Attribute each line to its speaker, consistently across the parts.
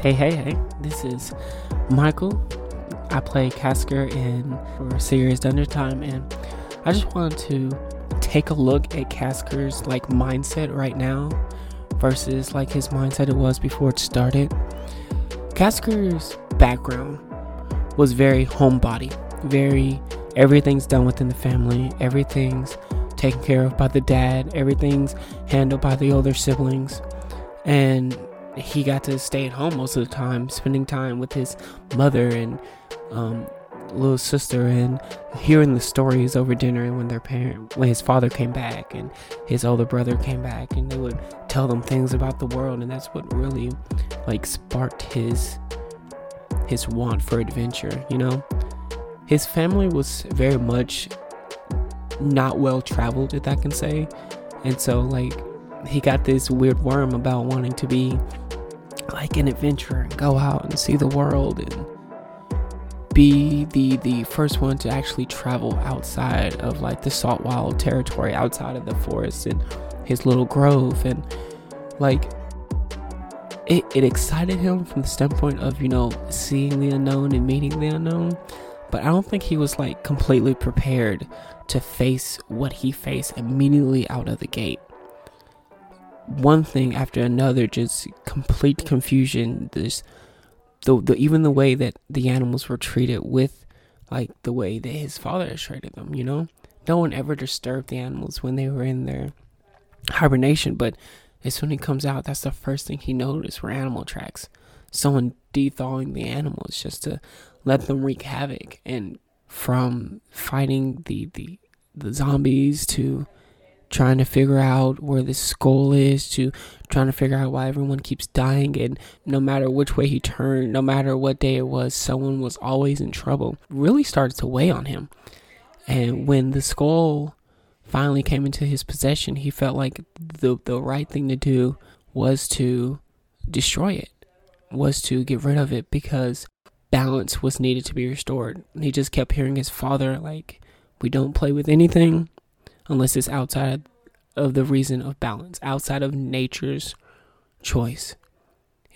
Speaker 1: Hey, hey, hey. This is Michael. I play Casker in for Serious Thunder Time, and I just wanted to take a look at Casker's like mindset right now versus like his mindset it was before it started. Casker's background was very homebody, very everything's done within the family, everything's taken care of by the dad, everything's handled by the older siblings, and he got to stay at home most of the time, spending time with his mother and um, little sister, and hearing the stories over dinner and when their parent, when his father came back and his older brother came back, and they would tell them things about the world, and that's what really like sparked his his want for adventure. You know, his family was very much not well traveled, if I can say, and so like he got this weird worm about wanting to be like an adventurer and go out and see the world and be the the first one to actually travel outside of like the salt wild territory outside of the forest and his little grove and like it, it excited him from the standpoint of you know seeing the unknown and meeting the unknown but i don't think he was like completely prepared to face what he faced immediately out of the gate one thing after another, just complete confusion. This, the, the even the way that the animals were treated with, like the way that his father had treated them. You know, no one ever disturbed the animals when they were in their hibernation, but as soon as he comes out, that's the first thing he noticed were animal tracks. Someone dethawing the animals just to let them wreak havoc, and from fighting the the the zombies to trying to figure out where this skull is to trying to figure out why everyone keeps dying and no matter which way he turned no matter what day it was someone was always in trouble really started to weigh on him and when the skull finally came into his possession he felt like the the right thing to do was to destroy it was to get rid of it because balance was needed to be restored he just kept hearing his father like we don't play with anything unless it's outside of the reason of balance, outside of nature's choice.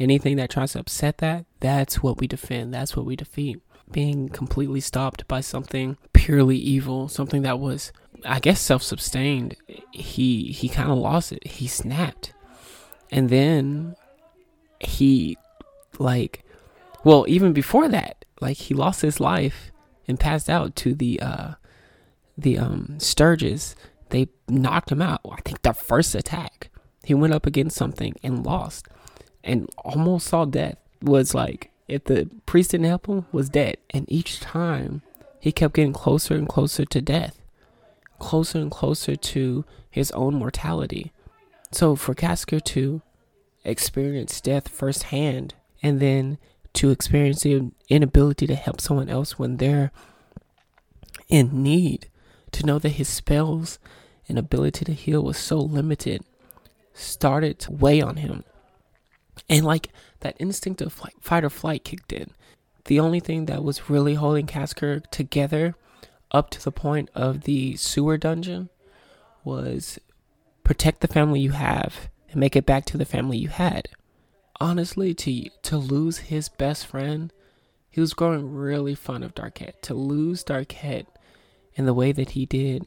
Speaker 1: Anything that tries to upset that, that's what we defend, that's what we defeat. Being completely stopped by something purely evil, something that was, I guess, self-sustained, he he kind of lost it. He snapped, and then he, like, well, even before that, like he lost his life and passed out to the uh, the um, Sturges, they knocked him out. I think the first attack, he went up against something and lost, and almost saw death. Was like if the priest didn't help him, was dead. And each time, he kept getting closer and closer to death, closer and closer to his own mortality. So for Casker to experience death firsthand, and then to experience the inability to help someone else when they're in need to know that his spells and ability to heal was so limited started to weigh on him. And like that instinct of like fight or flight kicked in. The only thing that was really holding Casker together up to the point of the sewer dungeon was protect the family you have and make it back to the family you had. Honestly, to to lose his best friend he was growing really fond of Darkette. To lose Darkette in the way that he did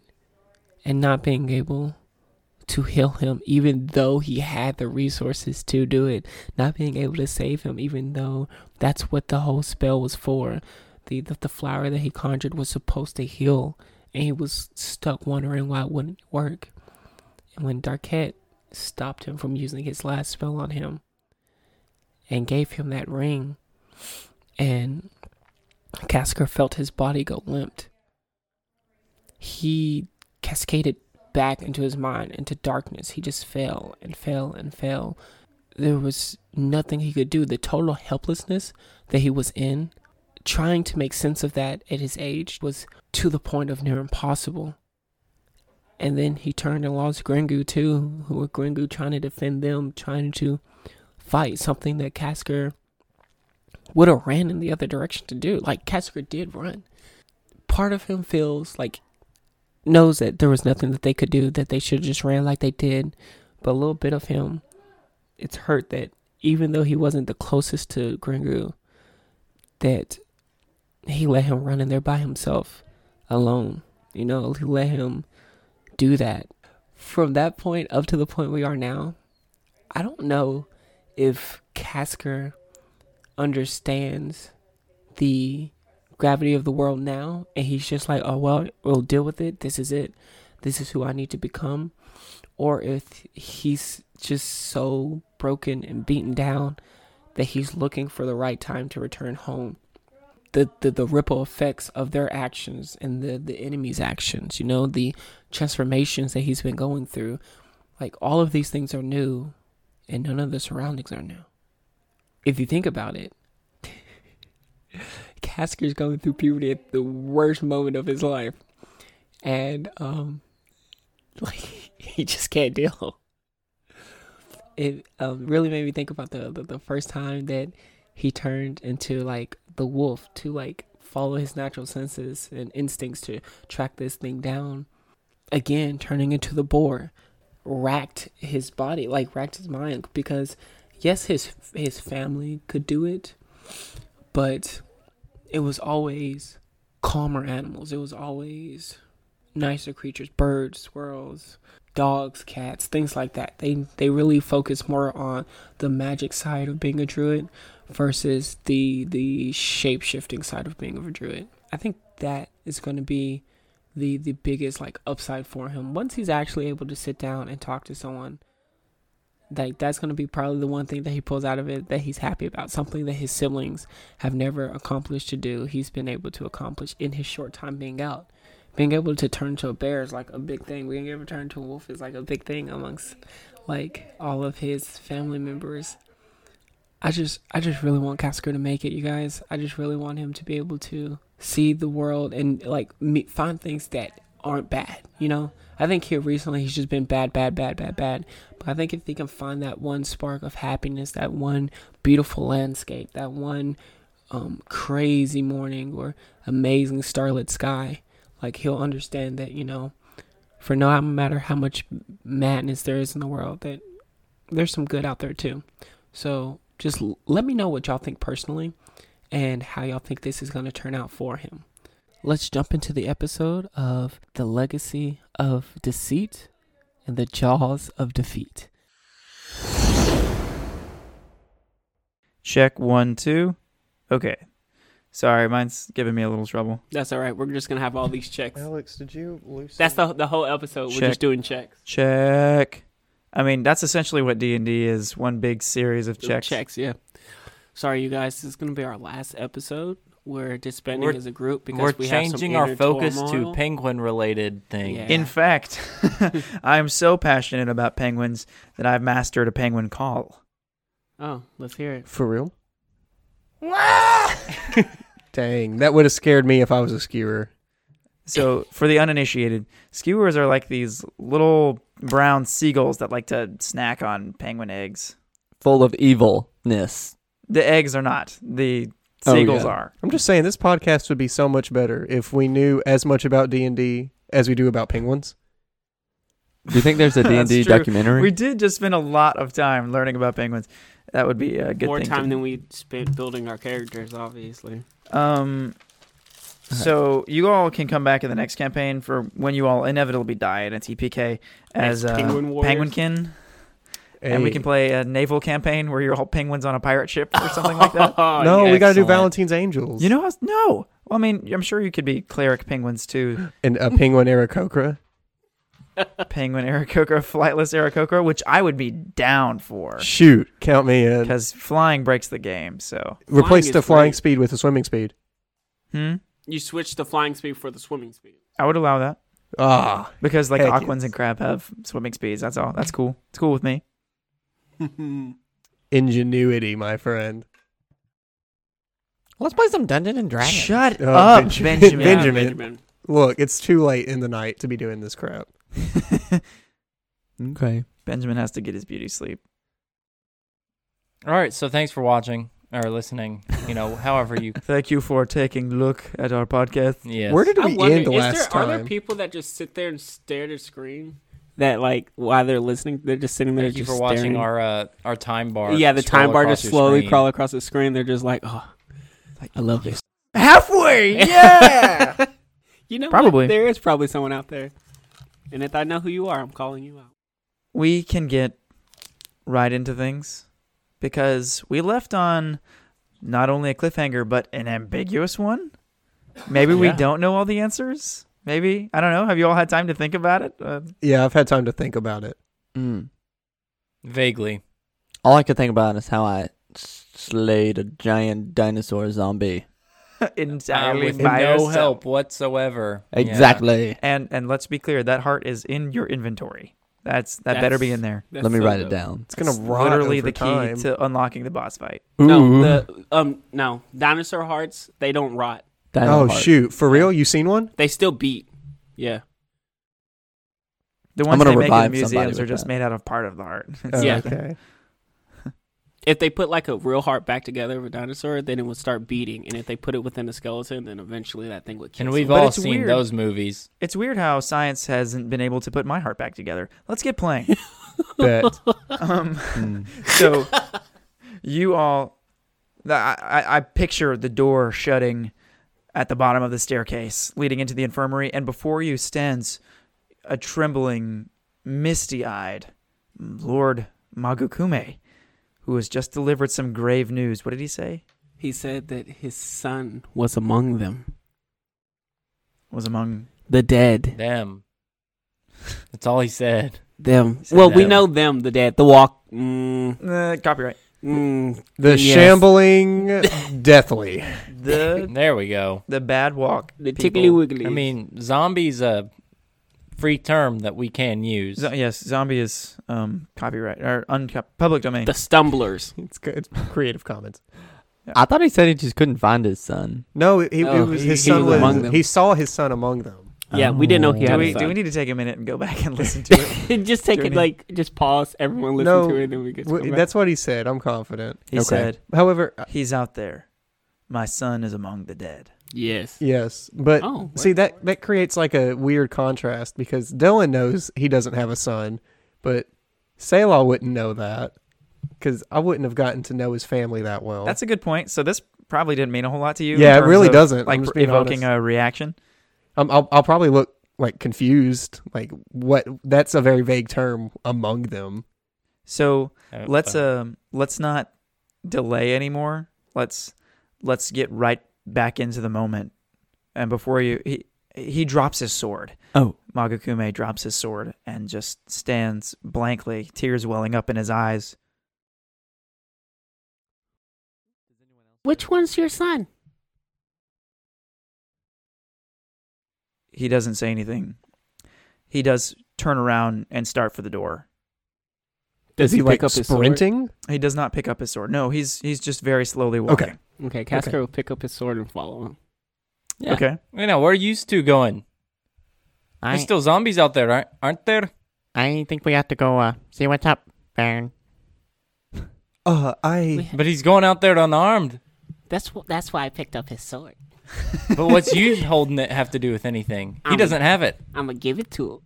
Speaker 1: and not being able to heal him, even though he had the resources to do it, not being able to save him, even though that's what the whole spell was for. The, the, the flower that he conjured was supposed to heal, and he was stuck wondering why it wouldn't work. And when Darkette stopped him from using his last spell on him and gave him that ring, and Casker felt his body go limp. He cascaded back into his mind, into darkness. He just fell and fell and fell. There was nothing he could do. The total helplessness that he was in, trying to make sense of that at his age, was to the point of near impossible. And then he turned and lost Gringu too, who were Gringu trying to defend them, trying to fight something that Casker would have ran in the other direction to do. Like Casker did run. Part of him feels like knows that there was nothing that they could do that they should have just ran like they did. But a little bit of him, it's hurt that even though he wasn't the closest to Gringu, that he let him run in there by himself alone. You know, he let him do that. From that point up to the point we are now, I don't know if Casker understands the gravity of the world now and he's just like, oh, well, we'll deal with it. This is it. This is who I need to become. Or if he's just so broken and beaten down that he's looking for the right time to return home. The, the, the ripple effects of their actions and the, the enemy's actions, you know, the transformations that he's been going through. Like, all of these things are new, and none of the surroundings are new. If you think about it, Casker's going through puberty at the worst moment of his life. And, um, like, he just can't deal. It um, really made me think about the, the, the first time that he turned into, like, the wolf to, like, follow his natural senses and instincts to track this thing down. Again, turning into the boar racked his body, like, racked his mind because, yes, his his family could do it, but it was always calmer animals. It was always nicer creatures, birds, squirrels, dogs, cats, things like that. They they really focus more on the magic side of being a druid versus the the shape shifting side of being a druid. I think that is going to be the the biggest like upside for him once he's actually able to sit down and talk to someone. Like that's going to be probably the one thing that he pulls out of it that he's happy about. Something that his siblings have never accomplished to do, he's been able to accomplish in his short time being out. Being able to turn to a bear is like a big thing. Being able to turn to a wolf is like a big thing amongst like all of his family members. I just I just really want Casker to make it, you guys. I just really want him to be able to see the world and like meet, find things that aren't bad, you know? I think here recently he's just been bad, bad, bad, bad, bad. But I think if he can find that one spark of happiness, that one beautiful landscape, that one um, crazy morning or amazing starlit sky, like he'll understand that, you know, for no matter how much madness there is in the world, that there's some good out there too. So just l- let me know what y'all think personally and how y'all think this is going to turn out for him let's jump into the episode of The Legacy of Deceit and the Jaws of Defeat.
Speaker 2: Check one, two. Okay. Sorry, mine's giving me a little trouble.
Speaker 1: That's all right. We're just going to have all these checks.
Speaker 3: Alex, did you lose?
Speaker 1: That's
Speaker 3: some-
Speaker 1: the, the whole episode. We're
Speaker 2: Check.
Speaker 1: just doing checks.
Speaker 2: Check. I mean, that's essentially what D and D is: one big series of checks.
Speaker 1: Checks, yeah. Sorry, you guys. This is going to be our last episode. We're disbanding
Speaker 4: We're-
Speaker 1: as a group because
Speaker 4: We're
Speaker 1: we have some
Speaker 4: changing our
Speaker 1: inner
Speaker 4: focus
Speaker 1: turmoil.
Speaker 4: to penguin related things.
Speaker 1: Yeah.
Speaker 2: In fact, I'm so passionate about penguins that I've mastered a penguin call.
Speaker 1: Oh, let's hear it.
Speaker 3: for real? Dang, that would have scared me if I was a skewer.
Speaker 2: So, for the uninitiated, skewers are like these little brown seagulls that like to snack on penguin eggs.
Speaker 5: full of evilness.
Speaker 2: The eggs are not. The
Speaker 3: Oh,
Speaker 2: seagulls
Speaker 3: yeah.
Speaker 2: are.
Speaker 3: I'm just saying this podcast would be so much better if we knew as much about D&D as we do about penguins.
Speaker 5: Do you think there's a D and
Speaker 2: That's
Speaker 5: D
Speaker 2: true.
Speaker 5: documentary?
Speaker 2: We did just spend a lot of time learning about penguins. That would be a good
Speaker 1: More
Speaker 2: thing.
Speaker 1: time
Speaker 2: to-
Speaker 1: than we spent building our characters, obviously.
Speaker 2: Um, so you all can come back in the next campaign for when you all inevitably die at a TPK as
Speaker 1: Next
Speaker 2: uh,
Speaker 1: Penguin Warriors.
Speaker 2: Penguinkin, and we
Speaker 3: Hey.
Speaker 2: can play a naval campaign where you're all penguins on a pirate ship or something like that.
Speaker 3: No, we got to do
Speaker 4: Excellent.
Speaker 3: Valentine's Angels.
Speaker 2: You know, how- no. Well, I mean, I'm sure you could be cleric penguins too.
Speaker 3: and a penguin Aarakocra.
Speaker 2: Penguin Aarakocra, flightless Aarakocra, which I would be down for
Speaker 3: Shoot, count me in.
Speaker 2: because flying breaks the game. So,
Speaker 3: Replace
Speaker 1: Flying
Speaker 3: the
Speaker 1: is
Speaker 3: flying
Speaker 1: great.
Speaker 3: speed with the swimming speed.
Speaker 2: hmm,
Speaker 1: You switched the flying speed for the swimming speed.
Speaker 2: I would allow that
Speaker 3: Ah,
Speaker 2: because like
Speaker 3: Heck
Speaker 2: Aquans
Speaker 3: yes.
Speaker 2: and Crab have swimming speeds. That's all. That's cool. It's cool with me.
Speaker 3: ingenuity, my friend.
Speaker 5: Let's play some Dungeon and
Speaker 2: Shut
Speaker 3: Oh,
Speaker 2: up,
Speaker 3: Benja-
Speaker 2: Benjamin.
Speaker 3: Yeah, Benjamin. Look, it's too late in the night to be doing this crap.
Speaker 5: Okay.
Speaker 2: Benjamin has to get his beauty sleep.
Speaker 4: All right. So thanks for watching or listening. You know, however you.
Speaker 2: Thank you for taking a look at our podcast.
Speaker 4: Yes.
Speaker 3: Where did
Speaker 1: I
Speaker 3: we
Speaker 1: wonder,
Speaker 3: end
Speaker 1: is
Speaker 3: last
Speaker 1: there, Are there
Speaker 3: time?
Speaker 1: people that just sit there and stare at a screen that like while they're listening, they're just sitting there
Speaker 4: Thank you
Speaker 1: just
Speaker 4: for watching
Speaker 1: staring.
Speaker 4: our uh, our time bar.
Speaker 1: yeah, the
Speaker 4: scroll
Speaker 1: time bar
Speaker 4: across
Speaker 1: just
Speaker 4: your
Speaker 1: slowly
Speaker 4: screen.
Speaker 1: crawl across the screen. They're just like, oh, I love this.
Speaker 2: Halfway, yeah.
Speaker 1: You know, what?
Speaker 2: Probably.
Speaker 1: there is probably someone out there, and if I know who you are, I'm calling you out.
Speaker 2: we can get right into things because we left on not only a cliffhanger but an ambiguous one. Maybe we
Speaker 4: Yeah.
Speaker 2: don't know all the answers. Maybe I don't know. Have you all had time to think about it? Uh,
Speaker 3: Yeah, I've had time to think about it.
Speaker 5: Mm.
Speaker 4: Vaguely.
Speaker 5: All I could think about is how I s- slayed a giant dinosaur zombie.
Speaker 2: entirely
Speaker 4: Uh, with
Speaker 2: by
Speaker 4: no
Speaker 2: yourself.
Speaker 4: help whatsoever. Yeah.
Speaker 5: Exactly.
Speaker 2: And and let's be clear, that heart is in your inventory. That's that better be
Speaker 1: That's-
Speaker 2: in there.
Speaker 1: That's
Speaker 5: Let me
Speaker 1: so
Speaker 5: write
Speaker 1: dope.
Speaker 5: it down.
Speaker 3: It's gonna
Speaker 2: It's
Speaker 3: rot
Speaker 2: literally
Speaker 3: over
Speaker 2: the key
Speaker 3: time.
Speaker 2: to unlocking the boss fight.
Speaker 1: No, the um, no dinosaur hearts they don't rot.
Speaker 5: Dino
Speaker 3: Oh
Speaker 5: heart.
Speaker 3: shoot! For real? You seen one?
Speaker 1: They still beat. Yeah,
Speaker 2: The ones
Speaker 5: gonna
Speaker 2: they make in
Speaker 5: revive somebody
Speaker 2: museums
Speaker 5: with
Speaker 2: are just
Speaker 5: that.
Speaker 2: made out of part of the heart.
Speaker 3: Oh,
Speaker 1: Yeah.
Speaker 3: Okay.
Speaker 1: if they put like a real heart back together of a dinosaur, then it would start beating, and if they put it within a skeleton, then eventually that thing would. Kill
Speaker 4: And we've
Speaker 2: But
Speaker 4: all
Speaker 2: it's
Speaker 4: seen
Speaker 2: weird.
Speaker 4: those movies.
Speaker 2: It's weird how science hasn't been able to put my heart back together. Let's get playing.
Speaker 1: Hmm.
Speaker 3: Bet.
Speaker 2: um,
Speaker 5: Mm.
Speaker 2: so you all, the- I, I, I picture the door shutting at the bottom of the staircase leading into the infirmary, and before you stands a trembling, misty-eyed Lord Magukume, who has just delivered some grave news. What did he say?
Speaker 1: He said that his son was among them,
Speaker 2: Was among
Speaker 1: the dead.
Speaker 4: Them. That's all he said.
Speaker 1: Them.
Speaker 2: said
Speaker 1: Well, we
Speaker 4: them.
Speaker 1: know them, the dead. The walk. Mm,
Speaker 2: uh, copyright
Speaker 1: mm, Yes.
Speaker 3: The shambling deathly.
Speaker 2: the
Speaker 4: There we go.
Speaker 2: the bad walk.
Speaker 1: the
Speaker 2: people.
Speaker 1: tickly wiggly.
Speaker 4: I mean, zombies a free term that we can use.
Speaker 2: Zo- yes, zombie is um, copyright or uncop- public domain.
Speaker 1: the stumblers.
Speaker 3: It's good. It's Creative Commons.
Speaker 5: I thought he said he just couldn't find his son.
Speaker 3: No, it, it-
Speaker 1: Oh,
Speaker 3: it was
Speaker 1: he-
Speaker 3: his
Speaker 1: he
Speaker 3: son.
Speaker 1: was
Speaker 3: was,
Speaker 1: among them.
Speaker 3: He saw his son among them.
Speaker 1: Yeah, we didn't know he
Speaker 5: Oh.
Speaker 2: do
Speaker 1: had
Speaker 2: we
Speaker 1: a
Speaker 2: do we
Speaker 1: son.
Speaker 2: need to take a minute and go back and listen to it?
Speaker 1: just take it
Speaker 2: Journey.
Speaker 1: like just pause. Everyone listen
Speaker 3: No,
Speaker 1: to it, and then we get. to
Speaker 3: Wh-
Speaker 1: come back.
Speaker 3: That's what he said. I'm confident.
Speaker 2: He
Speaker 5: Okay.
Speaker 2: said,
Speaker 3: However, uh, I-
Speaker 2: "He's out there. My son is among the dead."
Speaker 1: yes.
Speaker 3: yes, but
Speaker 1: Oh,
Speaker 3: see that that creates like a weird contrast because Dylan knows he doesn't have a son, but Selah wouldn't know that because I wouldn't have gotten to know his family that well.
Speaker 2: That's a good point. So this probably didn't mean a whole lot to you. in
Speaker 3: yeah, it
Speaker 2: terms
Speaker 3: really
Speaker 2: of,
Speaker 3: doesn't. I'm
Speaker 2: Like
Speaker 3: just being
Speaker 2: evoking
Speaker 3: honest.
Speaker 2: a reaction.
Speaker 3: Um, I'll I'll probably look like confused. Like what? That's a very vague term among them.
Speaker 2: So
Speaker 4: Uh,
Speaker 2: let's
Speaker 4: uh,
Speaker 2: um let's not delay anymore. Let's let's get right back into the moment. And before you, he he drops his sword.
Speaker 5: Oh.
Speaker 2: Magakume drops his sword and just stands blankly, tears welling up in his eyes.
Speaker 1: Which one's your son?
Speaker 2: He doesn't say anything. He does turn around and start for the door.
Speaker 3: Is he, like sprinting?
Speaker 2: He does not pick up his sword. No, he's he's just very slowly walking.
Speaker 3: Okay.
Speaker 1: sword? Okay, Cascar will pick up his sword and follow him.
Speaker 4: Yeah.
Speaker 2: Okay.
Speaker 4: you know, we're used to going.
Speaker 6: I,
Speaker 4: There's still zombies out there, aren't, aren't there?
Speaker 6: I think we have to go uh, see what's up, Baron.
Speaker 3: Uh, I
Speaker 4: But he's going out there unarmed.
Speaker 6: That's wh- that's why I picked up his sword.
Speaker 4: But what's you holding it have to do with anything? He
Speaker 6: Um,
Speaker 4: doesn't have it.
Speaker 6: I'm gonna give it to him.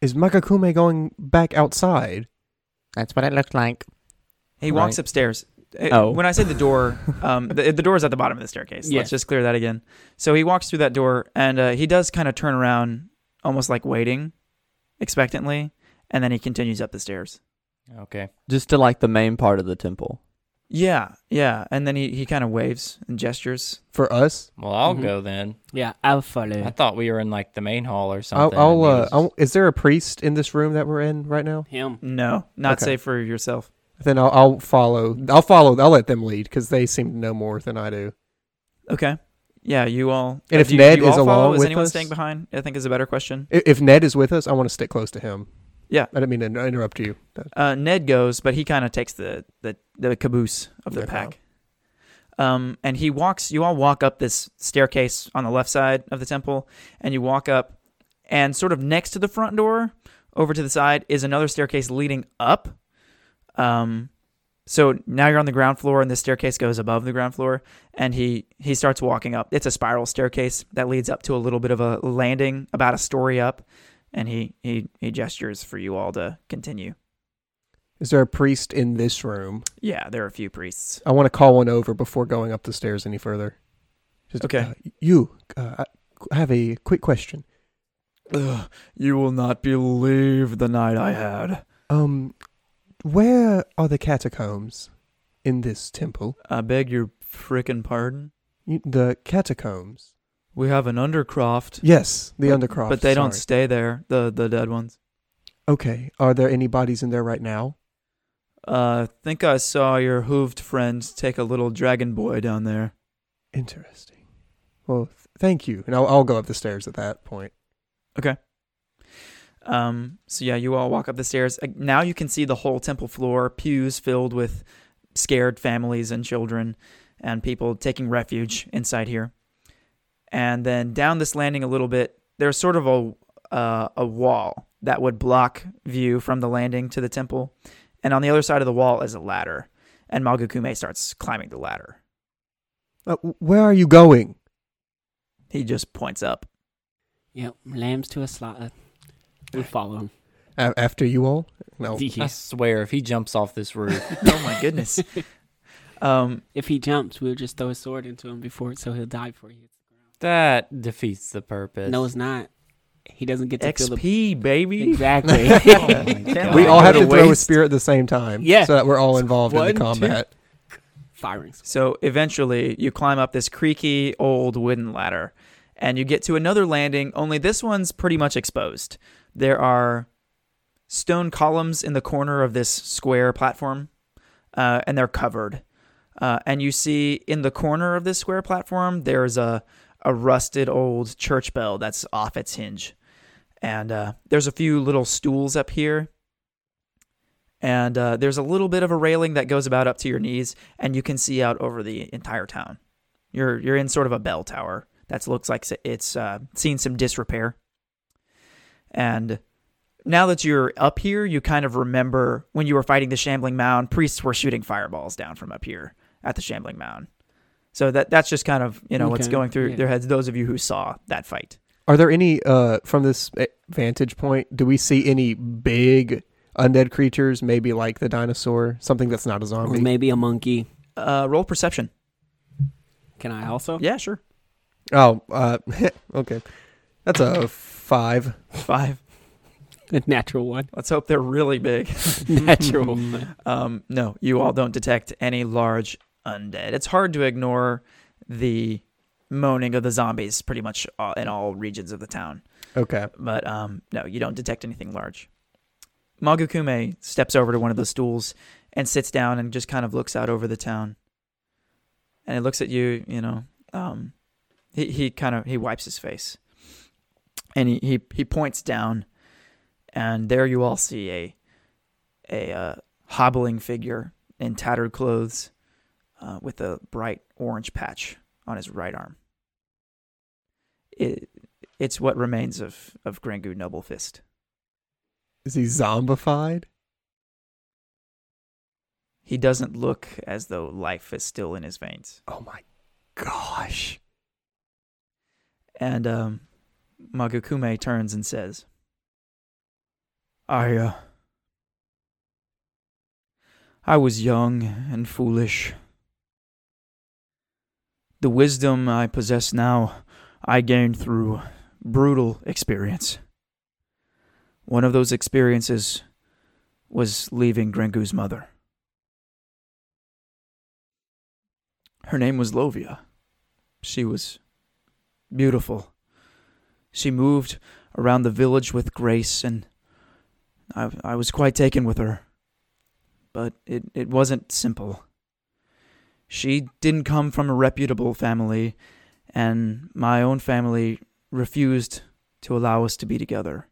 Speaker 3: is Makakume going back outside?
Speaker 6: That's what it looked like.
Speaker 2: He walks upstairs. Uh,
Speaker 5: Oh.
Speaker 2: When I say the door, um, the, the door is at the bottom of the staircase.
Speaker 1: Yes.
Speaker 2: Let's just clear that again. So he walks through that door, and uh, he does kind of turn around, almost like waiting, expectantly, and then he continues up the stairs.
Speaker 4: Okay.
Speaker 5: Just to like the main part of the temple.
Speaker 2: Yeah, yeah. And then he, he kind of waves and gestures.
Speaker 3: For us,
Speaker 4: Well, I'll
Speaker 1: Mhm.
Speaker 4: go then.
Speaker 1: Yeah, I'll
Speaker 4: I
Speaker 1: follow.
Speaker 4: thought we were in like the main hall or
Speaker 3: I'll.
Speaker 4: something.
Speaker 3: I'll,
Speaker 4: and he
Speaker 3: uh,
Speaker 4: was-
Speaker 3: I'll is there a priest in this room that we're in right now?
Speaker 1: Him.
Speaker 2: No, not
Speaker 3: Okay.
Speaker 2: safe for yourself.
Speaker 3: Then I'll, I'll follow. I'll follow. I'll let them lead because they seem to know more than I do.
Speaker 2: Okay. Yeah, you all.
Speaker 3: And if
Speaker 2: do you-
Speaker 3: Ned
Speaker 2: do you all
Speaker 3: is
Speaker 2: follow?
Speaker 3: along
Speaker 2: is
Speaker 3: with
Speaker 2: anyone
Speaker 3: us?
Speaker 2: staying behind? I think is a better question.
Speaker 3: I- If Ned is with us, I want to stick close to him.
Speaker 2: Yeah.
Speaker 3: I didn't mean to inter- interrupt you.
Speaker 2: Uh, Ned goes, but he kind of takes the, the the caboose of the
Speaker 3: Okay.
Speaker 2: pack. Um, and he walks. You all walk up this staircase on the left side of the temple, and you walk up, and sort of next to the front door, over to the side is another staircase leading up. Um, so now you're on the ground floor, and the staircase goes above the ground floor, and he he starts walking up. It's a spiral staircase that leads up to a little bit of a landing, about a story up, and he he he gestures for you all to continue.
Speaker 3: Is there a priest in this room?
Speaker 2: Yeah, there are a few priests.
Speaker 3: I want to call one over before going up the stairs any further. Just,
Speaker 2: Okay.
Speaker 3: uh, you, uh, I- I have a quick question.
Speaker 2: Ugh, you will not believe the night I had.
Speaker 3: Um, where are the catacombs in this temple?
Speaker 2: I beg your frickin' pardon.
Speaker 3: You- The catacombs.
Speaker 2: We have an undercroft,
Speaker 3: Yes, the undercroft.
Speaker 2: but they don't
Speaker 3: sorry.
Speaker 2: stay there. The the dead ones.
Speaker 3: okay. Are there any bodies in there right now?
Speaker 2: Uh, think I saw your hooved friend take a little dragon boy down there.
Speaker 3: Interesting. Well, th- thank you, and I'll, I'll go up the stairs at that point.
Speaker 2: Um, so yeah, you all walk up the stairs. Uh, Now you can see the whole temple floor, pews filled with scared families and children and people taking refuge inside here. And then down this landing a little bit, there's sort of a uh, a wall that would block view from the landing to the temple. And on the other side of the wall is a ladder. And Magukume starts climbing the ladder.
Speaker 3: Uh, w- where are you going?
Speaker 2: He just points up.
Speaker 1: Yep, lambs to a slaughter. We follow him.
Speaker 3: A- after you all? No.
Speaker 4: I
Speaker 1: Yeah.
Speaker 4: swear, if he jumps off this roof,
Speaker 2: oh my goodness. Um,
Speaker 1: If he jumps, we'll just throw a sword into him before, so he'll die before he hits the ground.
Speaker 4: that defeats the purpose.
Speaker 1: No, it's not. He doesn't get to feel the
Speaker 2: XP, baby.
Speaker 1: exactly.
Speaker 2: God.
Speaker 3: We all have
Speaker 2: What
Speaker 3: to
Speaker 2: a
Speaker 3: throw a
Speaker 2: uh, waste.
Speaker 3: spear at the same time.
Speaker 1: Yeah.
Speaker 3: So that we're all involved
Speaker 1: One,
Speaker 3: in
Speaker 1: two.
Speaker 3: the combat.
Speaker 1: Firing.
Speaker 2: So eventually, you climb up this creaky old wooden ladder and you get to another landing, only this one's pretty much exposed. There are stone columns in the corner of this square platform, uh, and they're covered. Uh, and you see in the corner of this square platform, there's a, a rusted old church bell that's off its hinge. And uh, there's a few little stools up here. And uh, there's a little bit of a railing that goes about up to your knees and you can see out over the entire town. You're you're in sort of a bell tower that looks like it's uh, seen some disrepair. And now that you're up here, you kind of remember when you were fighting the Shambling Mound. Priests were shooting fireballs down from up here at the Shambling Mound. So that that's just kind of you know what's
Speaker 1: Okay,
Speaker 2: going through
Speaker 1: yeah.
Speaker 2: their heads. Those of you who saw that fight.
Speaker 3: Are there any uh from this eh, vantage point? Do we see any big undead creatures? Maybe like the dinosaur, something that's not a
Speaker 1: Or
Speaker 3: zombie.
Speaker 1: maybe a monkey.
Speaker 2: Uh, roll perception.
Speaker 1: Can I also?
Speaker 2: Yeah, sure.
Speaker 3: Oh, uh, okay, that's a five.
Speaker 2: Five.
Speaker 1: A natural one.
Speaker 2: Let's hope they're really big.
Speaker 1: Natural one.
Speaker 2: Um, no, you all don't detect any large undead. It's hard to ignore the moaning of the zombies pretty much all, in all regions of the town.
Speaker 3: Okay,
Speaker 2: But um, no, you don't detect anything large. Magukume steps over to one of the stools and sits down and just kind of looks out over the town. And it looks at you, you know. Um, he he kind of he wipes his face, and he he, he points down, and there you all see a a uh, hobbling figure in tattered clothes, uh, with a bright orange patch on his right arm. It, it's what remains of of Grangu Noble Fist.
Speaker 3: is he zombified?
Speaker 2: He doesn't look as though life is still in his veins.
Speaker 3: Oh my gosh!
Speaker 2: And um, Magukume turns and says, "I uh, I was young and foolish. The wisdom I possess now, I gained through brutal experience. One of those experiences was leaving Grengu's mother. Her name was Lovia. She was beautiful. She moved around the village with grace, and I, I was quite taken with her. But it, it wasn't simple. She didn't come from a reputable family, and my own family refused to allow us to be together.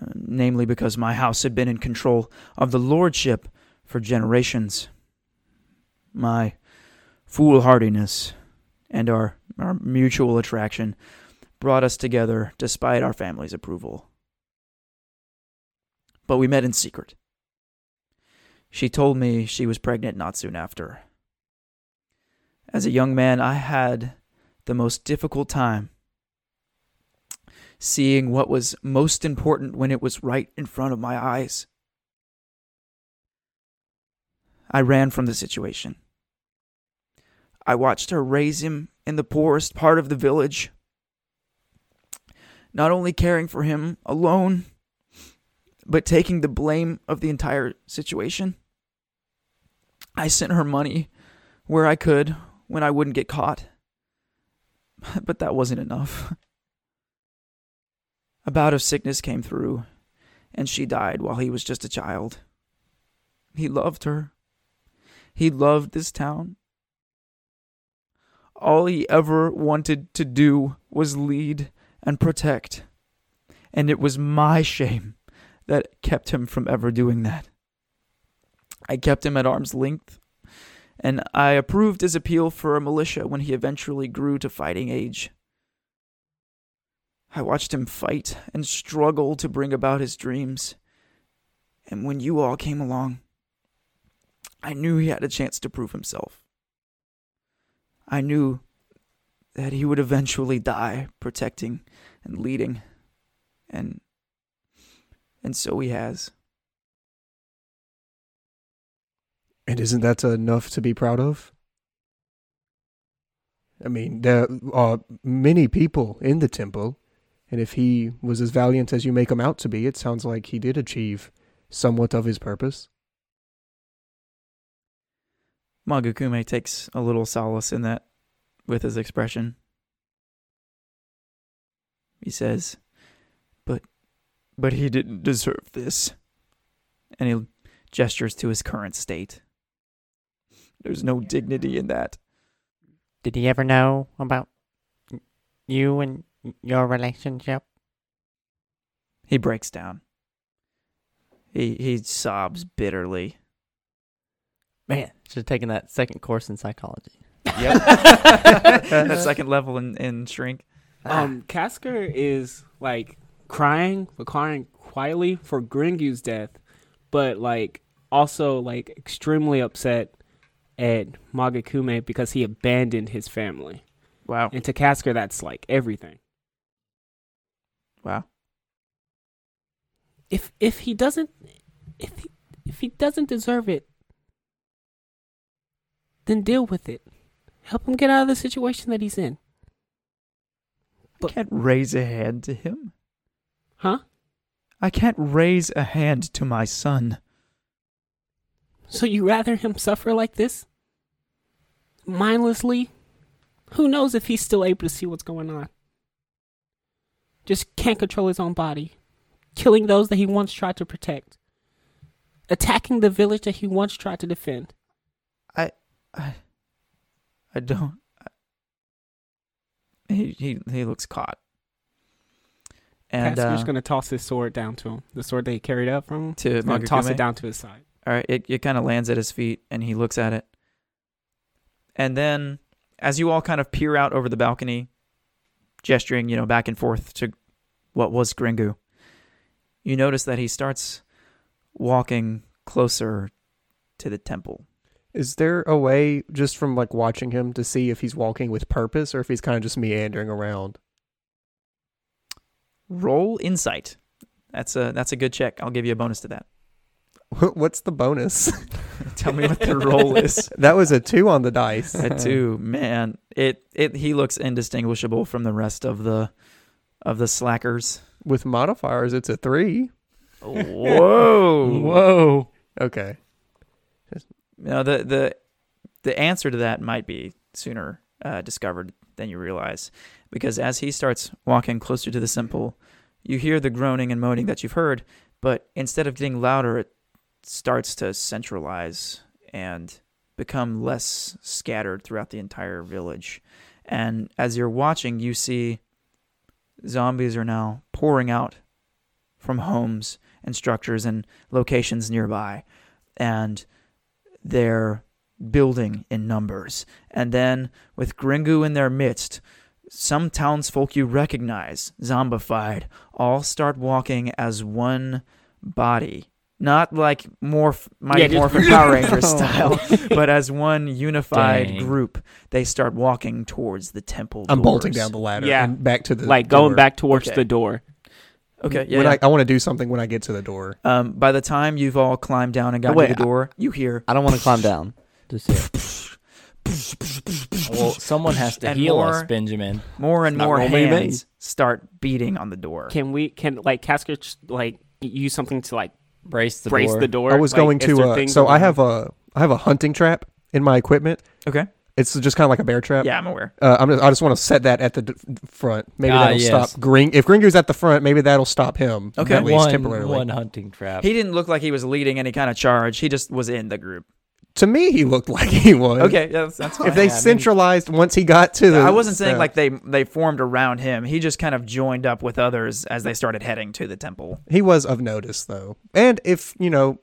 Speaker 2: Uh, namely, because my house had been in control of the lordship for generations. My foolhardiness and our, our mutual attraction brought us together despite our family's approval. But we met in secret. She told me she was pregnant not soon after. As a young man, I had the most difficult time seeing what was most important when it was right in front of my eyes. I ran from the situation. I watched her raise him in the poorest part of the village, not only caring for him alone, but taking the blame of the entire situation. I sent her money where I could when I wouldn't get caught, but that wasn't enough. A bout of sickness came through, and she died while he was just a child. He loved her. He loved this town. All he ever wanted to do was lead and protect. And it was my shame that kept him from ever doing that. I kept him at arm's length, and I approved his appeal for a militia when he eventually grew to fighting age. I watched him fight and struggle to bring about his dreams. And when you all came along, I knew he had a chance to prove himself. I knew that he would eventually die protecting and leading and and so he has.
Speaker 3: And isn't that enough to be proud of? I mean, there are many people in the temple, and if he was as valiant as you make him out to be, it sounds like he did achieve somewhat of his purpose.
Speaker 2: Magakume takes a little solace in that with his expression. He says, "But but he didn't deserve this." And he gestures to his current state. There's no dignity in that.
Speaker 6: Did he ever know about you and your relationship?
Speaker 2: He breaks down. He he sobs bitterly.
Speaker 5: Man, should have taken that second course in psychology.
Speaker 4: Yep.
Speaker 2: that second level in, in shrink. Ah.
Speaker 1: Um, Kasker is like crying, but crying quietly for Gringu's death, but like also like extremely upset at Magakume because he abandoned his family.
Speaker 2: Wow.
Speaker 1: And to Kasker, that's like everything.
Speaker 2: Wow.
Speaker 1: If if he doesn't, if he, if he doesn't deserve it, then deal with it. Help him get out of the situation that he's in.
Speaker 2: I can't raise a hand to him.
Speaker 1: Huh?
Speaker 2: I can't raise a hand to my son.
Speaker 1: So you rather him suffer like this? Mindlessly? Who knows if he's still able to see what's going on? Just can't control his own body. Killing those that he once tried to protect. Attacking the village that he once tried to defend.
Speaker 2: I I I don't I, he, he he looks caught. And uh,
Speaker 1: Casker's gonna toss his sword down to him. The sword that he carried out from him.
Speaker 2: to
Speaker 1: He's gonna toss
Speaker 2: Magugume.
Speaker 1: it down to his side.
Speaker 2: All right, it, it kind of lands at his feet and he looks at it. And then, as you all kind of peer out over the balcony, gesturing, you know, back and forth to what was Gringu, you notice that he starts walking closer to the temple.
Speaker 3: Is there a way, just from like watching him, to see if he's walking with purpose or if he's kind of just meandering around?
Speaker 2: Roll insight. That's a that's a good check. I'll give you a bonus to that.
Speaker 3: What's the bonus?
Speaker 2: Tell me what the roll is.
Speaker 3: that was a two on the dice.
Speaker 2: A two, man. It it he looks indistinguishable from the rest of the of the slackers.
Speaker 3: With modifiers, it's a three.
Speaker 2: Whoa.
Speaker 4: Whoa.
Speaker 3: Okay.
Speaker 2: No, the the the answer to that might be sooner uh, discovered than you realize, because as he starts walking closer to the simple, you hear the groaning and moaning that you've heard, but instead of getting louder, it starts to centralize and become less scattered throughout the entire village. And as you're watching, you see zombies are now pouring out from homes and structures and locations nearby, and they're building in numbers. And then, with Gringu in their midst, some townsfolk you recognize, zombified, all start walking as one body not like morph Mighty
Speaker 1: Yeah, just-
Speaker 2: Morphin Power Rangers style, but as one unified
Speaker 4: Dang.
Speaker 2: group. They start walking towards the temple.
Speaker 3: I'm bolting
Speaker 2: doors.
Speaker 3: down the ladder.
Speaker 1: Yeah.
Speaker 3: and back to the
Speaker 1: like going
Speaker 3: door.
Speaker 1: back towards
Speaker 2: Okay.
Speaker 1: the door.
Speaker 2: Okay, yeah.
Speaker 3: when
Speaker 2: yeah.
Speaker 3: I, I want to do something when I get to the door.
Speaker 2: um, by the time you've all climbed down and got
Speaker 5: Wait,
Speaker 2: to the door, you hear
Speaker 5: I don't want to climb down. Just yet.
Speaker 4: Well, someone has to
Speaker 2: And
Speaker 4: heal us,
Speaker 2: more-
Speaker 4: Benjamin.
Speaker 2: more and
Speaker 5: It's not
Speaker 2: more
Speaker 5: gonna be me.
Speaker 2: hands start beating on the door.
Speaker 1: Can we? Can like Casker just, like use something to like
Speaker 4: Brace the
Speaker 1: brace
Speaker 4: door.
Speaker 1: the door?
Speaker 3: I was
Speaker 1: Like,
Speaker 3: going
Speaker 1: is
Speaker 3: to.
Speaker 1: there
Speaker 3: Uh,
Speaker 1: things
Speaker 3: so I
Speaker 1: around?
Speaker 3: have a I have a hunting trap in my equipment.
Speaker 2: Okay.
Speaker 3: It's just kind of like a bear trap.
Speaker 2: Yeah, I'm aware.
Speaker 3: Uh, I'm just, I just want to set that at the d- front. Maybe
Speaker 4: Ah,
Speaker 3: that'll
Speaker 4: yes.
Speaker 3: stop Gring. If Gringo's at the front, maybe that'll stop him.
Speaker 2: Okay.
Speaker 3: at least
Speaker 4: one,
Speaker 3: temporarily.
Speaker 4: one hunting trap.
Speaker 2: He didn't look like he was leading any kind of charge. He just was in the group.
Speaker 3: To me, he looked like he was.
Speaker 2: Okay, yeah, that's, that's fine.
Speaker 3: If they
Speaker 4: yeah, I mean-
Speaker 3: centralized once he got to the,
Speaker 2: I wasn't saying
Speaker 3: uh,
Speaker 2: like they they formed around him. He just kind of joined up with others as they started heading to the temple.
Speaker 3: he was of notice though. And if you know,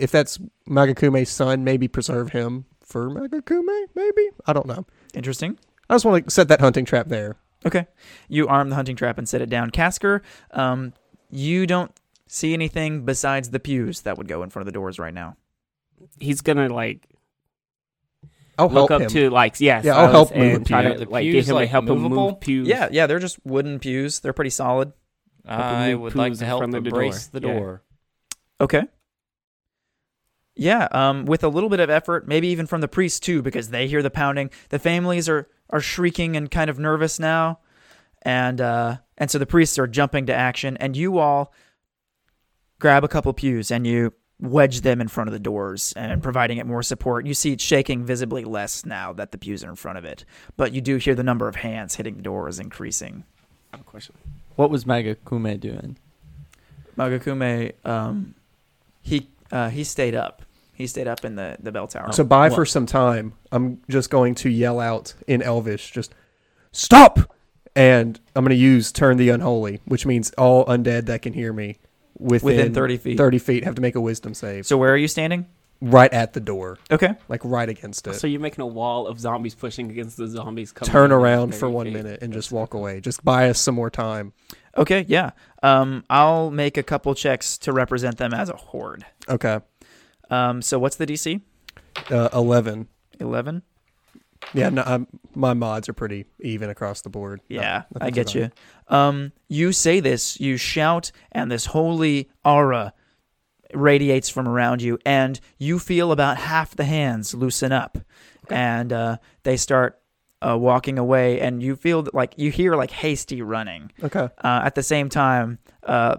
Speaker 3: if that's Magakume's son, maybe preserve him for Magakume. Maybe I don't know.
Speaker 2: Interesting.
Speaker 3: I just want to set that hunting trap there.
Speaker 2: Okay. You arm the hunting trap and set it down. Casker, um, you don't see anything besides the pews that would go in front of the doors right now.
Speaker 1: He's gonna like
Speaker 3: I'll
Speaker 1: look
Speaker 3: help
Speaker 1: up
Speaker 3: him.
Speaker 1: to like yes.
Speaker 3: Yeah,
Speaker 1: those
Speaker 3: I'll help move
Speaker 1: and
Speaker 3: the
Speaker 1: try
Speaker 4: pew.
Speaker 1: to
Speaker 4: The
Speaker 1: like
Speaker 4: pew's,
Speaker 1: get him
Speaker 4: like,
Speaker 1: to help him
Speaker 4: movable?
Speaker 1: move pews.
Speaker 2: Yeah, yeah, they're just wooden pews. They're pretty solid.
Speaker 4: I would like to help
Speaker 1: From the
Speaker 4: to brace
Speaker 1: door.
Speaker 4: the
Speaker 1: Yeah.
Speaker 4: door.
Speaker 2: Okay. Yeah, um, with a little bit of effort, maybe even from the priests too, because they hear the pounding. The families are are shrieking and kind of nervous now, and uh, and so the priests are jumping to action, and you all grab a couple pews and you wedge them in front of the doors and providing it more support. You see it shaking visibly less now that the pews are in front of it, but you do hear the number of hands hitting the doors increasing.
Speaker 5: What was Magakume doing?
Speaker 2: Magakume, um, he uh, he stayed up. He stayed up in the the bell tower.
Speaker 3: So buy for
Speaker 5: What?
Speaker 3: some time. I'm just going to yell out in Elvish, just stop, and I'm going to use turn the unholy, which means all undead that can hear me within,
Speaker 2: within 30 feet.
Speaker 3: 30 feet have to make a wisdom save
Speaker 2: So where are you standing?
Speaker 3: right at the door,
Speaker 2: Okay.
Speaker 3: like right against it.
Speaker 1: So you're making a wall of zombies pushing against the zombies. coming
Speaker 3: Turn
Speaker 1: from the
Speaker 3: around for
Speaker 1: 30
Speaker 3: one
Speaker 1: feet.
Speaker 3: minute and just walk away. Just buy us some more time.
Speaker 2: Okay, yeah. Um I'll make a couple checks to represent them as a horde.
Speaker 3: Okay,
Speaker 2: Um so what's the DC?
Speaker 3: uh, eleven.
Speaker 2: 11?
Speaker 3: Yeah, no, I'm, my mods are pretty even across the board. No,
Speaker 2: Yeah, I
Speaker 3: nothing's
Speaker 2: get
Speaker 3: wrong.
Speaker 2: you. Um you say this, you shout and this holy aura radiates from around you and you feel about half the hands loosen up and uh they start uh, walking away and you feel that, like you hear like hasty running
Speaker 3: Okay,
Speaker 2: Uh, at the same time, uh,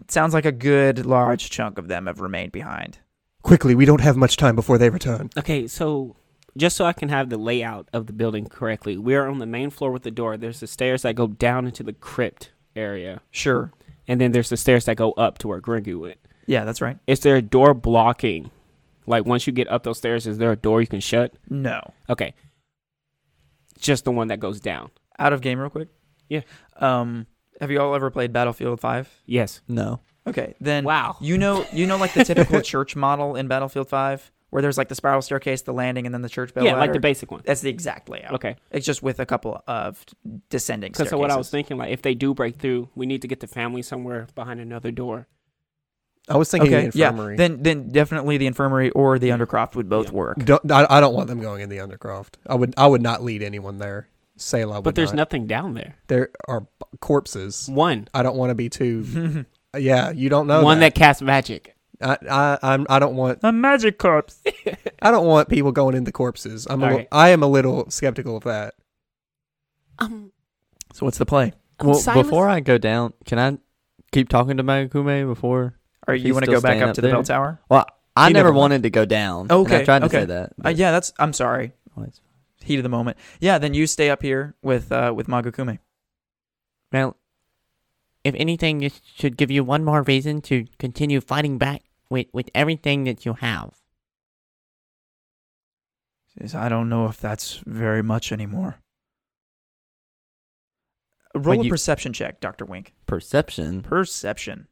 Speaker 2: it sounds like a good large chunk of them have remained behind.
Speaker 3: quickly. We don't have much time before they return.
Speaker 1: Okay, so just so I can have the layout of the building correctly, we are on the main floor with the door. There's the stairs that go down into the crypt area,
Speaker 2: Sure.
Speaker 1: and then there's the stairs that go up to where Gringu went.
Speaker 2: Yeah, that's right.
Speaker 1: Is there a door blocking? Like once you get up those stairs, is there a door you can shut?
Speaker 2: No.
Speaker 1: Okay, just the one that goes down.
Speaker 2: Out of game, real quick.
Speaker 1: Yeah.
Speaker 2: Um, have you all ever played Battlefield Five?
Speaker 1: Yes.
Speaker 5: No.
Speaker 2: Okay, then
Speaker 1: wow.
Speaker 2: you know, you know, like the typical church model in Battlefield Five, where there's like the spiral staircase, the landing, and then the church bell.
Speaker 1: yeah, like
Speaker 2: ladder.
Speaker 1: the basic one.
Speaker 2: That's the exact layout.
Speaker 1: Okay.
Speaker 2: It's just with a couple of descending.
Speaker 1: Because
Speaker 2: staircases.
Speaker 1: so what I was thinking, like if they do break through, we need to get the family somewhere behind another door.
Speaker 3: I was thinking
Speaker 2: okay,
Speaker 3: the infirmary.
Speaker 2: yeah. Then, then definitely the infirmary or the undercroft would both
Speaker 1: Yeah.
Speaker 2: work.
Speaker 3: Don't, I, I don't want them going in the undercroft. I would I would not lead anyone there. Sail I would
Speaker 1: But there's
Speaker 3: not.
Speaker 1: nothing down there.
Speaker 3: there are b- corpses.
Speaker 1: One,
Speaker 3: I don't want to be too. Yeah, you don't know
Speaker 1: one
Speaker 3: that.
Speaker 1: that casts magic.
Speaker 3: I I I'm, I don't want
Speaker 2: a magic corpse.
Speaker 3: I don't want people going into corpses. I'm a
Speaker 1: All
Speaker 3: li-
Speaker 1: right.
Speaker 3: I am a little skeptical of that.
Speaker 6: Um,
Speaker 2: So what's the play?
Speaker 6: I'm
Speaker 5: Well,
Speaker 6: Silas.
Speaker 5: before I go down, can I keep talking to Magakume before?
Speaker 2: Are
Speaker 5: If
Speaker 2: you
Speaker 5: he's
Speaker 2: want to
Speaker 5: still
Speaker 2: go back
Speaker 5: staying
Speaker 2: up
Speaker 5: up
Speaker 2: to the bell
Speaker 5: there?
Speaker 2: tower?
Speaker 5: Well, I
Speaker 2: He
Speaker 5: never,
Speaker 2: never
Speaker 5: wanted to go down. and
Speaker 2: Okay,
Speaker 5: I tried to
Speaker 2: okay.
Speaker 5: say that.
Speaker 2: Uh,
Speaker 5: but-
Speaker 2: yeah, that's. I'm sorry.
Speaker 5: Oh, it's-
Speaker 2: Heat of the moment. Yeah, then you stay up here with uh, with Magukume.
Speaker 6: Well, if anything, this should give you one more reason to continue fighting back with, with everything that you have.
Speaker 2: Says, I don't know if that's very much anymore. Roll
Speaker 5: Well,
Speaker 2: a
Speaker 5: you-
Speaker 2: perception check, Doctor Wink.
Speaker 5: Perception.
Speaker 2: Perception.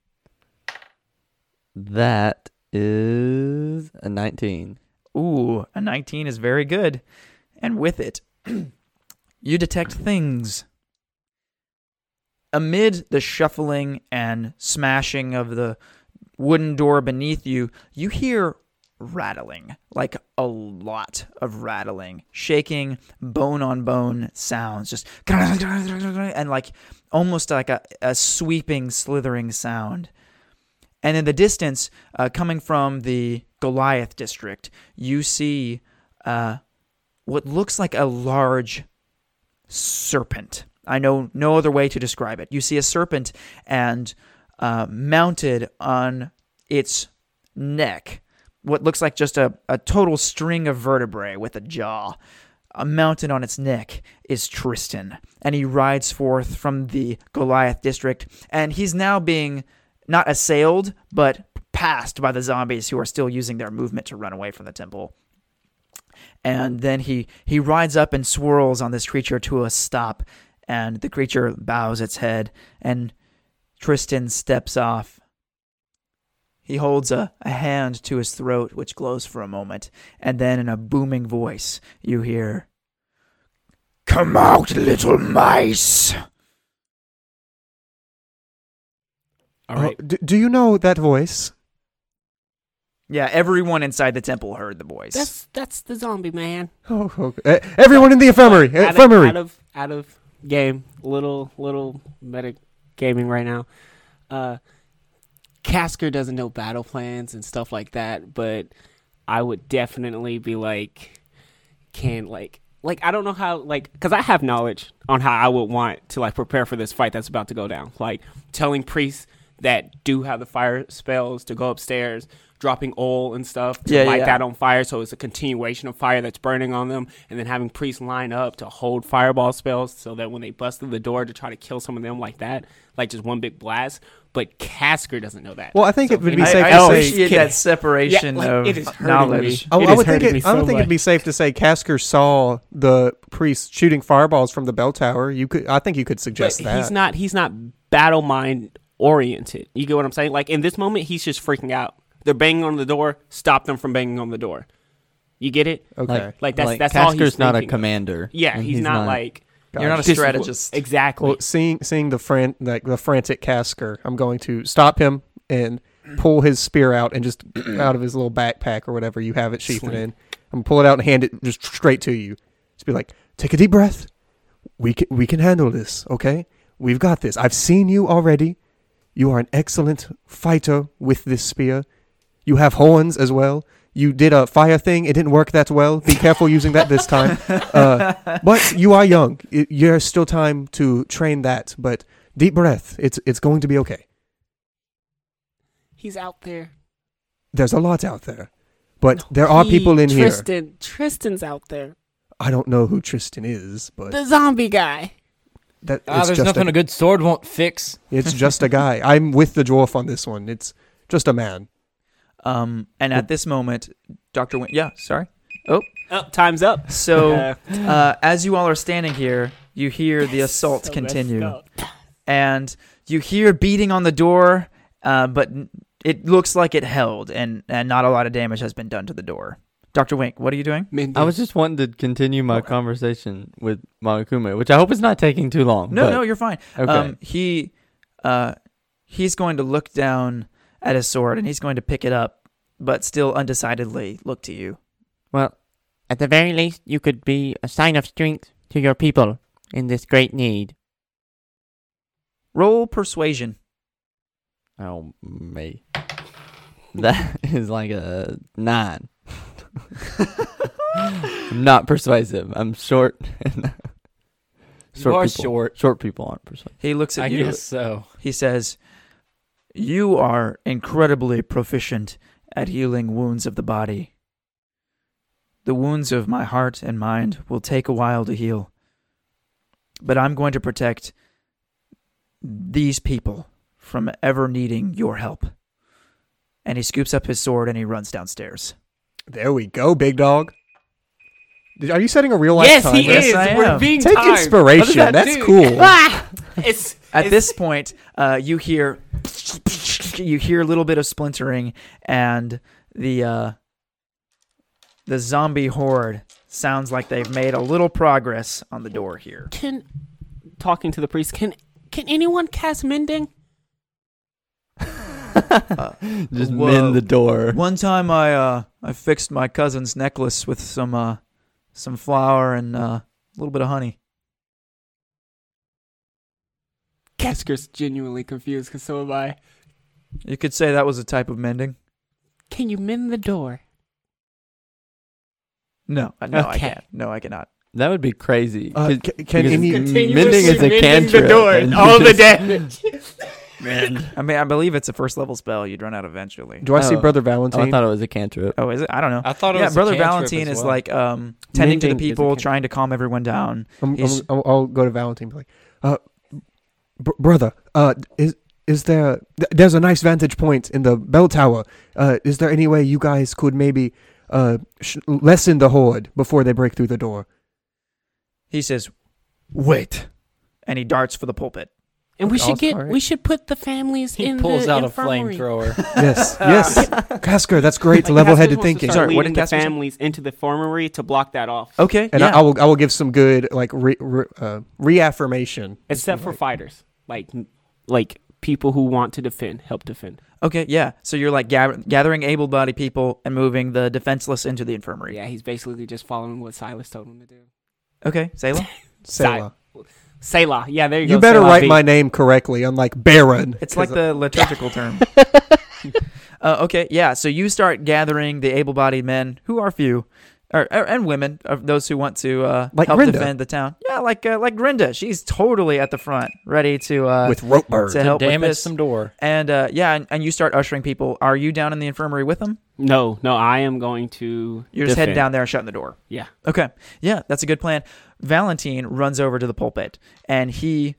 Speaker 5: That is a 19.
Speaker 2: Ooh, a 19 is very good, and with it, you detect things. Amid the shuffling and smashing of the wooden door beneath you, you hear rattling, like a lot of rattling, shaking, bone on bone sounds, just and like almost like a, a sweeping, slithering sound. And in the distance, uh, coming from the Goliath district, you see uh, what looks like a large serpent. I know no other way to describe it. You see a serpent, and uh, mounted on its neck, what looks like just a, a total string of vertebrae with a jaw, uh, mounted on its neck is Tristan. And he rides forth from the Goliath district, and he's now being not assailed, but passed by the zombies who are still using their movement to run away from the temple and then he he rides up and swirls on this creature to a stop and the creature bows its head and tristan steps off he holds a, a hand to his throat which glows for a moment and then in a booming voice you hear come out little mice
Speaker 7: All right.
Speaker 3: Oh, do, do you know that voice?
Speaker 2: yeah everyone inside the temple heard the voice
Speaker 7: That's that's the zombie man.
Speaker 3: Oh, okay. Eh, everyone in the infirmary.
Speaker 7: Out of-
Speaker 3: infirmary.
Speaker 7: Out of, out of game. Little little meta gaming right now. Uh Casker doesn't know battle plans and stuff like that, but I would definitely be like can like like I don't know how like cuz I have knowledge on how I would want to like prepare for this fight that's about to go down. Like telling priests that do have the fire spells to go upstairs, dropping oil and stuff to
Speaker 2: Yeah,
Speaker 7: light
Speaker 2: yeah.
Speaker 7: that on fire so it's a continuation of fire that's burning on them and then having priests line up to hold fireball spells so that when they bust through the door to try to kill some of them like that, like just one big blast. But Casker doesn't know that.
Speaker 3: Well, I think
Speaker 7: So
Speaker 3: it would
Speaker 7: if
Speaker 3: be
Speaker 2: I,
Speaker 3: safe
Speaker 7: anybody-
Speaker 2: I
Speaker 3: to say-
Speaker 2: appreciate that separation
Speaker 7: Yeah, like,
Speaker 2: of
Speaker 7: it is hurting
Speaker 2: knowledge.
Speaker 7: me.
Speaker 3: Oh,
Speaker 7: It
Speaker 3: I
Speaker 7: is
Speaker 3: would think
Speaker 7: hurting
Speaker 3: it,
Speaker 7: me
Speaker 3: I would
Speaker 7: so
Speaker 3: think it'd be
Speaker 7: much.
Speaker 3: safe to say Casker saw the priest shooting fireballs from the bell tower. You could, I think, you could
Speaker 7: But
Speaker 3: suggest that.
Speaker 7: he's not. He's not battle mind oriented. You get what I'm saying? Like in this moment, he's just freaking out. They're banging on the door. Stop them from banging on the door. You get it?
Speaker 3: okay.
Speaker 7: Like that's that's all
Speaker 5: Casker's
Speaker 7: he's
Speaker 5: not a
Speaker 7: thinking.
Speaker 5: commander.
Speaker 7: Yeah,
Speaker 5: and
Speaker 7: he's, not, like
Speaker 2: You're not a
Speaker 7: this is what-
Speaker 2: strategist.
Speaker 7: Exactly.
Speaker 3: well, seeing seeing the fran- like the frantic Casker, I'm going to stop him and pull his spear out and just out of his little backpack or whatever you have it sheathed
Speaker 7: Sling.
Speaker 3: in. I'm gonna pull it out and hand it just straight to you. Just be like, take a deep breath. We can we can handle this. Okay, we've got this. I've seen you already. You are an excellent fighter with this spear. You have horns as well. You did a fire thing. It didn't work that well. Be careful using that this time. Uh, but you are young. Y- You're still time to train that. But deep breath. It's it's going to be okay.
Speaker 7: he's out there.
Speaker 3: There's a lot out there, but there are people in here.
Speaker 7: Tristan. Tristan's out there.
Speaker 3: I don't know who Tristan is, but
Speaker 7: The zombie guy.
Speaker 3: that
Speaker 4: Ah,
Speaker 3: it's
Speaker 4: there's
Speaker 3: just
Speaker 4: nothing a
Speaker 3: a,
Speaker 4: good sword won't fix.
Speaker 3: it's just a guy. I'm with the dwarf on this one. It's just a man.
Speaker 2: Um, and at this moment, Doctor Win. Yeah, sorry.
Speaker 7: Oh, time's up.
Speaker 2: So.
Speaker 7: Uh,
Speaker 2: uh, as you all are standing here, you hear the assault
Speaker 7: so
Speaker 2: continue,
Speaker 7: messed up.
Speaker 2: and you hear beating on the door, uh, but n- it looks like it held, and, and not a lot of damage has been done to the door. Doctor Wink, what are you doing?
Speaker 7: Mindy.
Speaker 5: I was just wanting to continue my conversation with Monokuma, which I hope is not taking too long.
Speaker 2: No,
Speaker 5: but-
Speaker 2: no, you're fine.
Speaker 5: Okay.
Speaker 2: Um, he, uh, he's going to look down at his sword, and he's going to pick it up, but still undecidedly look to you.
Speaker 6: Well, at the very least, you could be a sign of strength to your people in this great need.
Speaker 2: Roll persuasion.
Speaker 5: oh, me. That is like a nine. I'm not persuasive. I'm short. And short
Speaker 4: are
Speaker 5: people.
Speaker 4: short.
Speaker 5: Short people aren't persuasive.
Speaker 2: He looks at
Speaker 4: I
Speaker 2: you.
Speaker 4: guess so.
Speaker 2: He says, You are incredibly proficient at healing wounds of the body. The wounds of my heart and mind will take a while to heal. But I'm going to protect these people from ever needing your help. And he scoops up his sword and he runs downstairs.
Speaker 3: There we go, big dog. Did, are you setting a real life
Speaker 7: yes,
Speaker 3: time?
Speaker 7: he
Speaker 2: Yes,
Speaker 7: is.
Speaker 2: I
Speaker 7: We're
Speaker 2: am.
Speaker 7: being
Speaker 3: Take
Speaker 7: timed.
Speaker 3: inspiration.
Speaker 7: What
Speaker 3: That's
Speaker 7: does do?
Speaker 3: cool. Uh,
Speaker 7: Ah! it's
Speaker 2: At
Speaker 7: it's-
Speaker 2: this point, uh, you hear you hear a little bit of splintering, and the uh, the zombie horde sounds like they've made a little progress on the door here.
Speaker 7: can talking to the priest. Can can anyone cast mending? Uh,
Speaker 5: Just
Speaker 2: Whoa.
Speaker 5: mend the door.
Speaker 2: One time I uh I fixed my cousin's necklace with some uh some flour and uh, a little bit of honey.
Speaker 1: Casker's genuinely confused because so am I.
Speaker 2: You could say that was a type of mending.
Speaker 1: Can you mend the door?
Speaker 2: No, uh, no, I
Speaker 1: Okay.
Speaker 2: can't. No, I cannot.
Speaker 5: That would be crazy.
Speaker 3: Uh,
Speaker 5: 'cause-
Speaker 3: ca- can
Speaker 5: because
Speaker 3: any
Speaker 5: mending is a cantrip. and you just-
Speaker 1: damage.
Speaker 5: Man.
Speaker 2: I mean, I believe it's a first level spell. You'd run out eventually.
Speaker 3: do I see
Speaker 5: Oh.
Speaker 3: Brother
Speaker 5: Oh, I
Speaker 3: Valentine?
Speaker 5: thought it was a cantrip.
Speaker 2: Oh, is it? I don't know.
Speaker 4: I thought it
Speaker 2: yeah,
Speaker 4: was
Speaker 2: brother
Speaker 4: a cantrip
Speaker 2: Valentine is
Speaker 4: as well.
Speaker 2: like um tending to the
Speaker 1: Mending is a
Speaker 2: people,
Speaker 1: cantrip.
Speaker 2: trying to calm everyone down.
Speaker 3: I'm,
Speaker 2: He's-
Speaker 3: I'm, I'll, I'll go to Valentine. And be like, uh, br- brother, uh, is is there? Th- there's a nice vantage point in the bell tower. Uh, is there any way you guys could maybe uh sh- lessen the horde before they break through the door?
Speaker 2: He says, "Wait," and he darts for the pulpit.
Speaker 1: And we
Speaker 3: Also,
Speaker 1: should get
Speaker 3: alright.
Speaker 1: we should put the families
Speaker 4: He
Speaker 1: in
Speaker 4: pulls
Speaker 1: the
Speaker 4: out
Speaker 1: infirmary.
Speaker 4: a flamethrower.
Speaker 3: Yes, yes, Casker, that's great.
Speaker 7: Like, Casper
Speaker 3: Level-headed
Speaker 7: wants to
Speaker 3: thinking.
Speaker 7: start
Speaker 2: Sorry, what
Speaker 7: leading
Speaker 2: did
Speaker 7: the
Speaker 2: Casper say?
Speaker 7: families into the formery to block that off,
Speaker 2: Okay,
Speaker 3: And
Speaker 2: yeah.
Speaker 3: I, I will I will give some good like re, re, uh, reaffirmation.
Speaker 7: except for
Speaker 3: Like,
Speaker 7: fighters, like like people who want to defend, help defend.
Speaker 2: okay, yeah. So you're like gather- gathering able-bodied people and moving the defenseless into the infirmary.
Speaker 7: Yeah, he's basically just following what Silas told him to do.
Speaker 2: Okay, Salem.
Speaker 3: Selah.
Speaker 7: Selah, yeah, there you,
Speaker 3: You,
Speaker 7: go.
Speaker 3: better
Speaker 7: Selah
Speaker 3: write
Speaker 7: B.
Speaker 3: my name correctly, unlike Baron.
Speaker 2: It's like
Speaker 3: 'Cause
Speaker 2: the liturgical term. uh, okay, yeah. So you start gathering the able-bodied men, who are few, or, or- and women, of those who want to uh,
Speaker 3: Like
Speaker 2: help
Speaker 3: Grinda.
Speaker 2: defend the town. Yeah, like uh, like Grinda. She's totally at the front, ready to uh,
Speaker 3: with rope birds.
Speaker 2: to help with
Speaker 4: Damage
Speaker 2: this.
Speaker 4: some door.
Speaker 2: and uh, yeah, and, and you start ushering people. Are you down in the infirmary with them?
Speaker 7: No, no, I am going to.
Speaker 2: You're just heading
Speaker 7: defend.
Speaker 2: down there and shutting the door.
Speaker 7: Yeah.
Speaker 2: Okay. Yeah, that's a good plan. Valentine runs over to the pulpit and he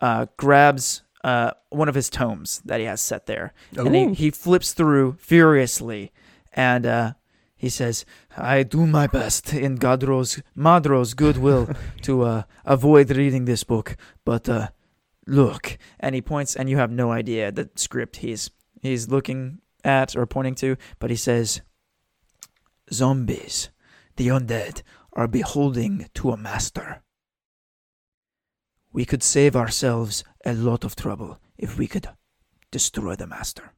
Speaker 2: uh, grabs uh, one of his tomes that he has set there. And he, he flips through furiously and uh, he says, I do my best in Gadro's, Madro's goodwill to uh, avoid reading this book, but uh, look. And he points, and you have no idea the script he's he's looking at or pointing to, but he says, Zombies, the undead, are beholding to a master. We could save ourselves a lot of trouble if we could destroy the master.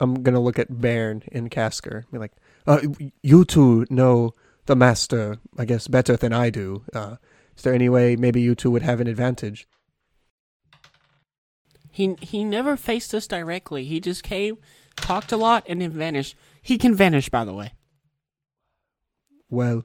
Speaker 3: I'm gonna look at Bairn and Casker. Be like, uh, you two know the master, I guess, better than I do. Uh, is there any way maybe you two would have an advantage?
Speaker 7: He he never faced us directly. He just came, talked a lot, and then vanished. He can vanish, by the way.
Speaker 3: Well,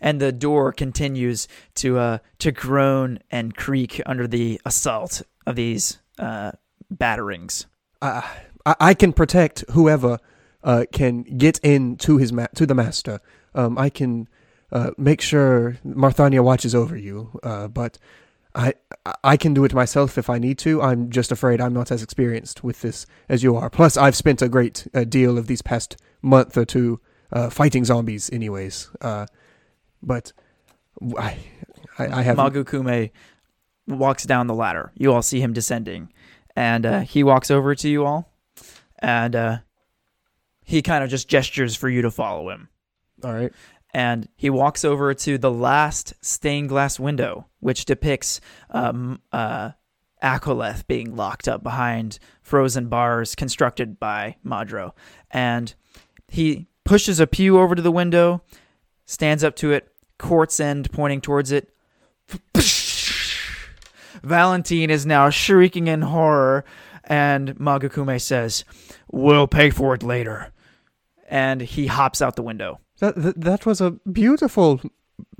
Speaker 2: and the door continues to uh, to groan and creak under the assault of these uh, batterings.
Speaker 3: I, I I can protect whoever uh, can get in to his ma- to the master. Um, I can uh, make sure Marthania watches over you, uh, but I I- I can do it myself if I need to. I'm just afraid I'm not as experienced with this as you are. Plus, I've spent a great uh, deal of these past month or two uh, fighting zombies, anyways. Uh, but w- I I, I have
Speaker 2: Magukume walks down the ladder. You all see him descending, and uh, he walks over to you all, and uh, he kind of just gestures for you to follow him.
Speaker 3: all right.
Speaker 2: and he walks over to the last stained glass window, which depicts um, uh, Akoleth being locked up behind frozen bars constructed by Madro. And he pushes a pew over to the window, stands up to it, quartz end pointing towards it. Valentine is now shrieking in horror, and Magakume says, We'll pay for it later. And he hops out the window.
Speaker 3: That, that that was a beautiful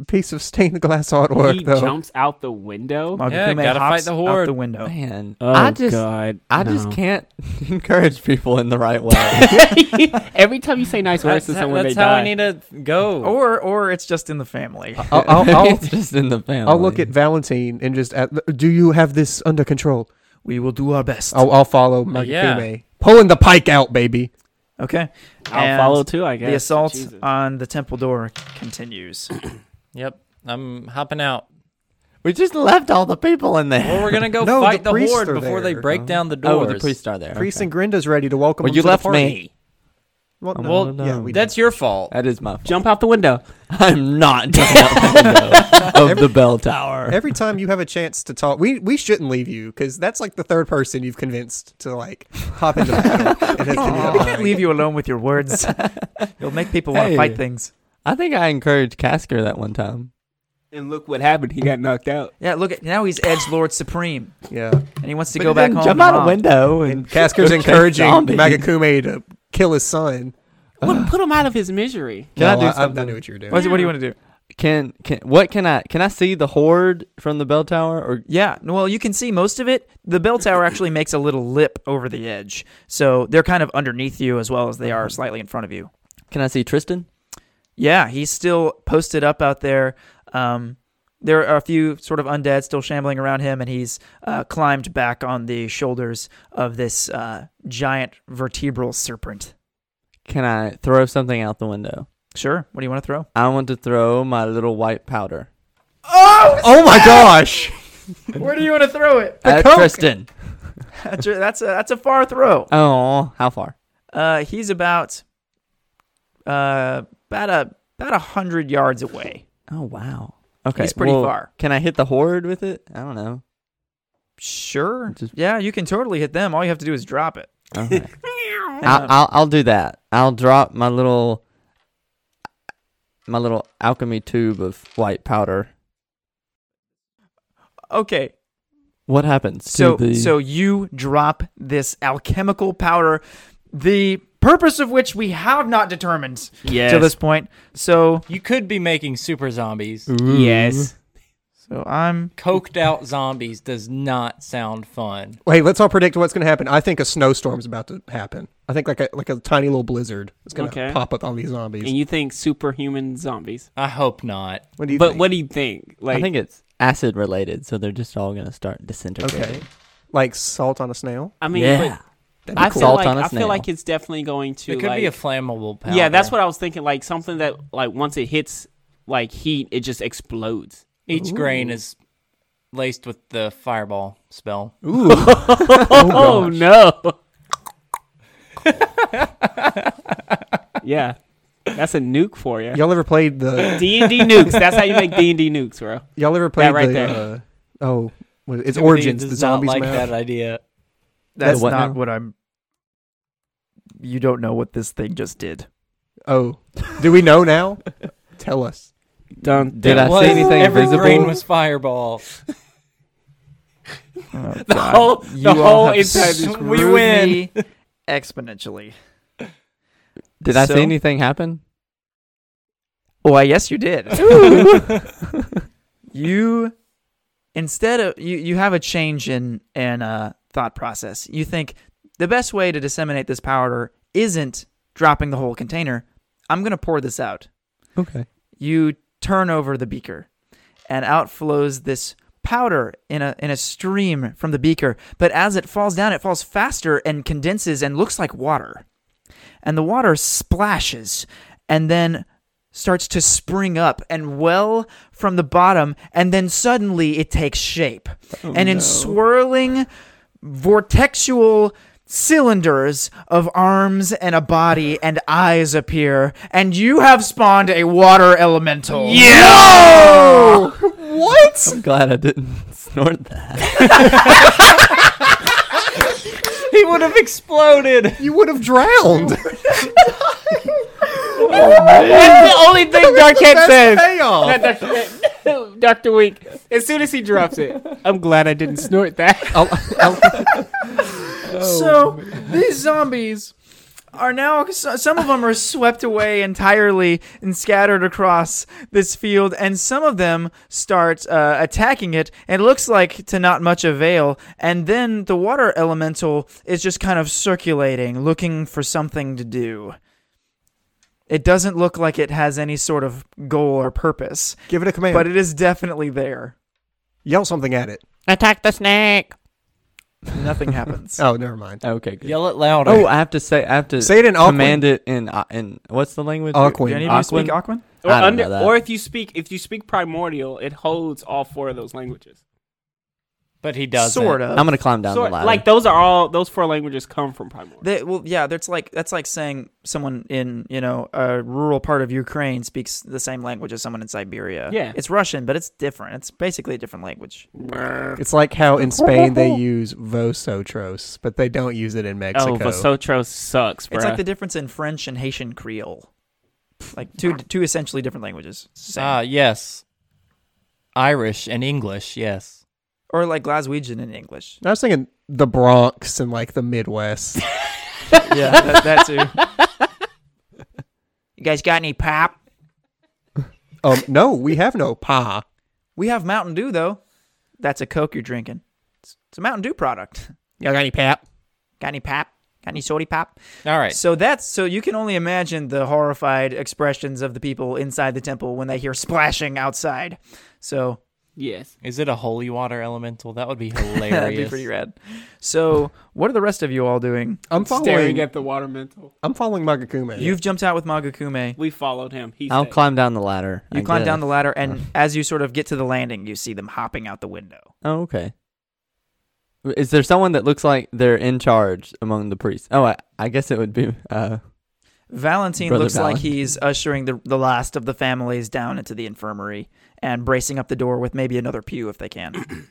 Speaker 3: piece of stained glass artwork,
Speaker 7: he
Speaker 3: though.
Speaker 7: jumps out the window.
Speaker 2: Margaret
Speaker 4: Yeah,
Speaker 2: Kume
Speaker 4: gotta fight
Speaker 2: hops
Speaker 4: the
Speaker 2: out
Speaker 4: horde.
Speaker 2: the window.
Speaker 5: Man,
Speaker 7: Oh
Speaker 5: I just,
Speaker 7: God!
Speaker 5: I just can't encourage people in the right way.
Speaker 7: can't. Every time you say nice words
Speaker 4: That's,
Speaker 7: to someone,
Speaker 4: that's
Speaker 7: they
Speaker 4: how
Speaker 7: die.
Speaker 4: I need to go.
Speaker 2: Or or it's just in the family.
Speaker 3: I'll, I'll, I'll,
Speaker 5: it's just in the family.
Speaker 3: I'll look at Valentine and just ask, do you have this under control?
Speaker 2: We will do our best.
Speaker 3: I'll, I'll follow Makume.
Speaker 4: yeah.
Speaker 3: Pulling the pike out, baby.
Speaker 2: Okay.
Speaker 7: I'll
Speaker 2: And
Speaker 7: follow too. I guess
Speaker 2: The assault
Speaker 7: Jesus.
Speaker 2: on the temple door continues.
Speaker 4: Yep, I'm hopping out.
Speaker 5: We just left all the people in there.
Speaker 4: Well, we're gonna go
Speaker 3: No, the
Speaker 4: fight the,
Speaker 3: priests
Speaker 4: horde
Speaker 3: are
Speaker 4: before
Speaker 3: there.
Speaker 4: they break down the
Speaker 5: Oh,
Speaker 4: doors.
Speaker 5: the priests are there.
Speaker 3: Priest
Speaker 5: okay.
Speaker 3: and Grinda's ready to welcome
Speaker 5: Well,
Speaker 3: him
Speaker 5: you
Speaker 3: to the
Speaker 5: left
Speaker 3: party.
Speaker 5: me.
Speaker 3: Well, no,
Speaker 4: Well,
Speaker 3: no,
Speaker 5: yeah,
Speaker 3: we
Speaker 4: That's your fault.
Speaker 5: That is my fault.
Speaker 7: Jump out the window.
Speaker 5: I'm not jumping out the window of the bell tower.
Speaker 3: Every time you have a chance to talk, we we shouldn't leave you because that's like the third person you've convinced to like hop into battle. and has
Speaker 2: We can't
Speaker 3: to
Speaker 2: leave you alone with your words. You'll make people want to
Speaker 5: Hey.
Speaker 2: fight things.
Speaker 5: I think I encouraged Casker that one time.
Speaker 7: And look what happened. He got knocked out.
Speaker 2: Yeah, look at now he's Edge Lord Supreme,
Speaker 3: be- yeah.
Speaker 2: and he wants to
Speaker 5: But
Speaker 2: go
Speaker 5: he
Speaker 2: back
Speaker 5: didn't
Speaker 2: home.
Speaker 5: Jump
Speaker 2: to
Speaker 5: out a
Speaker 2: mom.
Speaker 5: window
Speaker 3: And
Speaker 5: and
Speaker 3: Casker's
Speaker 5: go chase
Speaker 3: encouraging
Speaker 5: zombies.
Speaker 3: Magakume to kill his son.
Speaker 7: Well, put him out of his misery.
Speaker 5: Can I do
Speaker 3: I,
Speaker 5: something?
Speaker 3: knew what you were doing.
Speaker 2: What, what do you want to do?
Speaker 5: Can can what can I can I see the horde from the bell tower or
Speaker 2: Yeah, well, you can see most of it. The bell tower actually makes a little lip over the edge, so they're kind of underneath you as well as they are slightly in front of you.
Speaker 5: can I see Tristan?
Speaker 2: Yeah, he's still posted up out there. Um, there are a few sort of undead still shambling around him, and he's uh, climbed back on the shoulders of this uh, giant vertebral serpent.
Speaker 5: Can I throw something out the window?
Speaker 2: Sure. What do you want to throw?
Speaker 5: I want to throw my little white powder
Speaker 2: Oh!
Speaker 3: Oh my gosh!
Speaker 2: Where do you want to throw it? Uh,
Speaker 5: at
Speaker 3: Coke!
Speaker 5: Tristan.
Speaker 2: That's a that's a, that's a far throw.
Speaker 5: Oh, how far?
Speaker 2: Uh, he's about uh about a about a hundred yards away.
Speaker 5: Oh wow. Okay,
Speaker 2: He's pretty
Speaker 5: well,
Speaker 2: far.
Speaker 5: Can I hit the horde with it? I don't know.
Speaker 2: Sure.
Speaker 5: Just-
Speaker 2: Yeah, you can totally hit them. All you have to do is drop it.
Speaker 5: Okay.
Speaker 2: And,
Speaker 5: I'll,
Speaker 2: uh,
Speaker 5: I'll I'll do that. I'll drop my little my little alchemy tube of white powder.
Speaker 2: okay.
Speaker 5: What happens
Speaker 2: So
Speaker 5: to the
Speaker 2: so you drop this alchemical powder, the purpose of which we have not determined
Speaker 4: Yes.
Speaker 2: to this point. So
Speaker 4: you could be making super zombies.
Speaker 7: Yes.
Speaker 2: so I'm
Speaker 4: Coked out zombies does not sound fun.
Speaker 3: Hey, let's all predict what's going to happen. I think a snowstorm's about to happen. I think like a like a tiny little blizzard is going to
Speaker 7: Okay.
Speaker 3: pop up on these zombies.
Speaker 7: And you think superhuman zombies.
Speaker 4: I hope not.
Speaker 3: what do you
Speaker 7: but
Speaker 3: think?
Speaker 7: what do you think? Like,
Speaker 5: I think it's acid related, so they're just all gonna start disintegrating.
Speaker 3: Okay. Like salt on a snail.
Speaker 7: I mean,
Speaker 5: yeah.
Speaker 3: That'd
Speaker 7: but
Speaker 3: be
Speaker 7: I
Speaker 3: cool.
Speaker 7: feel
Speaker 5: Salt
Speaker 7: like
Speaker 5: on a
Speaker 7: I
Speaker 5: snail.
Speaker 7: feel like it's definitely going to
Speaker 4: It could
Speaker 7: like,
Speaker 4: be a flammable powder.
Speaker 7: Yeah, that's what I was thinking. Like something that like once it hits like heat, it just explodes.
Speaker 4: Each grain is laced with the fireball spell.
Speaker 3: Ooh. oh, gosh.
Speaker 7: no! yeah, that's a nuke for you.
Speaker 3: Y'all ever played the?
Speaker 7: D and D nukes. That's how you make D and D nukes, bro.
Speaker 3: Y'all ever played
Speaker 7: right
Speaker 3: the?
Speaker 7: there.
Speaker 3: Uh, oh, what, it's
Speaker 4: Timothy
Speaker 3: origins.
Speaker 4: does
Speaker 3: The zombies
Speaker 4: not like
Speaker 3: map.
Speaker 4: that idea.
Speaker 2: that's
Speaker 5: what
Speaker 2: not
Speaker 5: now?
Speaker 2: what I'm you don't know what this thing just did.
Speaker 3: Oh, do we know now? Tell us.
Speaker 7: Done.
Speaker 5: Did I
Speaker 4: was,
Speaker 5: see anything
Speaker 4: Every
Speaker 5: visible?
Speaker 4: grain was fireball.
Speaker 2: Oh,
Speaker 7: The
Speaker 2: God.
Speaker 7: whole, the
Speaker 2: You all
Speaker 7: whole
Speaker 2: have
Speaker 7: inside
Speaker 4: s-
Speaker 7: this
Speaker 4: we
Speaker 2: screwed
Speaker 4: win.
Speaker 2: me exponentially.
Speaker 5: Did I
Speaker 2: So-
Speaker 5: see anything happen?
Speaker 2: Why, yes, Oh, you did. you instead of you, you have a change in in uh, thought process. You think the best way to disseminate this powder isn't dropping the whole container. I'm gonna pour this out.
Speaker 5: Okay.
Speaker 2: You turn over the beaker, and out flows this powder in a in a stream from the beaker. But as it falls down, it falls faster and condenses and looks like water. And the water splashes and then starts to spring up and well from the bottom, and then suddenly it takes shape. and in swirling vortexual cylinders of arms and a body and eyes appear, and you have spawned a water elemental. Yeah!
Speaker 5: I'm glad I didn't snort that.
Speaker 4: He would have exploded.
Speaker 3: You would have drowned.
Speaker 7: That's the only thing Darkhead says.
Speaker 3: Payoff.
Speaker 7: Dr. Wink, as soon as he drops it, I'm glad I didn't snort that.
Speaker 1: oh,
Speaker 2: so these zombies are now so- some of them are swept away entirely and scattered across this field and some of them start uh, attacking it and it looks like to not much avail and then the water elemental is just kind of circulating looking for something to do it doesn't look like it has any sort of goal or purpose
Speaker 3: Give it a command.
Speaker 2: but it is definitely there
Speaker 3: Yell something at it.
Speaker 6: Attack the snake.
Speaker 2: nothing happens
Speaker 3: Oh, never mind.
Speaker 5: Okay. Good.
Speaker 4: Yell it louder.
Speaker 5: Oh, I have to say, I have to
Speaker 3: Say it in
Speaker 5: command it in uh, in what's the language?
Speaker 2: do
Speaker 3: Aquin.
Speaker 2: any of you speak Aquan?
Speaker 7: Or
Speaker 5: I don't
Speaker 7: under,
Speaker 5: know that.
Speaker 7: or if you speak if you speak primordial, it holds all four of those languages.
Speaker 4: But he does
Speaker 2: sort of.
Speaker 5: I'm gonna climb down
Speaker 7: Sort-
Speaker 5: the ladder.
Speaker 7: like those are all those four languages come from Primordial.
Speaker 2: They, well, yeah, that's like that's like saying someone in you know a rural part of Ukraine speaks the same language as someone in Siberia.
Speaker 7: Yeah.
Speaker 2: it's Russian, but it's different. It's basically a different language.
Speaker 3: It's like how in Spain they use vosotros, but they don't use it in Mexico.
Speaker 7: Oh, Vasotros sucks, bro.
Speaker 2: It's like the difference in French and Haitian Creole. Like two two essentially different languages. Same.
Speaker 4: Ah, yes. Irish and English, yes.
Speaker 2: or like Glaswegian in English.
Speaker 3: I was thinking the Bronx and like the Midwest.
Speaker 2: yeah, that, that too. You guys got any pop?
Speaker 3: um, no, we have no pa.
Speaker 2: We have Mountain Dew though. That's a Coke you're drinking. It's, it's a Mountain Dew product.
Speaker 3: Y'all got any pap?
Speaker 2: Got any pop? Got any sody pop?
Speaker 4: All right.
Speaker 2: So that's so you can only imagine the horrified expressions of the people inside the temple when they hear splashing outside. So
Speaker 7: yes.
Speaker 4: Is it a holy water elemental? That would be hilarious.
Speaker 2: that'd be pretty rad. So what are the rest of you all doing?
Speaker 3: I'm
Speaker 7: Staring
Speaker 3: following.
Speaker 7: at the water mental.
Speaker 3: I'm following Magakume.
Speaker 2: You've jumped out with Magakume.
Speaker 7: We followed him. He
Speaker 5: I'll
Speaker 7: stayed.
Speaker 5: climb down the ladder.
Speaker 2: You
Speaker 5: I
Speaker 2: climb down the
Speaker 5: guess.
Speaker 2: ladder, and as you sort of get to the landing, you see them hopping out the window.
Speaker 5: Oh, okay. Is there someone that looks like they're in charge among the priests? Oh, I, I guess it would be. Uh,
Speaker 2: Valentine
Speaker 5: Brother
Speaker 2: looks like
Speaker 5: Valentine.
Speaker 2: he's ushering the, the last of the families down into the infirmary and bracing up the door with maybe another pew if they can.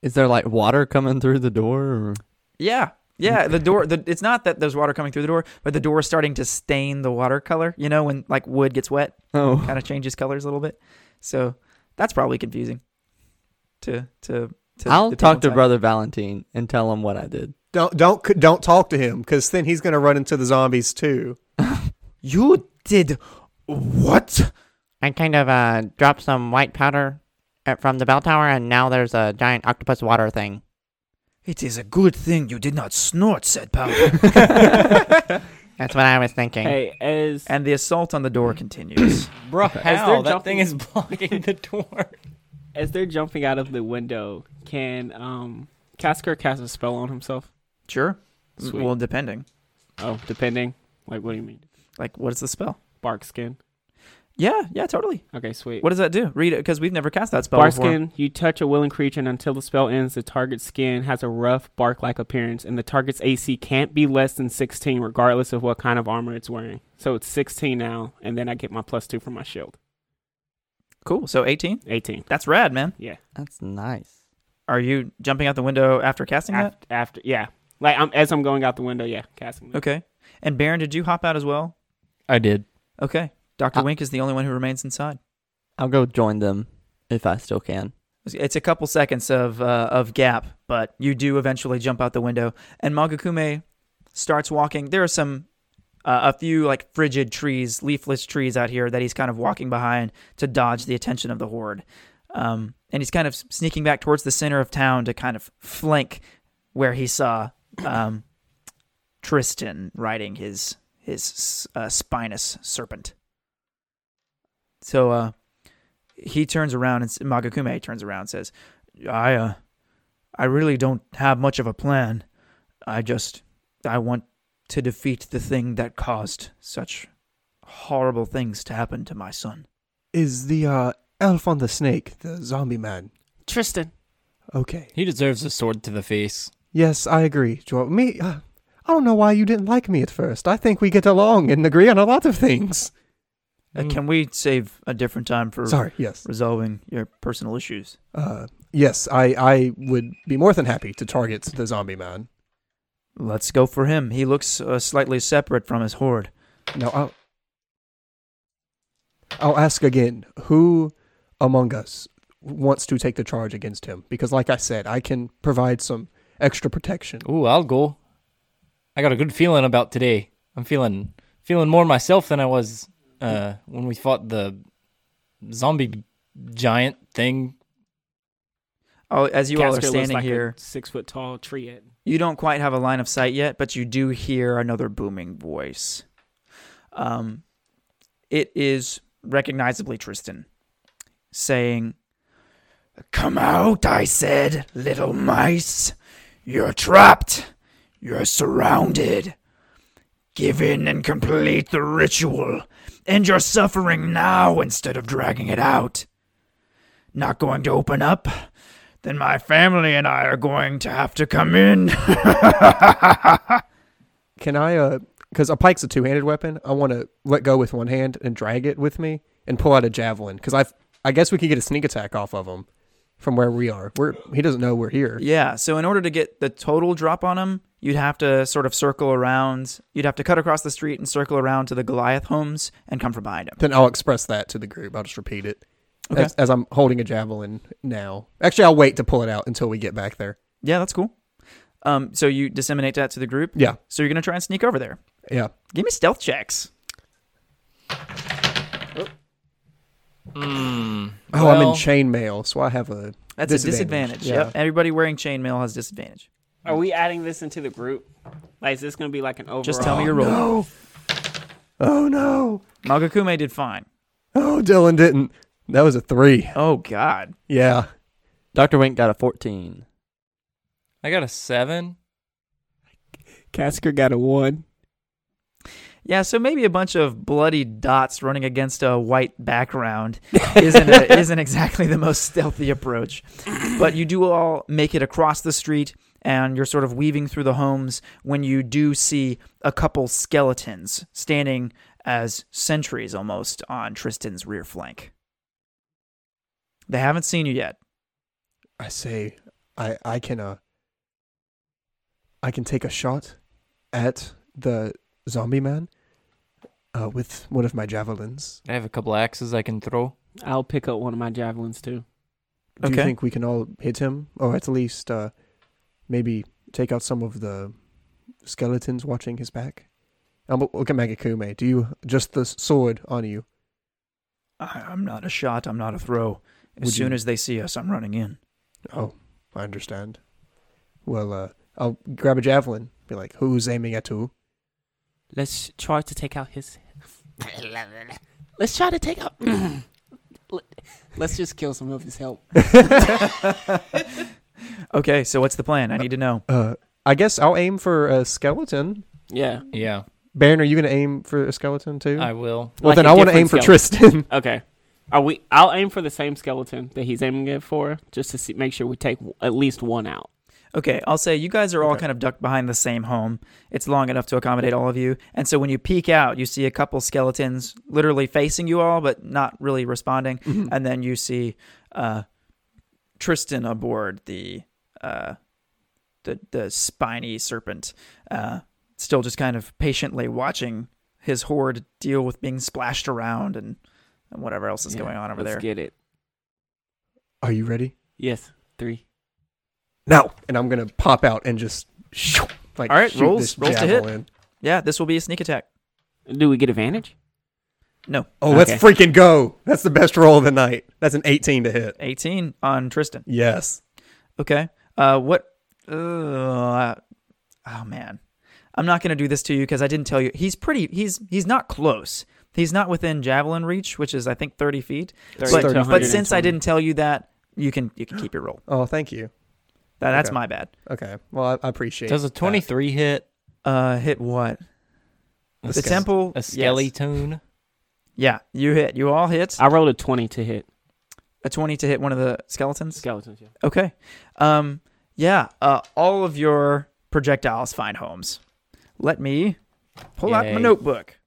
Speaker 5: is there like water coming through the door? Or?
Speaker 2: Yeah. Yeah, the door. The, it's not that there's water coming through the door, but the door is starting to stain the water color. You know, when like wood gets wet,
Speaker 5: Oh,
Speaker 2: kind of changes colors a little bit. So that's probably confusing. To to to.
Speaker 5: I'll
Speaker 2: the people
Speaker 5: talk to
Speaker 2: inside.
Speaker 5: Brother Valentine and tell him what I did.
Speaker 3: don't don't don't talk to him because then he's gonna run into the zombies too.
Speaker 2: You did what?
Speaker 6: I kind of uh, dropped some white powder uh, from the bell tower, and now there's a giant octopus water thing.
Speaker 2: It is a good thing you did not snort, said Powell.
Speaker 6: That's what I was thinking.
Speaker 7: Hey, as
Speaker 2: and the assault on the door continues.
Speaker 4: Bro,
Speaker 7: As
Speaker 4: how?
Speaker 7: they're
Speaker 4: That thing
Speaker 7: jumping-
Speaker 4: is blocking the door.
Speaker 7: as they're jumping out of the window, can um Casker cast a spell on himself?
Speaker 2: sure.
Speaker 7: Sweet.
Speaker 2: Well, depending.
Speaker 7: Oh, depending. Like, what do you mean?
Speaker 2: Like, what is the spell?
Speaker 7: Bark skin.
Speaker 2: Yeah, yeah, totally.
Speaker 7: Okay, sweet.
Speaker 2: What does that do? Read it, because we've never cast that spell
Speaker 7: Bark
Speaker 2: before.
Speaker 7: skin, you touch a willing creature, and until the spell ends, the target's skin has a rough, bark like appearance, and the target's AC can't be less than 16, regardless of what kind of armor it's wearing. So it's 16 now, and then I get my plus two from my shield.
Speaker 2: Cool. So 18.
Speaker 7: 18.
Speaker 2: That's rad, man.
Speaker 5: That's nice.
Speaker 2: Are you jumping out the window after casting that?
Speaker 7: After, after, yeah. Like, I'm, as I'm going out the window, yeah, casting. that.
Speaker 2: Okay. And Baron, did you hop out as well?
Speaker 4: I did.
Speaker 2: Okay. Dr.
Speaker 5: Uh,
Speaker 2: Wink is the only one who remains inside.
Speaker 5: I'll go join them if I still can.
Speaker 2: It's a couple seconds of uh, of gap, but you do eventually jump out the window, and Magakume starts walking. There are some uh, a few like frigid trees, leafless trees out here that he's kind of walking behind to dodge the attention of the horde, um, and he's kind of sneaking back towards the center of town to kind of flank where he saw um, Tristan riding his his uh, spinous serpent. So uh, he turns around and s- Magakume turns around and says, "I uh, I really don't have much of a plan. I just I want to defeat the thing that caused such horrible things to happen to my son."
Speaker 3: Is the uh, elf on the snake the zombie man?
Speaker 7: Tristan.
Speaker 3: Okay.
Speaker 4: He deserves a sword to the face.
Speaker 3: Yes, I agree, Joel. Me, uh, I don't know why you didn't like me at first. I think we get along and agree on a lot of things.
Speaker 2: Uh,
Speaker 7: Mm.
Speaker 2: can we save a different time for
Speaker 3: Sorry. Yes.
Speaker 2: resolving your personal issues?
Speaker 3: Uh, yes, I, I would be more than happy to target the zombie man.
Speaker 2: Let's go for him. He looks uh, slightly separate from his horde.
Speaker 3: Now, I'll, I'll ask again who among us wants to take the charge against him? Because, like I said, I can provide some extra protection.
Speaker 4: Ooh, I'll go. I got a good feeling about today. I'm feeling feeling more myself than I was uh, when we fought the zombie giant thing.
Speaker 2: Oh, as you all are
Speaker 7: Casker looks
Speaker 2: standing
Speaker 7: like a
Speaker 2: here,
Speaker 7: six foot tall tree. At,
Speaker 2: You don't quite have a line of sight yet, but you do hear another booming voice. Um, it is recognizably Tristan saying, Come out, I said, little mice. You're trapped. You're surrounded. Give in and complete the ritual. End your suffering now instead of dragging it out. Not going to open up? then my family and I are going to have to come in.
Speaker 3: Can I? uh Because a pike's a two-handed weapon. I want to let go with one hand and drag it with me and pull out a javelin. Because I, I guess we could get a sneak attack off of him from where we are. We're he doesn't know we're here.
Speaker 2: yeah, so in order to get the total drop on him, you'd have to sort of circle around. You'd have to cut across the street and circle around to the Goliath homes and come from behind him.
Speaker 3: Then I'll express that to the group. I'll just repeat it
Speaker 2: Okay.
Speaker 3: as, as I'm holding a javelin now. Actually, I'll wait to pull it out until we get back there.
Speaker 2: Yeah, that's cool. Um, so you disseminate that to the group.
Speaker 3: Yeah,
Speaker 2: So you're gonna try and sneak over there.
Speaker 3: yeah.
Speaker 2: Give me stealth checks.
Speaker 4: Mm,
Speaker 3: Oh, I'm in
Speaker 4: Well-
Speaker 3: chainmail, so I have a.
Speaker 2: That's
Speaker 3: Disadvantage.
Speaker 2: a disadvantage. Yep. Everybody wearing chainmail has disadvantage.
Speaker 7: Are we adding this into the group? Like, is this going to be like an overall?
Speaker 2: Just tell me your roll.
Speaker 3: No. Oh no!
Speaker 2: Magakume did fine.
Speaker 3: Oh, Dylan didn't. That was a three.
Speaker 2: Oh God.
Speaker 3: Yeah.
Speaker 5: Dr. Wink got a 14.
Speaker 4: I got a seven.
Speaker 7: Casker got a one.
Speaker 2: Yeah, so maybe a bunch of bloody dots running against a white background isn't a, isn't exactly the most stealthy approach. But you do all make it across the street, and you're sort of weaving through the homes when you do see a couple skeletons standing as sentries almost on Tristan's rear flank. They haven't seen you yet.
Speaker 3: I say, I I can uh. I can take a shot at the zombie man uh, with one of my javelins.
Speaker 4: I have a couple axes I can throw.
Speaker 7: I'll pick up one of my javelins too.
Speaker 3: Do
Speaker 2: Okay.
Speaker 3: you think we can all hit him, or at least uh, maybe take out some of the skeletons watching his back? Um, look at Magakume. Do you just the s- sword on you?
Speaker 2: I, I'm not a shot, I'm not a throw. As
Speaker 3: Would
Speaker 2: soon
Speaker 3: you-
Speaker 2: as they see us, I'm running in.
Speaker 3: Oh, I understand. Well, uh, I'll grab a javelin. Be like, who's aiming at who?
Speaker 7: Let's try to take out his.
Speaker 6: Let's try to take out.
Speaker 7: Let's just kill some of his help.
Speaker 2: Okay, so what's the plan? I need to know.
Speaker 3: Uh, I guess I'll aim for a skeleton.
Speaker 7: Yeah.
Speaker 4: Yeah,
Speaker 3: Baron, are you gonna aim for a skeleton too?
Speaker 4: I will.
Speaker 3: well,
Speaker 7: Like
Speaker 3: then
Speaker 7: a
Speaker 3: I want to
Speaker 7: different
Speaker 3: aim for
Speaker 7: skeleton.
Speaker 3: Tristan.
Speaker 7: Okay. Are we? I'll aim for the same skeleton that he's aiming it for, just to see, make sure we take w- at least one out.
Speaker 2: Okay, I'll say you guys are all
Speaker 3: Okay.
Speaker 2: kind of ducked behind the same home. It's long enough to accommodate all of you. And so when you peek out, you see a couple skeletons literally facing you all, but not really responding.
Speaker 7: Mm-hmm.
Speaker 2: And then you see uh, Tristan aboard the, uh, the, the spiny serpent, uh, still just kind of patiently watching his horde deal with being splashed around and, and whatever else is
Speaker 7: Yeah,
Speaker 2: going on over
Speaker 7: let's
Speaker 2: there.
Speaker 7: Get it?
Speaker 3: Are you ready?
Speaker 7: Yes. Three.
Speaker 3: Now, and I'm gonna pop out and just shoo, like
Speaker 2: All right,
Speaker 3: shoot
Speaker 2: rolls-
Speaker 3: this
Speaker 2: rolls to hit.
Speaker 3: javelin.
Speaker 2: yeah, this will be a sneak attack.
Speaker 7: Do we get advantage?
Speaker 2: No,
Speaker 3: Oh, let's
Speaker 7: Okay.
Speaker 3: freaking go. That's the best roll of the night. That's an 18 to hit.
Speaker 2: 18 on Tristan.
Speaker 3: Yes.
Speaker 2: Okay. Uh, what? Uh, oh man, I'm not gonna do this to you because I didn't tell you. He's pretty. He's he's not close. He's not within javelin reach, which is I think 30 feet.
Speaker 3: It's
Speaker 2: but
Speaker 3: 30 feet.
Speaker 2: but since I
Speaker 7: 120.
Speaker 2: didn't tell you that, you can you can keep your roll.
Speaker 3: Oh, thank you.
Speaker 2: That, that's
Speaker 3: Okay.
Speaker 2: my bad.
Speaker 3: Okay. Well, I, I appreciate
Speaker 4: Does a
Speaker 3: that.
Speaker 4: twenty-three hit?
Speaker 2: Uh, hit what?
Speaker 4: A
Speaker 2: The
Speaker 4: ske-
Speaker 2: temple.
Speaker 4: A
Speaker 2: yes.
Speaker 4: skeleton. Ah.
Speaker 2: Yeah, you hit. You all hit.
Speaker 7: I rolled a twenty to hit
Speaker 2: A 20 to hit one of the skeletons.
Speaker 7: skeletons. Yeah.
Speaker 2: Okay. Um, yeah. Uh, all of your projectiles find homes. Let me pull out my
Speaker 4: Yay.
Speaker 2: notebook.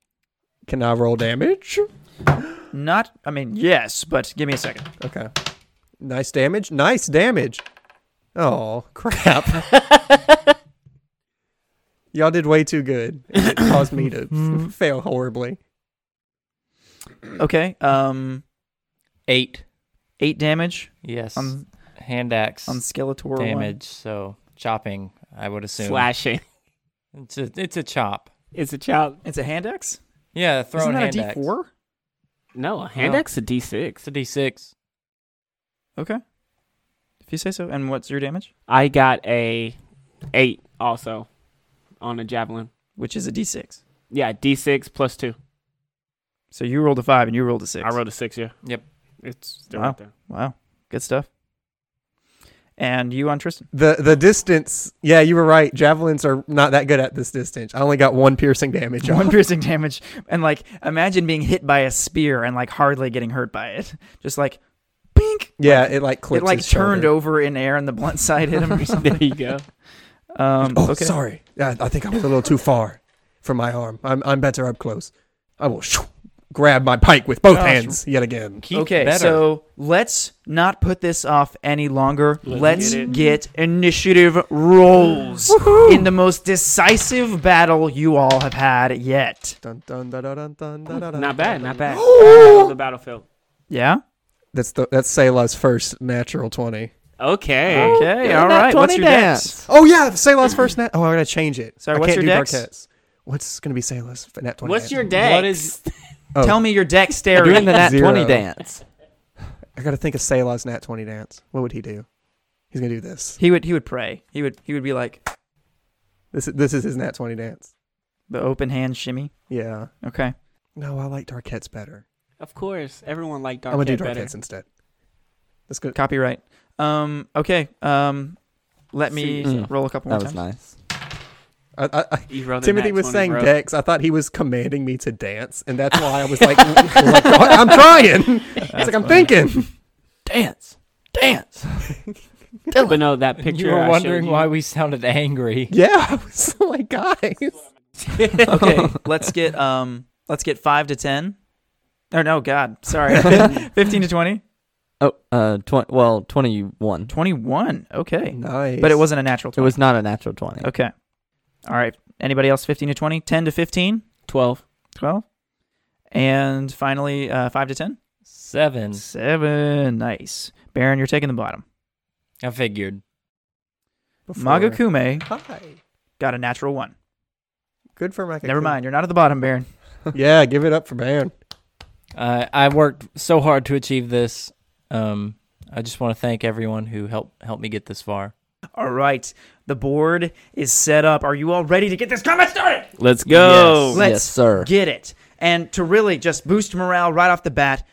Speaker 3: Can I roll damage?
Speaker 2: Not, I mean, yes, but give me a second.
Speaker 3: Okay. Nice damage. Nice damage. Oh, crap. Y'all did way too good. It caused me to fail horribly.
Speaker 2: Okay, um,
Speaker 4: Eight.
Speaker 2: eight damage
Speaker 4: Yes.
Speaker 2: on
Speaker 4: Hand axe
Speaker 2: on Skeletor
Speaker 4: damage. So chopping. I would assume.
Speaker 7: Slashing.
Speaker 4: It's a it's a chop.
Speaker 7: It's a child.
Speaker 2: One. It's a hand axe.
Speaker 4: Yeah, throwing
Speaker 2: Isn't that
Speaker 4: hand
Speaker 2: a D
Speaker 4: axe.
Speaker 2: four?
Speaker 7: No, a hand
Speaker 4: No.
Speaker 7: axe a D six.
Speaker 4: It's a D six.
Speaker 2: Okay, if you say so. And what's your damage?
Speaker 7: I got a eight also on a javelin.
Speaker 2: Which is a D six.
Speaker 7: Yeah, D six plus two.
Speaker 2: So you rolled a five and you rolled a six.
Speaker 7: I rolled a six. Yeah.
Speaker 4: Yep.
Speaker 7: It's still
Speaker 2: Wow.
Speaker 7: out there.
Speaker 2: Wow, good stuff. And you on Tristan?
Speaker 3: The the distance. Yeah, you were right. Javelins are not that good at this distance. I only got one piercing damage.
Speaker 2: One piercing damage, and like imagine being hit by a spear and like hardly getting hurt by it. Just like, bing. think
Speaker 3: Yeah, it like clipped
Speaker 2: it like
Speaker 3: his
Speaker 2: turned
Speaker 3: shoulder.
Speaker 2: over in air and the blunt side hit him or something.
Speaker 7: There you go.
Speaker 2: Um,
Speaker 3: Oh,
Speaker 2: okay.
Speaker 3: sorry. Yeah, I think I was a little too far from my arm. I'm I'm better up close. I will shoo, grab my pike with both
Speaker 2: Gosh.
Speaker 3: hands yet again.
Speaker 4: Keep
Speaker 2: okay,
Speaker 4: better.
Speaker 2: so let's not put this off any longer. Let's,
Speaker 7: Let's get it.
Speaker 2: get, initiative rolls in the most decisive battle you all have had yet.
Speaker 3: Dun, dun, dun, dun, dun, dun, dun, dun,
Speaker 7: Not bad, not bad. the battlefield.
Speaker 2: Yeah.
Speaker 3: That's the that's Selah's first natural twenty.
Speaker 7: Okay.
Speaker 2: Okay.
Speaker 5: Yeah,
Speaker 2: all
Speaker 5: that
Speaker 2: right. What's
Speaker 5: 20
Speaker 2: your
Speaker 5: dance.
Speaker 2: dex?
Speaker 3: Oh yeah, Selah's first net. Oh, I gotta change it.
Speaker 2: Sorry,
Speaker 3: I
Speaker 2: what's
Speaker 3: can't
Speaker 2: your
Speaker 3: do
Speaker 2: dex?
Speaker 3: Darkettes. What's gonna be Selah's f- net twenty?
Speaker 7: What's your dex?
Speaker 4: What is
Speaker 3: Oh.
Speaker 2: Tell me your
Speaker 5: We're
Speaker 2: dexterity.
Speaker 5: doing the nat
Speaker 3: Zero.
Speaker 5: twenty dance.
Speaker 3: I gotta think of Selah's nat twenty dance. What would he do? He's gonna do this.
Speaker 2: he would he would pray. He would he would be like
Speaker 3: This is this is his nat twenty dance.
Speaker 2: the open hand shimmy.
Speaker 3: Yeah.
Speaker 2: Okay.
Speaker 3: No, I like Darkettes better.
Speaker 7: Of course, everyone liked Dark
Speaker 3: I'm gonna
Speaker 7: Knight
Speaker 3: do
Speaker 7: better.
Speaker 3: Darkettes instead. That's good.
Speaker 2: Copyright. Um okay. Um let me
Speaker 5: See, mm.
Speaker 2: roll a couple more
Speaker 5: That was
Speaker 2: times.
Speaker 5: nice.
Speaker 3: I, I, I,
Speaker 7: You rolled a
Speaker 3: Timothy
Speaker 7: nat
Speaker 3: was
Speaker 7: 20,
Speaker 3: saying
Speaker 7: bro.
Speaker 3: Dex. I thought he was commanding me to dance, and that's why I was like, like, "What? I'm trying. It's like I'm thinking.
Speaker 5: Dance, dance.
Speaker 7: But no, that picture.
Speaker 4: you
Speaker 7: I
Speaker 4: were
Speaker 7: showed
Speaker 4: wondering
Speaker 7: you-
Speaker 4: why we sounded angry.
Speaker 3: Yeah, I was like, guys.
Speaker 2: okay, let's get um let's get 5 to 10. Or no, god. Sorry. 15 to 20.
Speaker 5: Oh, uh, tw- well, twenty-one.
Speaker 2: 21. Okay.
Speaker 3: Nice.
Speaker 2: But it wasn't a natural
Speaker 5: It
Speaker 2: 20.
Speaker 5: was not a natural twenty.
Speaker 2: Okay. All right. Anybody else 15 to 20? 10 to 15?
Speaker 7: 12.
Speaker 2: 12. And finally uh 5 to 10?
Speaker 4: Seven.
Speaker 2: 7. Nice. Baron, you're taking the bottom.
Speaker 4: I figured.
Speaker 2: Magakume
Speaker 3: Hi.
Speaker 2: got a natural 1.
Speaker 3: Good for Magakume.
Speaker 2: Never mind. You're not at the bottom, Baron.
Speaker 3: yeah, give it up for Baron.
Speaker 4: Uh, I worked so hard to achieve this. Um, I just want to thank everyone who helped helped me get this far.
Speaker 2: All right. The board is set up. Are you all ready to get this combat started?
Speaker 7: Let's
Speaker 2: go. Let's
Speaker 5: yes, sir.
Speaker 2: Get it. And to really just boost morale right off the bat,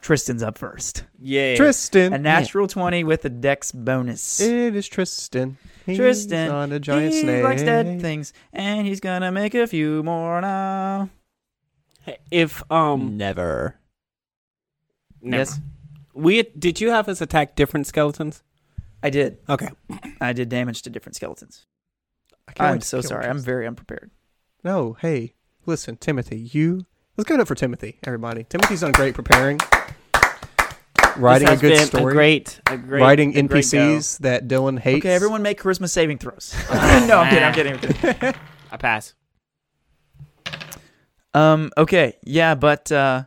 Speaker 2: Tristan's up first.
Speaker 7: Yeah.
Speaker 3: Tristan.
Speaker 2: A natural 20 with a dex bonus.
Speaker 3: it is Tristan. He's
Speaker 2: Tristan,
Speaker 3: on a giant
Speaker 2: he
Speaker 3: snake.
Speaker 2: likes dead things, and he's gonna make a few more now.
Speaker 7: If
Speaker 5: Mm.
Speaker 7: um,
Speaker 5: Never.
Speaker 7: never.
Speaker 2: Yes,
Speaker 7: we did you have us attack different skeletons?
Speaker 2: I did.
Speaker 7: Okay.
Speaker 2: I did damage to different skeletons.
Speaker 3: I can't wait
Speaker 2: I'm
Speaker 3: to
Speaker 2: so
Speaker 3: kill
Speaker 2: sorry. I'm
Speaker 3: Tristan.
Speaker 2: very unprepared.
Speaker 3: No, hey, listen, Timothy. You let's give it up for Timothy, everybody. Timothy's done great preparing, writing a
Speaker 7: This has
Speaker 3: good
Speaker 7: been
Speaker 3: story.
Speaker 7: A great, a great
Speaker 3: writing
Speaker 7: a great go.
Speaker 3: NPCs that Dylan hates.
Speaker 2: Okay, everyone make charisma saving throws. no, I'm kidding. I'm kidding. I'm kidding.
Speaker 7: I pass.
Speaker 2: Um, okay. Yeah, but uh,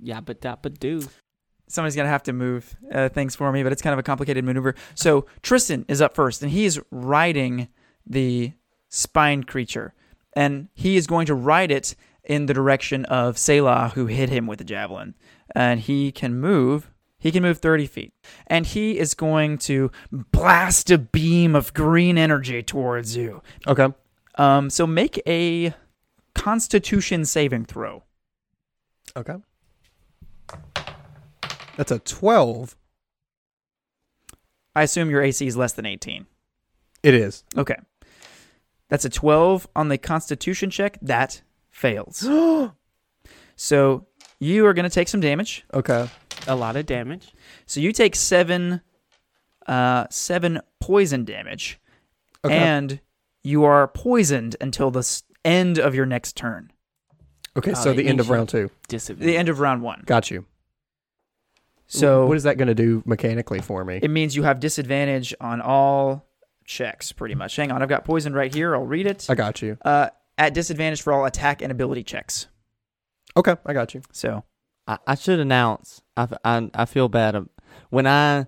Speaker 7: Yeah, but that but do.
Speaker 2: somebody's gonna have to move uh, things for me, but it's kind of a complicated maneuver. So Tristan is up first, and he is riding the spine creature, and he is going to ride it in the direction of Selah, who hit him with a javelin, and he can move. He can move 30 feet. And he is going to blast a beam of green energy towards you.
Speaker 3: Okay.
Speaker 2: Um, so make a constitution saving throw.
Speaker 3: Okay. That's a twelve.
Speaker 2: I assume your AC is less than 18.
Speaker 3: It is.
Speaker 2: Okay. That's a 12 on the constitution check. That fails. so you are going to take some damage.
Speaker 3: Okay.
Speaker 7: A lot of damage.
Speaker 2: So you take 7 uh 7 poison damage
Speaker 3: Okay.
Speaker 2: and you are poisoned until the s- end of your next turn.
Speaker 3: okay.
Speaker 7: Oh,
Speaker 2: uh,
Speaker 3: So
Speaker 7: the
Speaker 3: the end of
Speaker 7: ancient-
Speaker 3: round two.
Speaker 7: Disadvantage.
Speaker 2: The end of round 1.
Speaker 3: Got you.
Speaker 2: So
Speaker 3: what is that going to do mechanically for me?
Speaker 2: it means you have disadvantage on all checks pretty much. Hang on, I've got poison right here. I'll read it.
Speaker 3: I got you.
Speaker 2: Uh at disadvantage for all attack and ability checks.
Speaker 3: Okay. I got you.
Speaker 2: So
Speaker 5: I, I should announce. I, f- I I feel bad. Um, When I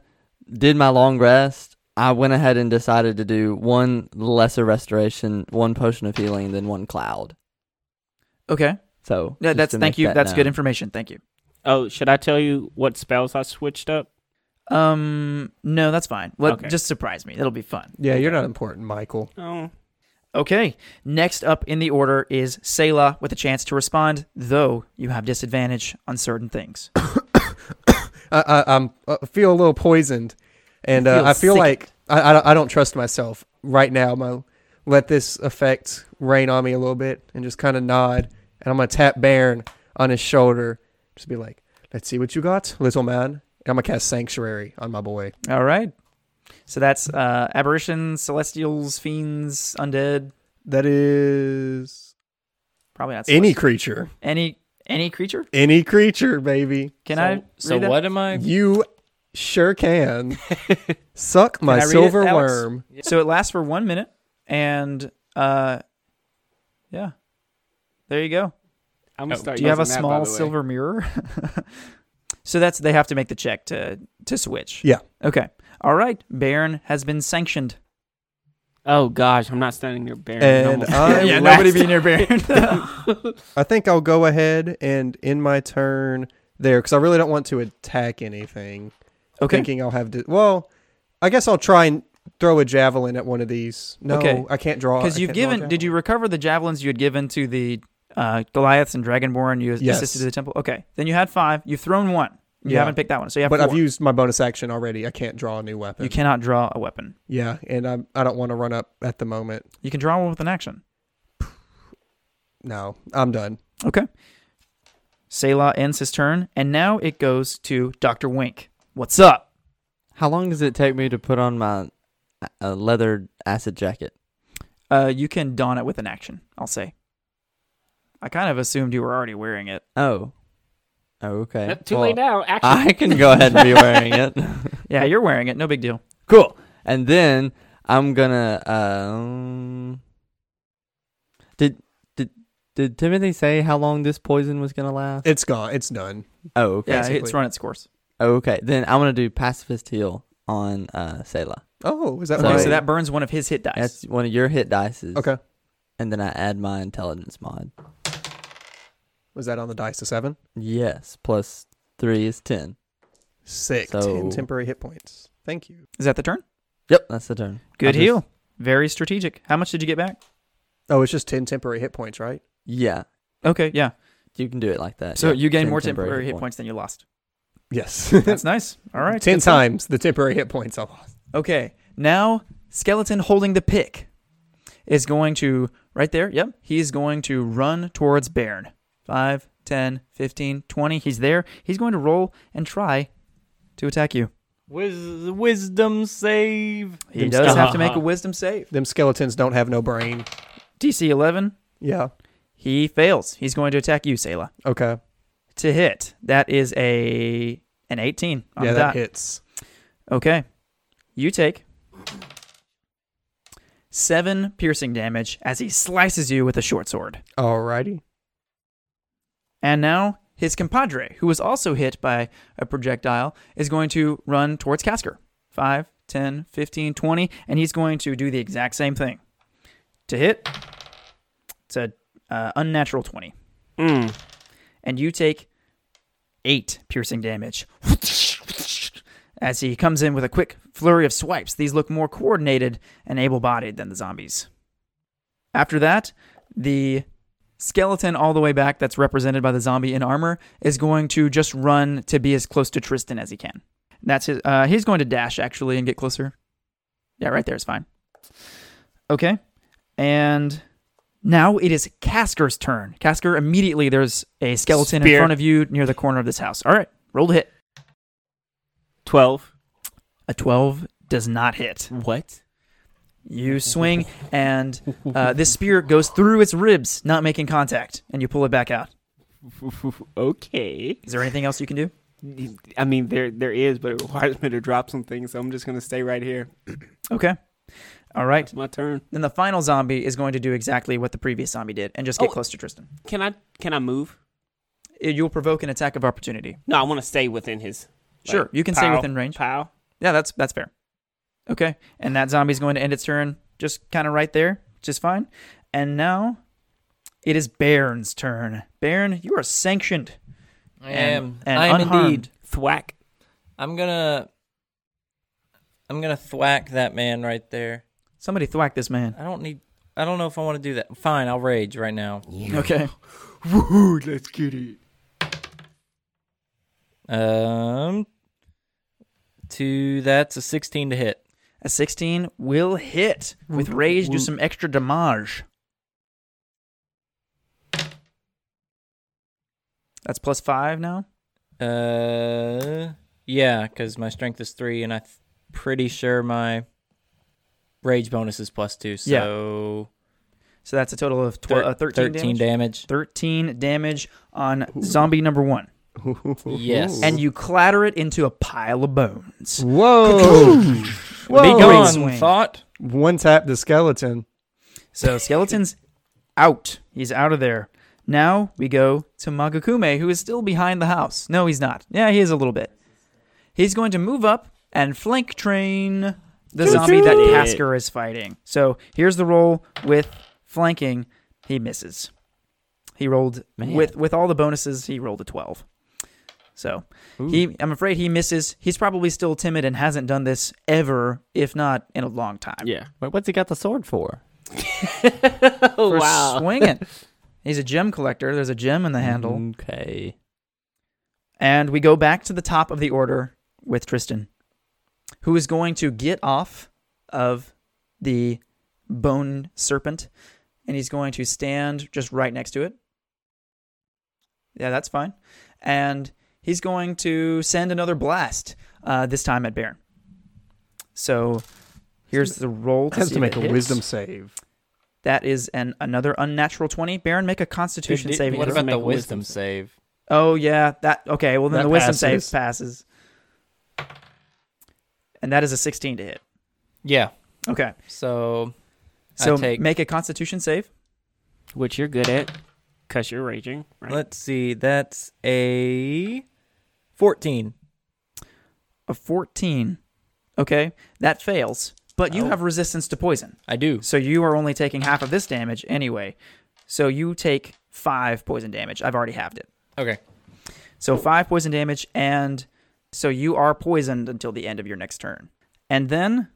Speaker 5: did my long rest, I went ahead and decided to do one lesser restoration, one potion of healing, then one cloud.
Speaker 2: okay.
Speaker 5: So
Speaker 2: Yeah,
Speaker 5: just
Speaker 2: that's
Speaker 5: to
Speaker 2: thank
Speaker 5: make
Speaker 2: you.
Speaker 5: that
Speaker 2: that's good
Speaker 5: known.
Speaker 2: information. Thank you.
Speaker 7: Oh, should I tell you what spells I switched up?
Speaker 2: Um, no, that's fine. Let
Speaker 7: Okay.
Speaker 2: just surprise me. It'll be fun.
Speaker 3: Yeah, you're not important, Michael.
Speaker 7: Oh,
Speaker 2: Okay. Next up in the order is Selah with a chance to respond, though you have disadvantage on certain things.
Speaker 3: I, I I'm, I feel a little poisoned, and uh,
Speaker 2: feel
Speaker 3: I feel
Speaker 2: sick.
Speaker 3: like I, I don't- I don't trust myself right now. My let this effect rain on me a little bit, and just kind of nod, and I'm gonna tap Baron on his shoulder, just be like, "Let's see what you got, little man," I'm gonna cast Sanctuary on my boy.
Speaker 2: All right. So that's uh, aberrations, celestials, fiends, undead.
Speaker 3: That is
Speaker 2: Probably not
Speaker 3: any
Speaker 2: celestial.
Speaker 3: creature,
Speaker 2: any any creature.
Speaker 3: any creature, baby.
Speaker 2: Can
Speaker 4: so,
Speaker 2: I?
Speaker 4: So
Speaker 2: read that?
Speaker 4: what am I?
Speaker 3: You sure can. Suck my
Speaker 2: Can I read it,
Speaker 3: silver
Speaker 2: Alex?
Speaker 3: worm.
Speaker 2: So it lasts for one minute, and uh, yeah, there you go.
Speaker 7: I'm gonna
Speaker 4: Oh,
Speaker 7: start
Speaker 2: Do you have a
Speaker 7: using that, by
Speaker 2: small
Speaker 7: the way.
Speaker 2: silver mirror? so that's they have to make the check to to switch.
Speaker 3: Yeah.
Speaker 2: Okay. All right. Baron has been sanctioned.
Speaker 7: Oh gosh, I'm not standing near Baron.
Speaker 3: And
Speaker 7: I'm
Speaker 3: I
Speaker 2: yeah.
Speaker 3: will-
Speaker 2: Nobody be near Baron.
Speaker 3: I think I'll go ahead and in my turn there because I really don't want to attack anything.
Speaker 2: okay.
Speaker 3: Thinking I'll have to. Well, I guess I'll try and throw a javelin at one of these. No,
Speaker 2: Okay.
Speaker 3: I can't draw.
Speaker 2: Because
Speaker 3: I
Speaker 2: you've
Speaker 3: can't draw a
Speaker 2: given. Did you
Speaker 3: javelin.
Speaker 2: recover the javelins you had given to the uh, Goliaths and Dragonborn? You
Speaker 3: Yes.
Speaker 2: assisted to the temple. Okay. Then you had five. You've thrown one. You
Speaker 3: Yeah.
Speaker 2: haven't picked that one, so you have.
Speaker 3: But
Speaker 2: four.
Speaker 3: I've used my bonus action already. I can't draw a new weapon.
Speaker 2: You cannot draw a weapon.
Speaker 3: Yeah, and I I don't want to run up at the moment.
Speaker 2: You can draw one with an action.
Speaker 3: No, I'm done.
Speaker 2: Okay. Selah ends his turn, and now it goes to Doctor Wink. What's up?
Speaker 5: How long does it take me to put on my uh, leather acid jacket?
Speaker 2: Uh, you can don it with an action. I'll say. I kind of assumed you were already wearing it.
Speaker 5: Oh. Oh, okay.
Speaker 7: Nope, too
Speaker 5: Well,
Speaker 7: late now. Actually,
Speaker 5: I can go ahead and be wearing it.
Speaker 2: Yeah, you're wearing it. No big deal.
Speaker 5: cool. And then I'm gonna. Um, did did did Timothy say how long this poison was gonna last?
Speaker 3: It's gone. It's done.
Speaker 5: oh, okay.
Speaker 2: Yeah,
Speaker 3: Basically.
Speaker 2: it's run its course.
Speaker 5: Okay. Then I'm gonna do pacifist heal on uh Selah.
Speaker 3: Oh, is that
Speaker 2: Okay,
Speaker 3: right?
Speaker 2: so that burns one of his hit dice.
Speaker 5: That's one of your hit dices.
Speaker 3: okay.
Speaker 5: And then I add my intelligence mod.
Speaker 3: Was that on the dice to seven?
Speaker 5: Yes, plus three is ten.
Speaker 3: Sick.
Speaker 5: So-
Speaker 3: Ten temporary hit points. Thank you.
Speaker 2: Is that the turn?
Speaker 5: Yep, that's the turn.
Speaker 2: Good
Speaker 5: I just-
Speaker 2: heal. Very strategic. How much did you get back?
Speaker 3: Oh, it's just ten temporary hit points, right?
Speaker 5: Yeah,
Speaker 2: Okay, yeah.
Speaker 5: you can do it like that.
Speaker 2: So
Speaker 5: Yep,
Speaker 2: you gain
Speaker 5: 10
Speaker 2: more temporary, hit points than you lost.
Speaker 3: Yes.
Speaker 2: That's nice. All right.
Speaker 3: ten
Speaker 2: good stuff.
Speaker 3: times the temporary hit points I lost.
Speaker 2: Okay. Now, skeleton holding the pick is going to, right there, yep, he's going to run towards Bairn. 5, 10, 15, 20. He's there. He's going to roll and try to attack you.
Speaker 4: Wiz- wisdom save.
Speaker 2: He
Speaker 3: Them
Speaker 2: does
Speaker 3: skeletons-
Speaker 2: have to make a wisdom save.
Speaker 3: Them skeletons don't have no brain.
Speaker 2: DC 11.
Speaker 3: Yeah.
Speaker 2: He fails. He's going to attack you, Selah.
Speaker 3: Okay.
Speaker 2: To hit, that is a an 18 on
Speaker 3: yeah,
Speaker 2: the
Speaker 3: that
Speaker 2: dot.
Speaker 3: hits.
Speaker 2: Okay. You take seven piercing damage as he slices you with a short sword.
Speaker 3: Alrighty.
Speaker 2: And now his compadre, who was also hit by a projectile, is going to run towards Kasker. 5, 10, 15, 20, and he's going to do the exact same thing. To hit, it's a uh, unnatural 20.
Speaker 7: Mm.
Speaker 2: And you take 8 piercing damage. As he comes in with a quick flurry of swipes, these look more coordinated and able bodied than the zombies. After that, the skeleton all the way back that's represented by the zombie in armor is going to just run to be as close to Tristan as he can. That's his. Uh, he's going to dash actually and get closer. Yeah, right there is fine. Okay, and now it is Casker's turn. Casker immediately there's a skeleton in
Speaker 7: Spear.
Speaker 2: front of you near the corner of this house. All right, roll to hit.
Speaker 7: Twelve.
Speaker 2: A twelve does not hit.
Speaker 7: What?
Speaker 2: You swing and uh, this spear goes through its ribs, not making contact, and you pull it back out.
Speaker 7: okay.
Speaker 2: Is there anything else you can do?
Speaker 7: I mean, there there is, but it requires me to drop some things, so I'm just gonna stay right here.
Speaker 2: Okay. All right.
Speaker 7: It's my turn.
Speaker 2: Then the final zombie is going to do exactly what the previous zombie did and just get
Speaker 7: Oh.
Speaker 2: close to Tristan.
Speaker 7: Can I can I move?
Speaker 2: It- You'll provoke an attack of opportunity.
Speaker 7: No, I want to stay within his. like,
Speaker 2: Sure, you can stay
Speaker 7: pow,
Speaker 2: within range.
Speaker 7: Pow.
Speaker 2: Yeah, that's that's fair. Okay, and that zombie's going to end its turn just kind of right there, just fine. And now it is Baron's turn. Baron, you are sanctioned
Speaker 4: I am.
Speaker 2: and, and
Speaker 4: I am
Speaker 2: unharmed.
Speaker 4: indeed.
Speaker 7: Thwack.
Speaker 4: I'm gonna. I'm gonna thwack that man right there.
Speaker 2: Somebody thwack this man.
Speaker 4: I don't need. I don't know if I want to do that. Fine, I'll rage right now.
Speaker 2: Okay,
Speaker 7: Woohoo! Let's get it.
Speaker 4: Um, two. That's a sixteen to hit.
Speaker 2: a sixteen will hit with rage. Do some extra damage. That's plus five now.
Speaker 4: Uh, Yeah, because my strength is three, and I'm pretty sure my rage bonus is plus two. So
Speaker 2: So that's a total of tw-
Speaker 4: thir-
Speaker 2: uh, 13, damage.
Speaker 4: damage.
Speaker 2: 13 damage on zombie number one.
Speaker 4: Yes.
Speaker 2: And you clatter it into a pile of bones.
Speaker 3: Whoa!
Speaker 4: Be gone,
Speaker 2: Swing.
Speaker 4: thought.
Speaker 3: One tap the skeleton.
Speaker 2: So skeleton's out. He's out of there. Now we go to Magakume, who is still behind the house. No, he's not. Yeah, he is a little bit. He's going to move up and flank train the zombie that Tasker is fighting. So here's the roll with flanking. He misses. He rolled
Speaker 5: Man.
Speaker 2: with with all the bonuses. He rolled a twelve. So he, I'm afraid he misses. He's probably still timid and hasn't done this ever, if not in a long time.
Speaker 7: Yeah.
Speaker 5: Wait, what's he got the sword for?
Speaker 7: Oh,
Speaker 3: Oh,
Speaker 2: for swinging. He's a gem collector. There's a gem in the
Speaker 3: Mm-hmm.
Speaker 2: handle.
Speaker 5: Okay.
Speaker 2: And we go back to the top of the order with Tristan, who is going to get off of the bone serpent and he's going to stand just right next to it. Yeah, that's fine. And he's going to send another blast, uh, this time at Baron. So here's the roll to
Speaker 3: Has
Speaker 2: see
Speaker 3: to
Speaker 2: if
Speaker 3: make a
Speaker 2: it hits.
Speaker 3: wisdom save.
Speaker 2: That is an another unnatural twenty. Baron, make a Constitution
Speaker 4: Dude,
Speaker 2: saving
Speaker 4: what
Speaker 2: throw.
Speaker 4: about
Speaker 7: Make
Speaker 4: the
Speaker 7: a wisdom
Speaker 4: wisdom save?
Speaker 2: Oh yeah, that okay. Well, then
Speaker 3: That
Speaker 2: the wisdom
Speaker 3: passes.
Speaker 2: save passes, and that is a sixteen to hit.
Speaker 4: Yeah.
Speaker 2: Okay,
Speaker 4: So
Speaker 2: so
Speaker 4: I take.
Speaker 2: make a Constitution save.
Speaker 7: Which you're good at because you're raging. Right.
Speaker 4: Let's see. That's a fourteen.
Speaker 2: A fourteen. Okay, that fails, but you
Speaker 4: Oh.
Speaker 2: have resistance to poison,
Speaker 4: I do.
Speaker 2: so you are only taking half of this damage anyway. So you take five poison damage. I've already halved it.
Speaker 4: Okay.
Speaker 2: So five poison damage, and so you are poisoned until the end of your next turn. And then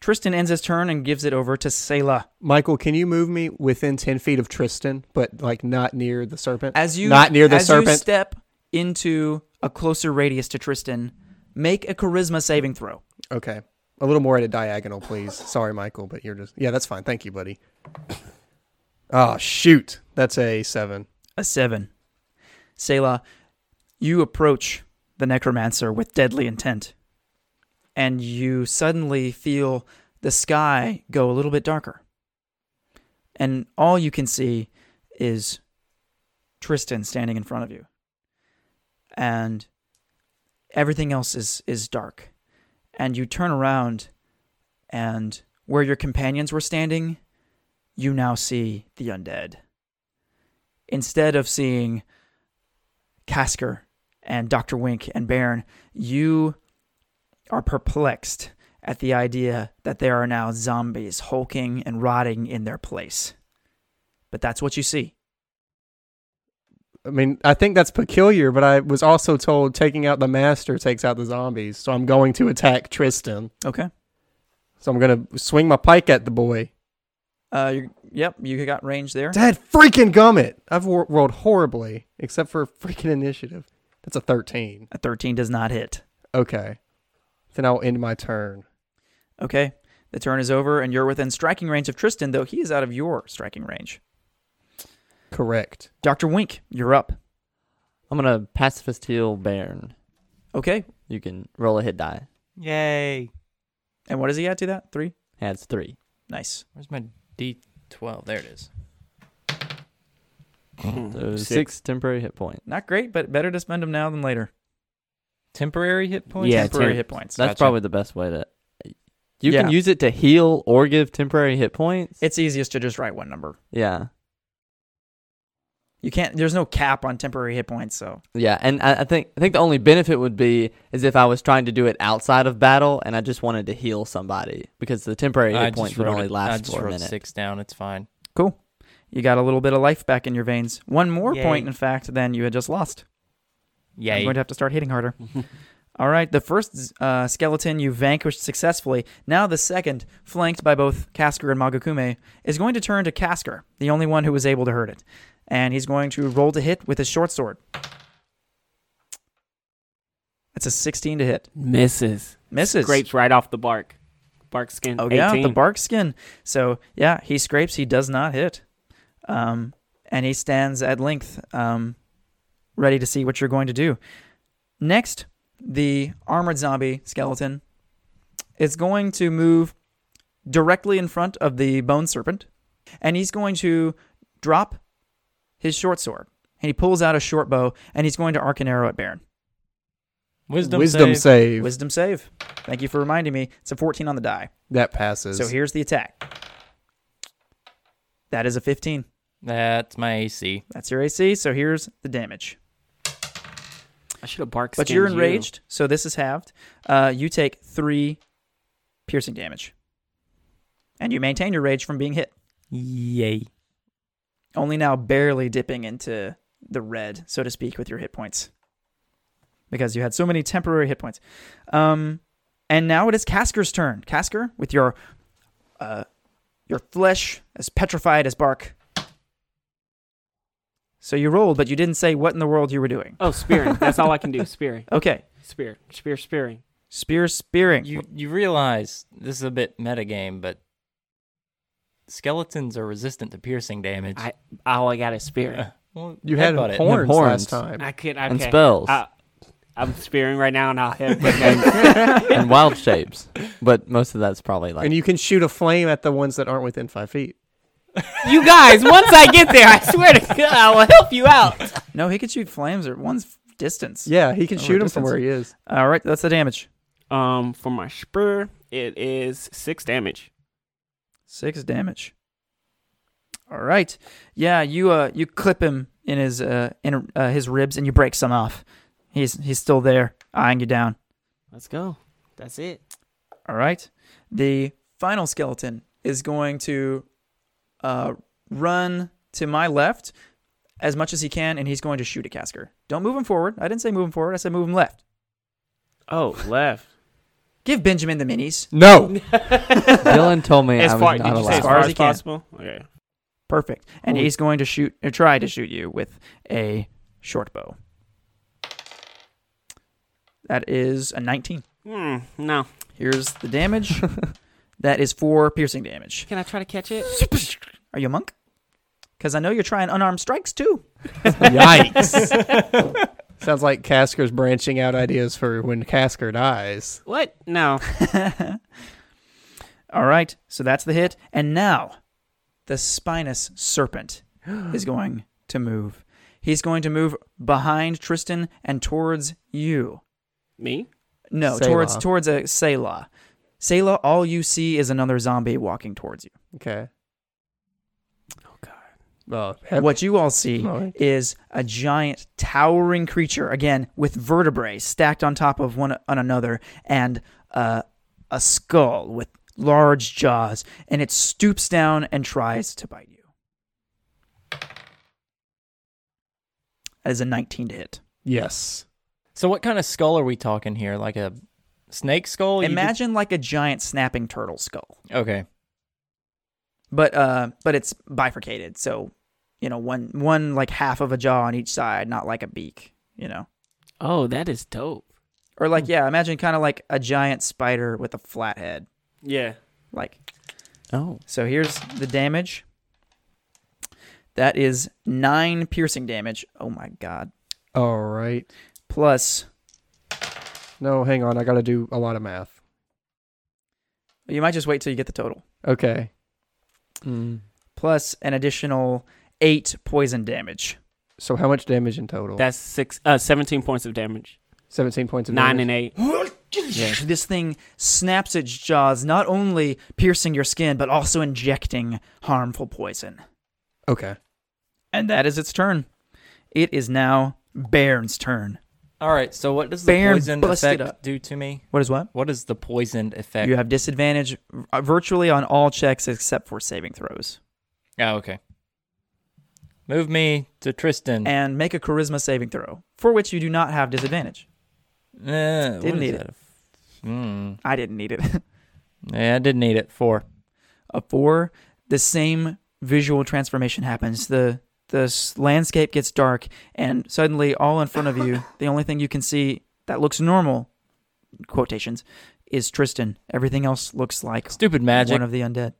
Speaker 2: Tristan ends his turn and gives it over to Selah.
Speaker 3: Michael, can you move me within ten feet of Tristan, but like not near the serpent?
Speaker 2: As you
Speaker 3: not near the
Speaker 2: as you
Speaker 3: serpent.
Speaker 2: step into a closer radius to Tristan, make a charisma saving throw.
Speaker 3: okay, a little more at a diagonal, please. Sorry, Michael, but you're just yeah. That's fine. Thank you, buddy. Oh shoot, that's a seven.
Speaker 2: A seven. Selah, you approach the necromancer with deadly intent, and you suddenly feel the sky go a little bit darker. And all you can see is Tristan standing in front of you. And everything else is, is dark. And you turn around, and where your companions were standing, you now see the undead instead of seeing Casker and Dr. Wink and Baron, you are perplexed at the idea that there are now zombies hulking and rotting in their place. But that's what you see.
Speaker 3: I mean, I think that's peculiar, but I was also told taking out the master takes out the zombies, so I'm going to attack Tristan.
Speaker 2: Okay.
Speaker 3: So I'm gonna swing my pike at the boy.
Speaker 2: Uh, you yep, you got range there.
Speaker 3: Dad, freaking gummit! I've wor- rolled horribly, except for freaking initiative. That's a thirteen.
Speaker 2: A 13 does not hit.
Speaker 3: Okay, then I'll end my turn.
Speaker 2: Okay. The turn is over, and you're within striking range of Tristan, though he is out of your striking range.
Speaker 3: Correct.
Speaker 2: Dr. Wink, you're up.
Speaker 5: I'm gonna pacifist heal Baron.
Speaker 2: Okay.
Speaker 5: You can roll a hit die.
Speaker 4: Yay!
Speaker 2: And what does he add to that? Three?
Speaker 5: Adds three.
Speaker 2: Nice.
Speaker 4: Where's my D twelve? There it is.
Speaker 2: Hmm.
Speaker 5: So six.
Speaker 7: Six.
Speaker 5: temporary hit points.
Speaker 2: Not great, but better to spend them now than later.
Speaker 4: Temporary hit points.
Speaker 5: Yeah,
Speaker 2: Temporary
Speaker 5: temp-
Speaker 2: hit points.
Speaker 5: That's
Speaker 4: Gotcha.
Speaker 5: probably the best way to. You
Speaker 2: Yeah.
Speaker 5: can use it to heal or give temporary hit points.
Speaker 2: It's easiest to just write one number.
Speaker 5: yeah,
Speaker 2: You can't. There's no cap on temporary hit points, so
Speaker 5: yeah, and I, I think I think the only benefit would be is if I was trying to do it outside of battle and I just wanted to heal somebody because the temporary hit
Speaker 4: I
Speaker 5: points
Speaker 4: just
Speaker 5: would
Speaker 4: wrote
Speaker 5: only
Speaker 4: it- I
Speaker 5: last
Speaker 4: just
Speaker 5: for a
Speaker 4: wrote
Speaker 5: minute.
Speaker 4: Six down. It's fine.
Speaker 2: cool. You got a little bit of life back in your veins. One more
Speaker 4: Yay.
Speaker 2: point, in fact, than you had just lost.
Speaker 4: Yay!
Speaker 2: I'm going to have to start hitting harder. All right, the first uh, skeleton you vanquished successfully. Now the second, flanked by both Kasker and Magakume, is going to turn to Kasker, the only one who was able to hurt it, and he's going to roll to hit with his short sword. That's a 16 to hit.
Speaker 7: Misses.
Speaker 2: Misses.
Speaker 7: Scrapes right off the bark. Bark skin.
Speaker 2: Oh
Speaker 7: 18.
Speaker 2: yeah, the bark skin. So yeah, he scrapes. He does not hit, um, and he stands at length, um, ready to see what you're going to do. Next, the armored zombie skeleton is going to move directly in front of the bone serpent, and he's going to drop his short sword. And he pulls out a short bow, and he's going to arc an arrow at Baron.
Speaker 4: Wisdom, save.
Speaker 3: save.
Speaker 2: Wisdom save. Thank you for reminding me. It's a 14 on the die.
Speaker 3: That passes.
Speaker 2: So here's the attack. That is a 15.
Speaker 4: That's my AC.
Speaker 2: That's your AC. So here's the damage.
Speaker 7: I should have barked.
Speaker 2: But you're enraged, so this is halved. Uh, you take three piercing damage. And you maintain your rage from being hit,
Speaker 4: Yay.
Speaker 2: only now barely dipping into the red, so to speak, with your hit points. Because you had so many temporary hit points. Um, and now it is Casker's turn. Casker, with your uh, your flesh as petrified as bark. So you rolled, but you didn't say what in the world you were doing.
Speaker 7: Oh, spearing. That's all I can do. Spearing.
Speaker 2: Okay.
Speaker 7: Spear. Spear. Spearing.
Speaker 2: Spear spearing.
Speaker 4: You you realize this is a bit metagame, but skeletons are resistant to piercing damage.
Speaker 7: I all Oh, I got is spearing.
Speaker 4: Uh, well,
Speaker 3: you had
Speaker 4: headbutt
Speaker 3: horns,
Speaker 4: it.
Speaker 3: horns
Speaker 5: horns.
Speaker 3: last time.
Speaker 7: I could. Okay.
Speaker 5: And spells.
Speaker 7: I, I'm spearing right now, and I'll hit.
Speaker 5: and wild shapes. But most of that's probably like
Speaker 3: and you can shoot a flame at the ones that aren't within five feet.
Speaker 7: you guys, once I get there, I swear to God, I will help you out.
Speaker 2: No, he could shoot flames at one's f- distance.
Speaker 3: Yeah, he can
Speaker 2: Over
Speaker 3: shoot him
Speaker 2: distance.
Speaker 3: from where he is.
Speaker 2: All right, that's the damage.
Speaker 7: Um, for my spear, it is six damage.
Speaker 2: Six damage. All right. Yeah, you uh you clip him in his uh in uh, his ribs and you break some off. He's he's still there eyeing you down.
Speaker 7: Let's go. That's it.
Speaker 2: All right. The final skeleton is going to uh run to my left as much as he can and he's going to shoot at Casker. Don't move him forward. I didn't say move him forward. I said move him left.
Speaker 7: Oh, left.
Speaker 2: Give Benjamin the minis.
Speaker 3: No.
Speaker 5: Dylan told me
Speaker 7: as
Speaker 5: I was
Speaker 7: far, did you
Speaker 5: not
Speaker 7: say as
Speaker 5: allowed.
Speaker 7: far
Speaker 2: Far as
Speaker 7: as
Speaker 2: he can.
Speaker 7: possible? Okay.
Speaker 2: Perfect. And
Speaker 7: Holy-
Speaker 2: he's going to shoot or try to shoot you with a short bow. That is a 19.
Speaker 7: Hmm. No.
Speaker 2: Here's the damage. that is 4 piercing damage.
Speaker 7: Can I try to catch it?
Speaker 2: Are you a monk? Cuz I know you're trying unarmed strikes too.
Speaker 3: Yikes. Sounds like Casker's branching out ideas for when Casker dies.
Speaker 7: What? No.
Speaker 2: All right. So that's the hit. And now the spinous serpent is going to move. He's going to move behind Tristan and towards you.
Speaker 7: Me?
Speaker 2: No,
Speaker 3: Selah.
Speaker 2: towards towards a Selah. Selah, all you see is another zombie walking towards you.
Speaker 3: Okay.
Speaker 7: Oh God.
Speaker 3: Well,
Speaker 2: What you all see
Speaker 3: All right.
Speaker 2: is a giant, towering creature again with vertebrae stacked on top of one on another, and uh, a skull with large jaws. And it stoops down and tries to bite you. That is a 19 to hit.
Speaker 3: Yes.
Speaker 4: So what kind of skull are we talking here? Like a snake skull? Oh, You
Speaker 2: Imagine like a giant snapping turtle skull.
Speaker 4: did- okay.
Speaker 2: but uh but it's bifurcated so you know one one like half of a jaw on each side not like a beak you know
Speaker 7: Oh, that is dope.
Speaker 2: or like yeah imagine kind of like a giant spider with a flat head
Speaker 7: Yeah.
Speaker 2: like
Speaker 5: Oh,
Speaker 2: so here's the damage that is nine piercing damage oh my god
Speaker 3: All right.
Speaker 2: plus
Speaker 3: No, hang on. I got to do a lot of math.
Speaker 2: you might just wait till you get the total
Speaker 3: Okay.
Speaker 7: Hmm.
Speaker 5: Mm.
Speaker 2: plus an additional eight poison damage
Speaker 3: So how much damage in total?
Speaker 7: That's six. Uh, seventeen points of damage.
Speaker 3: 17 points of
Speaker 7: Nine
Speaker 3: damage.
Speaker 7: and eight.
Speaker 2: So this thing snaps its jaws not only piercing your skin but also injecting harmful poison
Speaker 3: Okay.
Speaker 2: And that is its turn. It is now Bairn's turn.
Speaker 4: All right. So what does the
Speaker 2: Bam,
Speaker 4: poisoned
Speaker 2: bust it
Speaker 4: effect
Speaker 2: up.
Speaker 4: do to me?
Speaker 2: What is what?
Speaker 4: What is the poisoned effect?
Speaker 2: You have disadvantage uh, virtually on all checks except for saving throws.
Speaker 4: Oh, okay. Move me to Tristan.
Speaker 2: And make a charisma saving throw, for which you do not have disadvantage.
Speaker 4: Eh, what
Speaker 2: Didn't
Speaker 4: is
Speaker 2: need
Speaker 4: that? Hmm.
Speaker 2: I didn't need it.
Speaker 4: Yeah, I did need it. Four.
Speaker 2: a four, the same visual transformation happens. The the s- landscape gets dark, and suddenly, all in front of you, the only thing you can see that looks normal, quotations, is Tristan. Everything else looks like
Speaker 4: Stupid magic.
Speaker 2: one of the undead.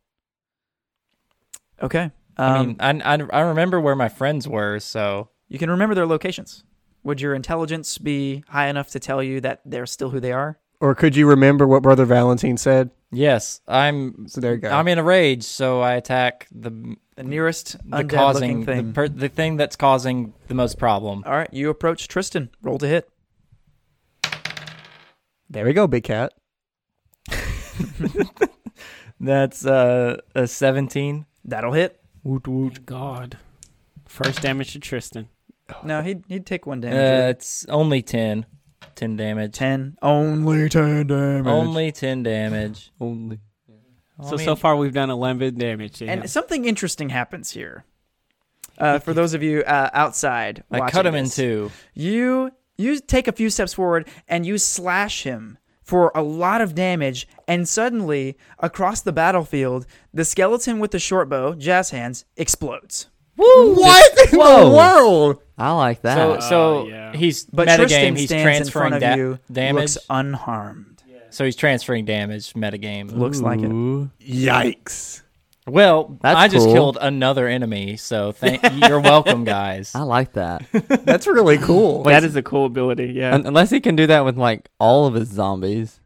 Speaker 2: um, Okay. Um,
Speaker 4: um, I mean, I, I, I remember where my friends were, so
Speaker 2: you can remember their locations, Would your intelligence be high enough to tell you that they're still who they are?
Speaker 3: Or could you remember what Brother Valentine said?
Speaker 4: Yes, I'm.
Speaker 3: So there you go.
Speaker 4: I'm in a rage, so I attack the
Speaker 2: The nearest
Speaker 4: the
Speaker 2: undead
Speaker 4: causing
Speaker 2: looking thing.
Speaker 4: The, per, the thing that's causing the most problem.
Speaker 2: All right, you approach Tristan. Roll to hit.
Speaker 3: there we go, big cat.
Speaker 4: That's uh, a 17.
Speaker 2: That'll hit.
Speaker 4: Woot woot.
Speaker 7: God. First damage to Tristan.
Speaker 2: No, he'd he'd take one
Speaker 4: Oh. Uh,
Speaker 2: damage.
Speaker 4: it's only 10. 10 damage.
Speaker 2: ten. Only ten damage.
Speaker 4: Only 10 damage.
Speaker 5: Only.
Speaker 7: so so far we've done eleven damage. To
Speaker 2: And
Speaker 7: him.
Speaker 2: something interesting happens here. Uh, for those of you uh, outside,
Speaker 4: I
Speaker 2: watching
Speaker 4: cut him in
Speaker 2: this.
Speaker 4: two.
Speaker 2: You you take a few steps forward and you slash him for a lot of damage, and suddenly across the battlefield, the skeleton with the short bow, jazz hands, explodes.
Speaker 3: What in
Speaker 5: Whoa.
Speaker 3: the world?
Speaker 5: I like that.
Speaker 4: So, so
Speaker 7: yeah.
Speaker 4: he's
Speaker 2: Ah. But Tristan
Speaker 4: metagame. He's
Speaker 2: stands in
Speaker 4: transferring
Speaker 2: front of
Speaker 4: da-
Speaker 2: you,
Speaker 4: damage.
Speaker 2: looks unharmed.
Speaker 4: So he's transferring damage metagame.
Speaker 2: Looks like it.
Speaker 5: Ooh.
Speaker 3: Yikes.
Speaker 4: Well,
Speaker 5: That's
Speaker 4: I just
Speaker 5: cool.
Speaker 4: killed another enemy, so thank you're welcome, guys.
Speaker 5: I like that.
Speaker 3: That's really cool.
Speaker 7: that is a cool ability. Yeah,
Speaker 5: Un- unless he can do that with like all of his zombies.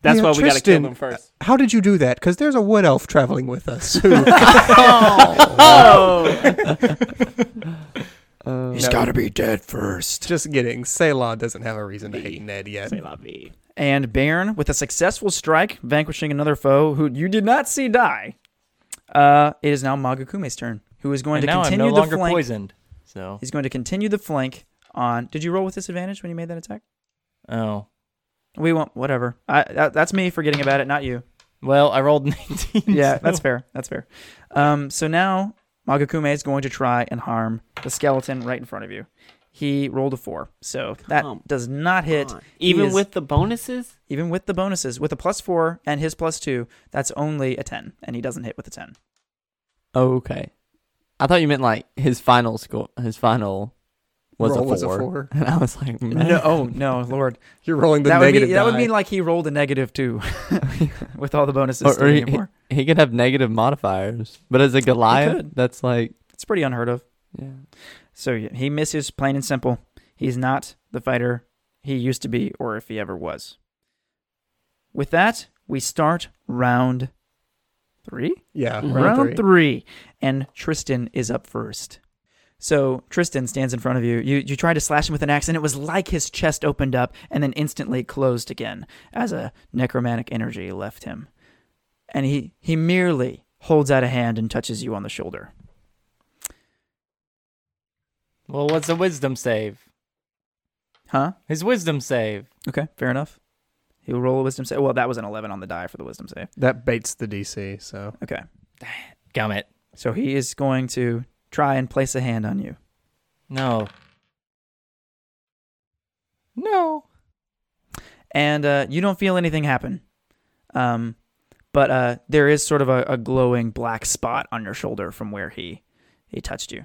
Speaker 7: that's
Speaker 3: Yeah,
Speaker 7: why we gotta kill
Speaker 3: Tristan-
Speaker 7: them first.
Speaker 3: How did you do that? Because there's a wood elf traveling with us. Who,
Speaker 5: Uh,
Speaker 3: No.
Speaker 2: gotta be dead first.
Speaker 3: just kidding. Selah doesn't have a reason to hate Ned yet.
Speaker 7: Say la vie.
Speaker 2: And Baron, with a successful strike, vanquishing another foe who you did not see die. Uh, it is now Magakume's turn, who is going
Speaker 4: and
Speaker 2: to
Speaker 4: now I'm
Speaker 2: continue
Speaker 4: no
Speaker 2: the
Speaker 4: longer
Speaker 2: flank.
Speaker 4: poisoned. So
Speaker 2: He's going to continue the flank on. Did you roll with disadvantage when you made that attack?
Speaker 4: oh
Speaker 2: We won't. Whatever. I, that, that's me forgetting about it, not you.
Speaker 4: well, I rolled an 18.
Speaker 2: Yeah,
Speaker 4: so-
Speaker 2: that's fair. That's fair. Um, so now Magakume is going to try and harm the skeleton right in front of you. He rolled a four, so
Speaker 7: Come
Speaker 2: that does not hit.
Speaker 7: Come on. even
Speaker 2: is-
Speaker 7: with the bonuses.
Speaker 2: Even with the bonuses, with a plus four and his plus two, that's only a ten, and he doesn't hit with a ten.
Speaker 5: Oh, okay. I thought you meant like his final score. His final was, a
Speaker 3: Roll
Speaker 5: four.
Speaker 3: was a four.
Speaker 5: and I was like, man.
Speaker 2: No, oh no, Lord,
Speaker 3: You're rolling the
Speaker 2: that would be
Speaker 3: negative
Speaker 2: that would
Speaker 3: die.
Speaker 2: be like he rolled a negative two with all the bonuses.
Speaker 5: or,
Speaker 2: to
Speaker 5: or
Speaker 2: the
Speaker 5: he,
Speaker 2: more.
Speaker 5: he, he could have negative modifiers, but as a Goliath,
Speaker 2: could.
Speaker 5: that's like,
Speaker 2: It's pretty unheard of.
Speaker 5: yeah.
Speaker 2: So yeah, he misses, plain and simple. He's not the fighter he used to be, or if he ever was. With that, we start round three.
Speaker 3: yeah,
Speaker 7: Mhm.
Speaker 3: round three.
Speaker 2: and Tristan is up first. So Tristan stands in front of you. You you try to slash him with an axe, and it was like his chest opened up and then instantly closed again as a necromantic energy left him. And he he merely holds out a hand and touches you on the shoulder.
Speaker 4: Well, what's a wisdom save?
Speaker 2: Huh?
Speaker 4: His wisdom save.
Speaker 2: Okay, fair enough. He'll roll a wisdom save. Well, that was an 11 on the die for the wisdom save.
Speaker 3: That baits the DC. So
Speaker 2: Okay.
Speaker 4: Gum it.
Speaker 2: So he is going to try and place a hand on you.
Speaker 4: No. No.
Speaker 2: And uh, you don't feel anything happen. Um, but uh, there is sort of a, a glowing black spot on your shoulder from where he, he touched you.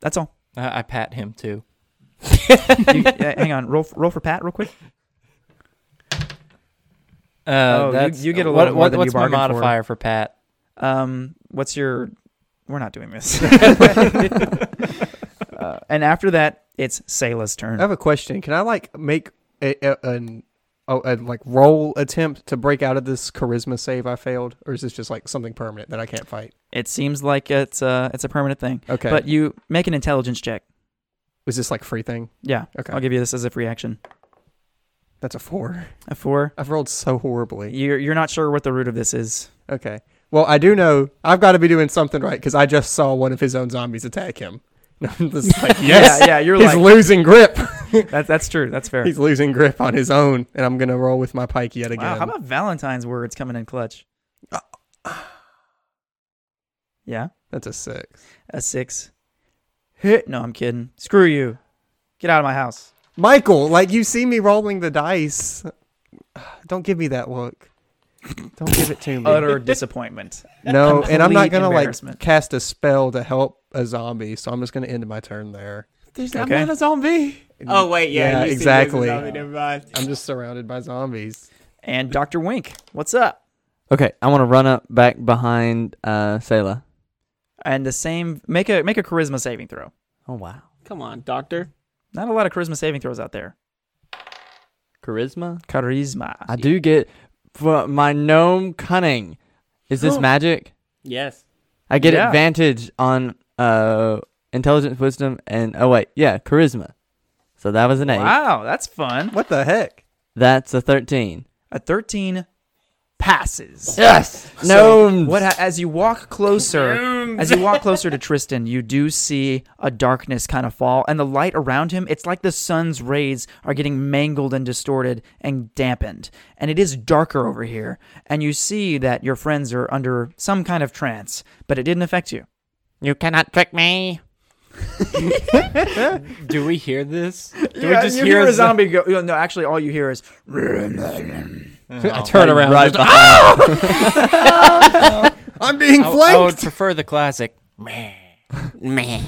Speaker 2: That's all.
Speaker 4: I, I pat him too.
Speaker 2: You, uh, hang on. Roll, f- roll for Pat real quick.
Speaker 4: Uh,
Speaker 2: Oh, you-
Speaker 4: that's,
Speaker 2: you get a
Speaker 4: what,
Speaker 2: little more
Speaker 4: what,
Speaker 2: than you
Speaker 4: What's my
Speaker 2: bargained for.
Speaker 4: modifier for Pat?
Speaker 2: Um, what's your. We're not doing this. uh, and after that, it's Selah's
Speaker 3: I
Speaker 2: turn.
Speaker 3: have a question. Can I like make a, a, an oh, a like roll attempt to break out of this charisma save I failed, or is this just like something permanent that I can't fight?
Speaker 2: It seems like it's, uh, it's a permanent thing.
Speaker 3: Okay,
Speaker 2: But you make an intelligence check.
Speaker 3: is this like free thing?
Speaker 2: Yeah.
Speaker 3: Okay.
Speaker 2: I'll give you this as a free action.
Speaker 3: That's a four.
Speaker 2: A four.
Speaker 3: I've rolled so horribly.
Speaker 2: You're you're not sure what the root of this is.
Speaker 3: Okay. Well, I do know I've got to be doing something right because I just saw one of his own zombies attack him. I'm just like, yes,
Speaker 2: Yeah, yeah. You're
Speaker 3: he's
Speaker 2: like
Speaker 3: losing grip.
Speaker 2: that's that's true. That's fair.
Speaker 3: he's losing grip on his own, and I'm gonna roll with my pike yet again.
Speaker 2: Wow. How about Valentine's words coming in clutch? Yeah.
Speaker 3: That's a six.
Speaker 2: A six. Hit. No, I'm kidding. Screw you. Get out of my house.
Speaker 3: Michael, like you see me rolling the dice. Don't give me that look. Don't give it to me.
Speaker 2: Utter disappointment.
Speaker 3: no, and I'm not
Speaker 2: Complete
Speaker 3: gonna like
Speaker 2: embarrassment.
Speaker 3: cast a spell to help a zombie, so I'm just gonna end my turn there.
Speaker 7: There's
Speaker 2: I'm Okay. not
Speaker 7: a zombie. Oh wait, yeah,
Speaker 3: Yeah,
Speaker 7: you see, there's a
Speaker 3: exactly.
Speaker 7: zombie, never mind.
Speaker 3: I'm just surrounded by zombies.
Speaker 2: And Dr. Wink, what's up?
Speaker 5: Okay, I want to run up back behind uh, Selah.
Speaker 2: And the same. Make a make a charisma saving throw.
Speaker 5: Oh, wow.
Speaker 7: Come on, doctor.
Speaker 2: Not a lot of charisma saving throws out there.
Speaker 5: Charisma.
Speaker 2: Charisma.
Speaker 5: I do get for my gnome cunning. Is this magic?
Speaker 7: Yes.
Speaker 5: I get
Speaker 2: Yeah.
Speaker 5: advantage on uh intelligence, wisdom, and oh wait, yeah, charisma. So that was an eight.
Speaker 2: Wow, that's fun.
Speaker 3: What the heck?
Speaker 5: That's a thirteen.
Speaker 2: A 13 passes.
Speaker 5: Yes,
Speaker 2: So
Speaker 5: gnomes.
Speaker 2: what ha- as you walk closer, as you walk closer to Tristan, you do see a darkness kind of fall, and the light around him. It's like the sun's rays are getting mangled and distorted and dampened, and it is darker over here. And you see that your friends are under some kind of trance, but it didn't affect you.
Speaker 6: You cannot trick me.
Speaker 4: Do we hear this? Do
Speaker 2: Yeah,
Speaker 4: we just
Speaker 2: you hear, a
Speaker 4: the-
Speaker 2: zombie go. No, actually, all you hear is.
Speaker 4: Oh,
Speaker 1: I turn around.
Speaker 5: right
Speaker 1: just-
Speaker 5: behind.
Speaker 7: Oh,
Speaker 3: I'm being
Speaker 4: I,
Speaker 3: flanked.
Speaker 4: I would prefer the classic. Man.
Speaker 7: Meh.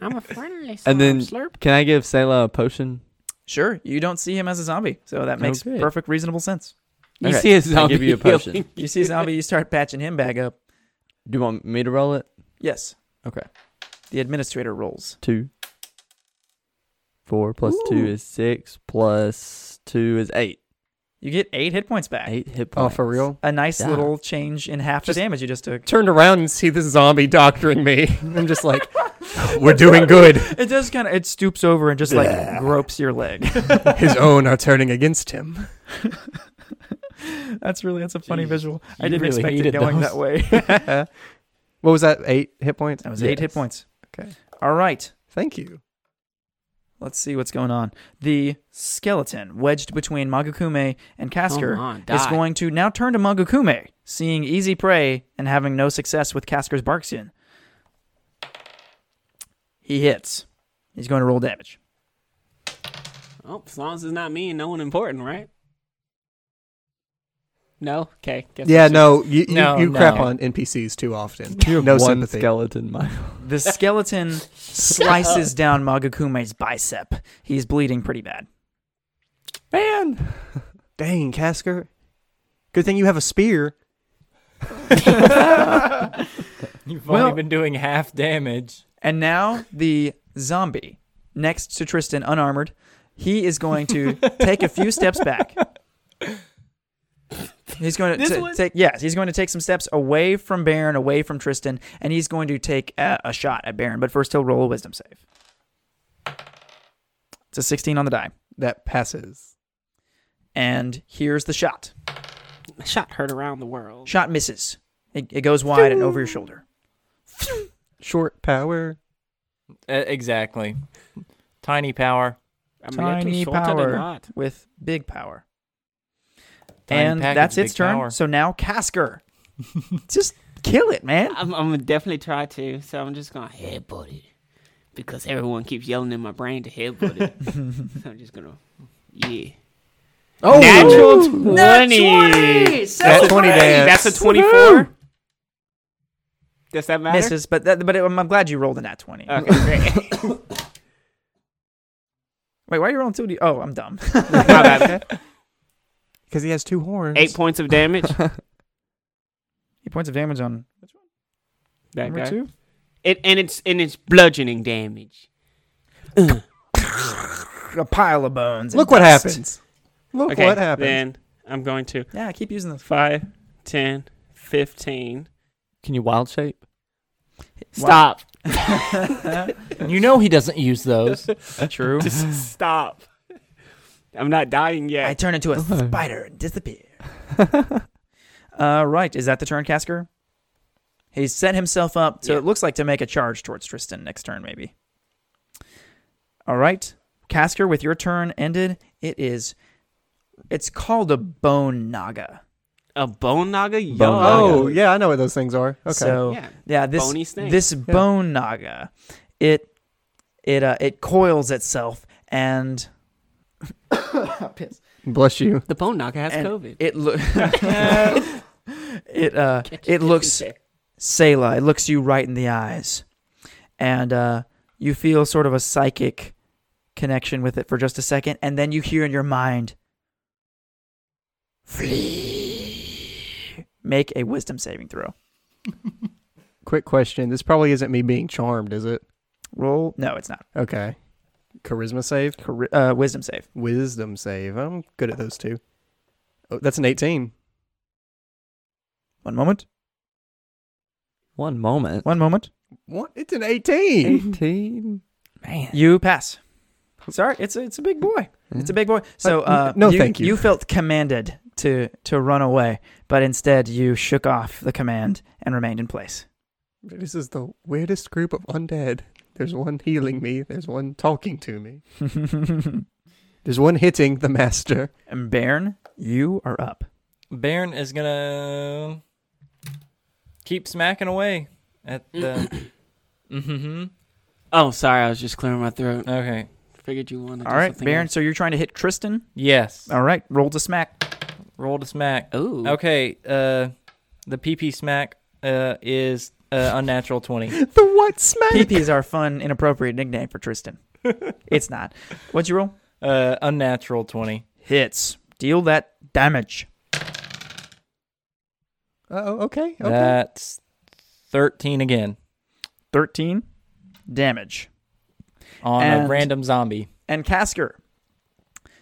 Speaker 7: I'm a friendly
Speaker 5: And then-
Speaker 7: slurp.
Speaker 5: Can I give Selah a potion?
Speaker 2: Sure, you don't see him as a zombie, so that makes
Speaker 5: good.
Speaker 2: perfect reasonable sense.
Speaker 5: You
Speaker 6: You see a
Speaker 5: I
Speaker 6: zombie
Speaker 5: give you a potion.
Speaker 2: You see a zombie, you start patching him back up.
Speaker 5: Do you want me to roll it?
Speaker 2: Yes,
Speaker 5: Okay.
Speaker 2: the administrator rolls.
Speaker 5: Two. Four plus two is six. Plus two is eight.
Speaker 2: You get eight hit points back.
Speaker 5: Eight hit
Speaker 3: oh,
Speaker 5: points.
Speaker 3: for real?
Speaker 2: A nice
Speaker 5: Yeah.
Speaker 2: little change in half
Speaker 3: Just-
Speaker 2: the damage you just took.
Speaker 3: Turned around and see this zombie doctoring me. I'm just like, we're doing good.
Speaker 2: It does kind of. It stoops over and just like
Speaker 3: Yeah.
Speaker 2: gropes your leg.
Speaker 3: His own are turning against him.
Speaker 2: that's really that's a funny
Speaker 4: Jeez,
Speaker 2: visual. I
Speaker 4: you
Speaker 2: didn't
Speaker 4: really
Speaker 2: expect it
Speaker 4: hated
Speaker 2: going
Speaker 4: those.
Speaker 2: that way.
Speaker 3: Uh, what was that? Eight hit points?
Speaker 2: That was eight hit
Speaker 3: Yes.
Speaker 2: points.
Speaker 3: Okay.
Speaker 2: All right.
Speaker 3: Thank you.
Speaker 2: Let's see what's going on. The skeleton wedged between Magakume and Kasker
Speaker 7: Come on,
Speaker 2: is
Speaker 7: die.
Speaker 2: going to now turn to Magakume, seeing easy prey and having no success with Kasker's Barksian. He hits. He's going to roll damage.
Speaker 7: Oh, as long as it's not me and no one important, right? No. Okay. Guess
Speaker 3: Yeah,
Speaker 7: that's
Speaker 3: no, you, you,
Speaker 4: No,
Speaker 3: you crap
Speaker 4: no.
Speaker 3: on NPCs too often.
Speaker 5: You have
Speaker 3: No
Speaker 5: one
Speaker 3: sympathy.
Speaker 5: skeleton, Michael.
Speaker 2: The skeleton slices down Magakume's bicep. He's bleeding pretty bad.
Speaker 5: Man.
Speaker 3: Dang, Casker. Good thing you have a spear.
Speaker 4: You've
Speaker 2: Well-
Speaker 4: only been doing half damage.
Speaker 2: And now the zombie next to Tristan, unarmored, he is going to take a few steps back.
Speaker 4: E,
Speaker 2: He's going to
Speaker 7: This
Speaker 2: t-
Speaker 7: one?
Speaker 2: take yes, he's going to take some steps away from Baron, away from Tristan, and he's going to take a, a shot at Baron. But first, he'll roll a Wisdom save. It's a 16 on the die,
Speaker 3: That passes.
Speaker 2: and here's the shot.
Speaker 7: it. shot heard around the world.
Speaker 2: Shot misses. It, it goes wide and over your shoulder.
Speaker 3: Short power.
Speaker 4: Uh, exactly. Tiny power.
Speaker 7: I mean, it
Speaker 2: Tiny
Speaker 7: was shorter than
Speaker 2: power.
Speaker 7: that.
Speaker 2: with big power.
Speaker 4: Tiny
Speaker 2: and
Speaker 4: package,
Speaker 2: that's its
Speaker 4: big
Speaker 2: turn.
Speaker 4: power.
Speaker 2: So now Kasker. Just kill it, man.
Speaker 7: I'm, I'm gonna definitely try to. So I'm just gonna headbutt it because everyone keeps yelling in my brain to headbutt it. so I'm just gonna, yeah.
Speaker 3: Oh,
Speaker 7: Natural 20.
Speaker 3: That 20 dance.
Speaker 7: That's a 24. Does that matter?
Speaker 2: Misses, but that, but it, I'm glad you rolled in that 20.
Speaker 7: Okay, great.
Speaker 2: Wait, why are you rolling 2D? Oh, I'm dumb.
Speaker 7: My bad.
Speaker 3: Because he has two horns.
Speaker 7: Eight points of damage.
Speaker 2: Eight points of damage on
Speaker 7: That
Speaker 2: number
Speaker 7: guy.
Speaker 2: two.
Speaker 7: It, and it's and it's bludgeoning damage.
Speaker 2: A pile of bones. and
Speaker 3: Look what
Speaker 2: dust.
Speaker 3: happens. Look
Speaker 7: Okay,
Speaker 3: what happens.
Speaker 7: Then I'm going to
Speaker 2: Yeah, I keep using the.
Speaker 7: 5, 10, 15.
Speaker 5: Can you wild shape?
Speaker 7: Stop.
Speaker 4: You know he doesn't use those.
Speaker 2: True.
Speaker 7: Just stop. I'm not dying yet.
Speaker 2: I turn into a spider and disappear. uh, right. Is that the turn, Kasker? He's set himself up to,
Speaker 7: Yeah.
Speaker 2: it looks like, to make a charge towards Tristan next turn, maybe. All right. Kasker, with your turn ended, it is. It's called a bone naga.
Speaker 7: a bone naga? Yo.
Speaker 5: Bone naga.
Speaker 3: Oh, yeah, I know what those things are. Okay.
Speaker 2: So,
Speaker 7: Yeah.
Speaker 2: Oh, yeah, this
Speaker 7: Bony snake.
Speaker 2: this bone naga, it it uh, it coils itself and
Speaker 3: Bless you.
Speaker 7: The bone naga has
Speaker 2: and
Speaker 7: COVID.
Speaker 2: It lo- it uh it looks Selah, it looks you right in the eyes, and uh, you feel sort of a psychic connection with it for just a second, and then you hear in your mind, "Flee." Make a wisdom saving throw.
Speaker 3: Quick question. This probably isn't me being charmed, is it?
Speaker 2: Roll. No, it's not.
Speaker 3: Okay. Charisma save,
Speaker 2: Chari- uh, wisdom save.
Speaker 3: wisdom save. I'm good at those two. Oh, that's an 18.
Speaker 2: One moment.
Speaker 5: One moment.
Speaker 2: One moment.
Speaker 3: What? It's an 18.
Speaker 5: 18.
Speaker 4: Man.
Speaker 2: You pass. Sorry, it's a, it's a big boy. It's a big boy. So
Speaker 3: Uh, n-
Speaker 2: uh,
Speaker 3: no, thank you.
Speaker 2: You felt commanded to to run away, but instead you shook off the command and remained in place.
Speaker 3: This is the weirdest group of undead. There's one healing me, there's one talking to me, there's one hitting the master.
Speaker 2: and Bairn, you are up.
Speaker 4: Baron is gonna keep smacking away at the. mm-hmm.
Speaker 7: Oh, sorry, I was just clearing my throat.
Speaker 4: Okay.
Speaker 7: Figured you wanted.
Speaker 2: All right, Bairn. So you're trying to hit Tristan.
Speaker 4: Yes.
Speaker 2: All right, roll to smack.
Speaker 4: Roll to smack.
Speaker 7: Ooh.
Speaker 4: Okay. Uh, the PP smack uh is uh, unnatural twenty.
Speaker 3: The what smack?
Speaker 2: PP is our fun, inappropriate nickname for Tristan. it's not. What'd you roll?
Speaker 4: Uh, unnatural twenty.
Speaker 2: Hits. Deal that damage.
Speaker 3: Oh, okay. Okay.
Speaker 4: That's thirteen again
Speaker 2: Thirteen damage.
Speaker 4: on a
Speaker 2: And-
Speaker 4: random zombie.
Speaker 2: and Kasker.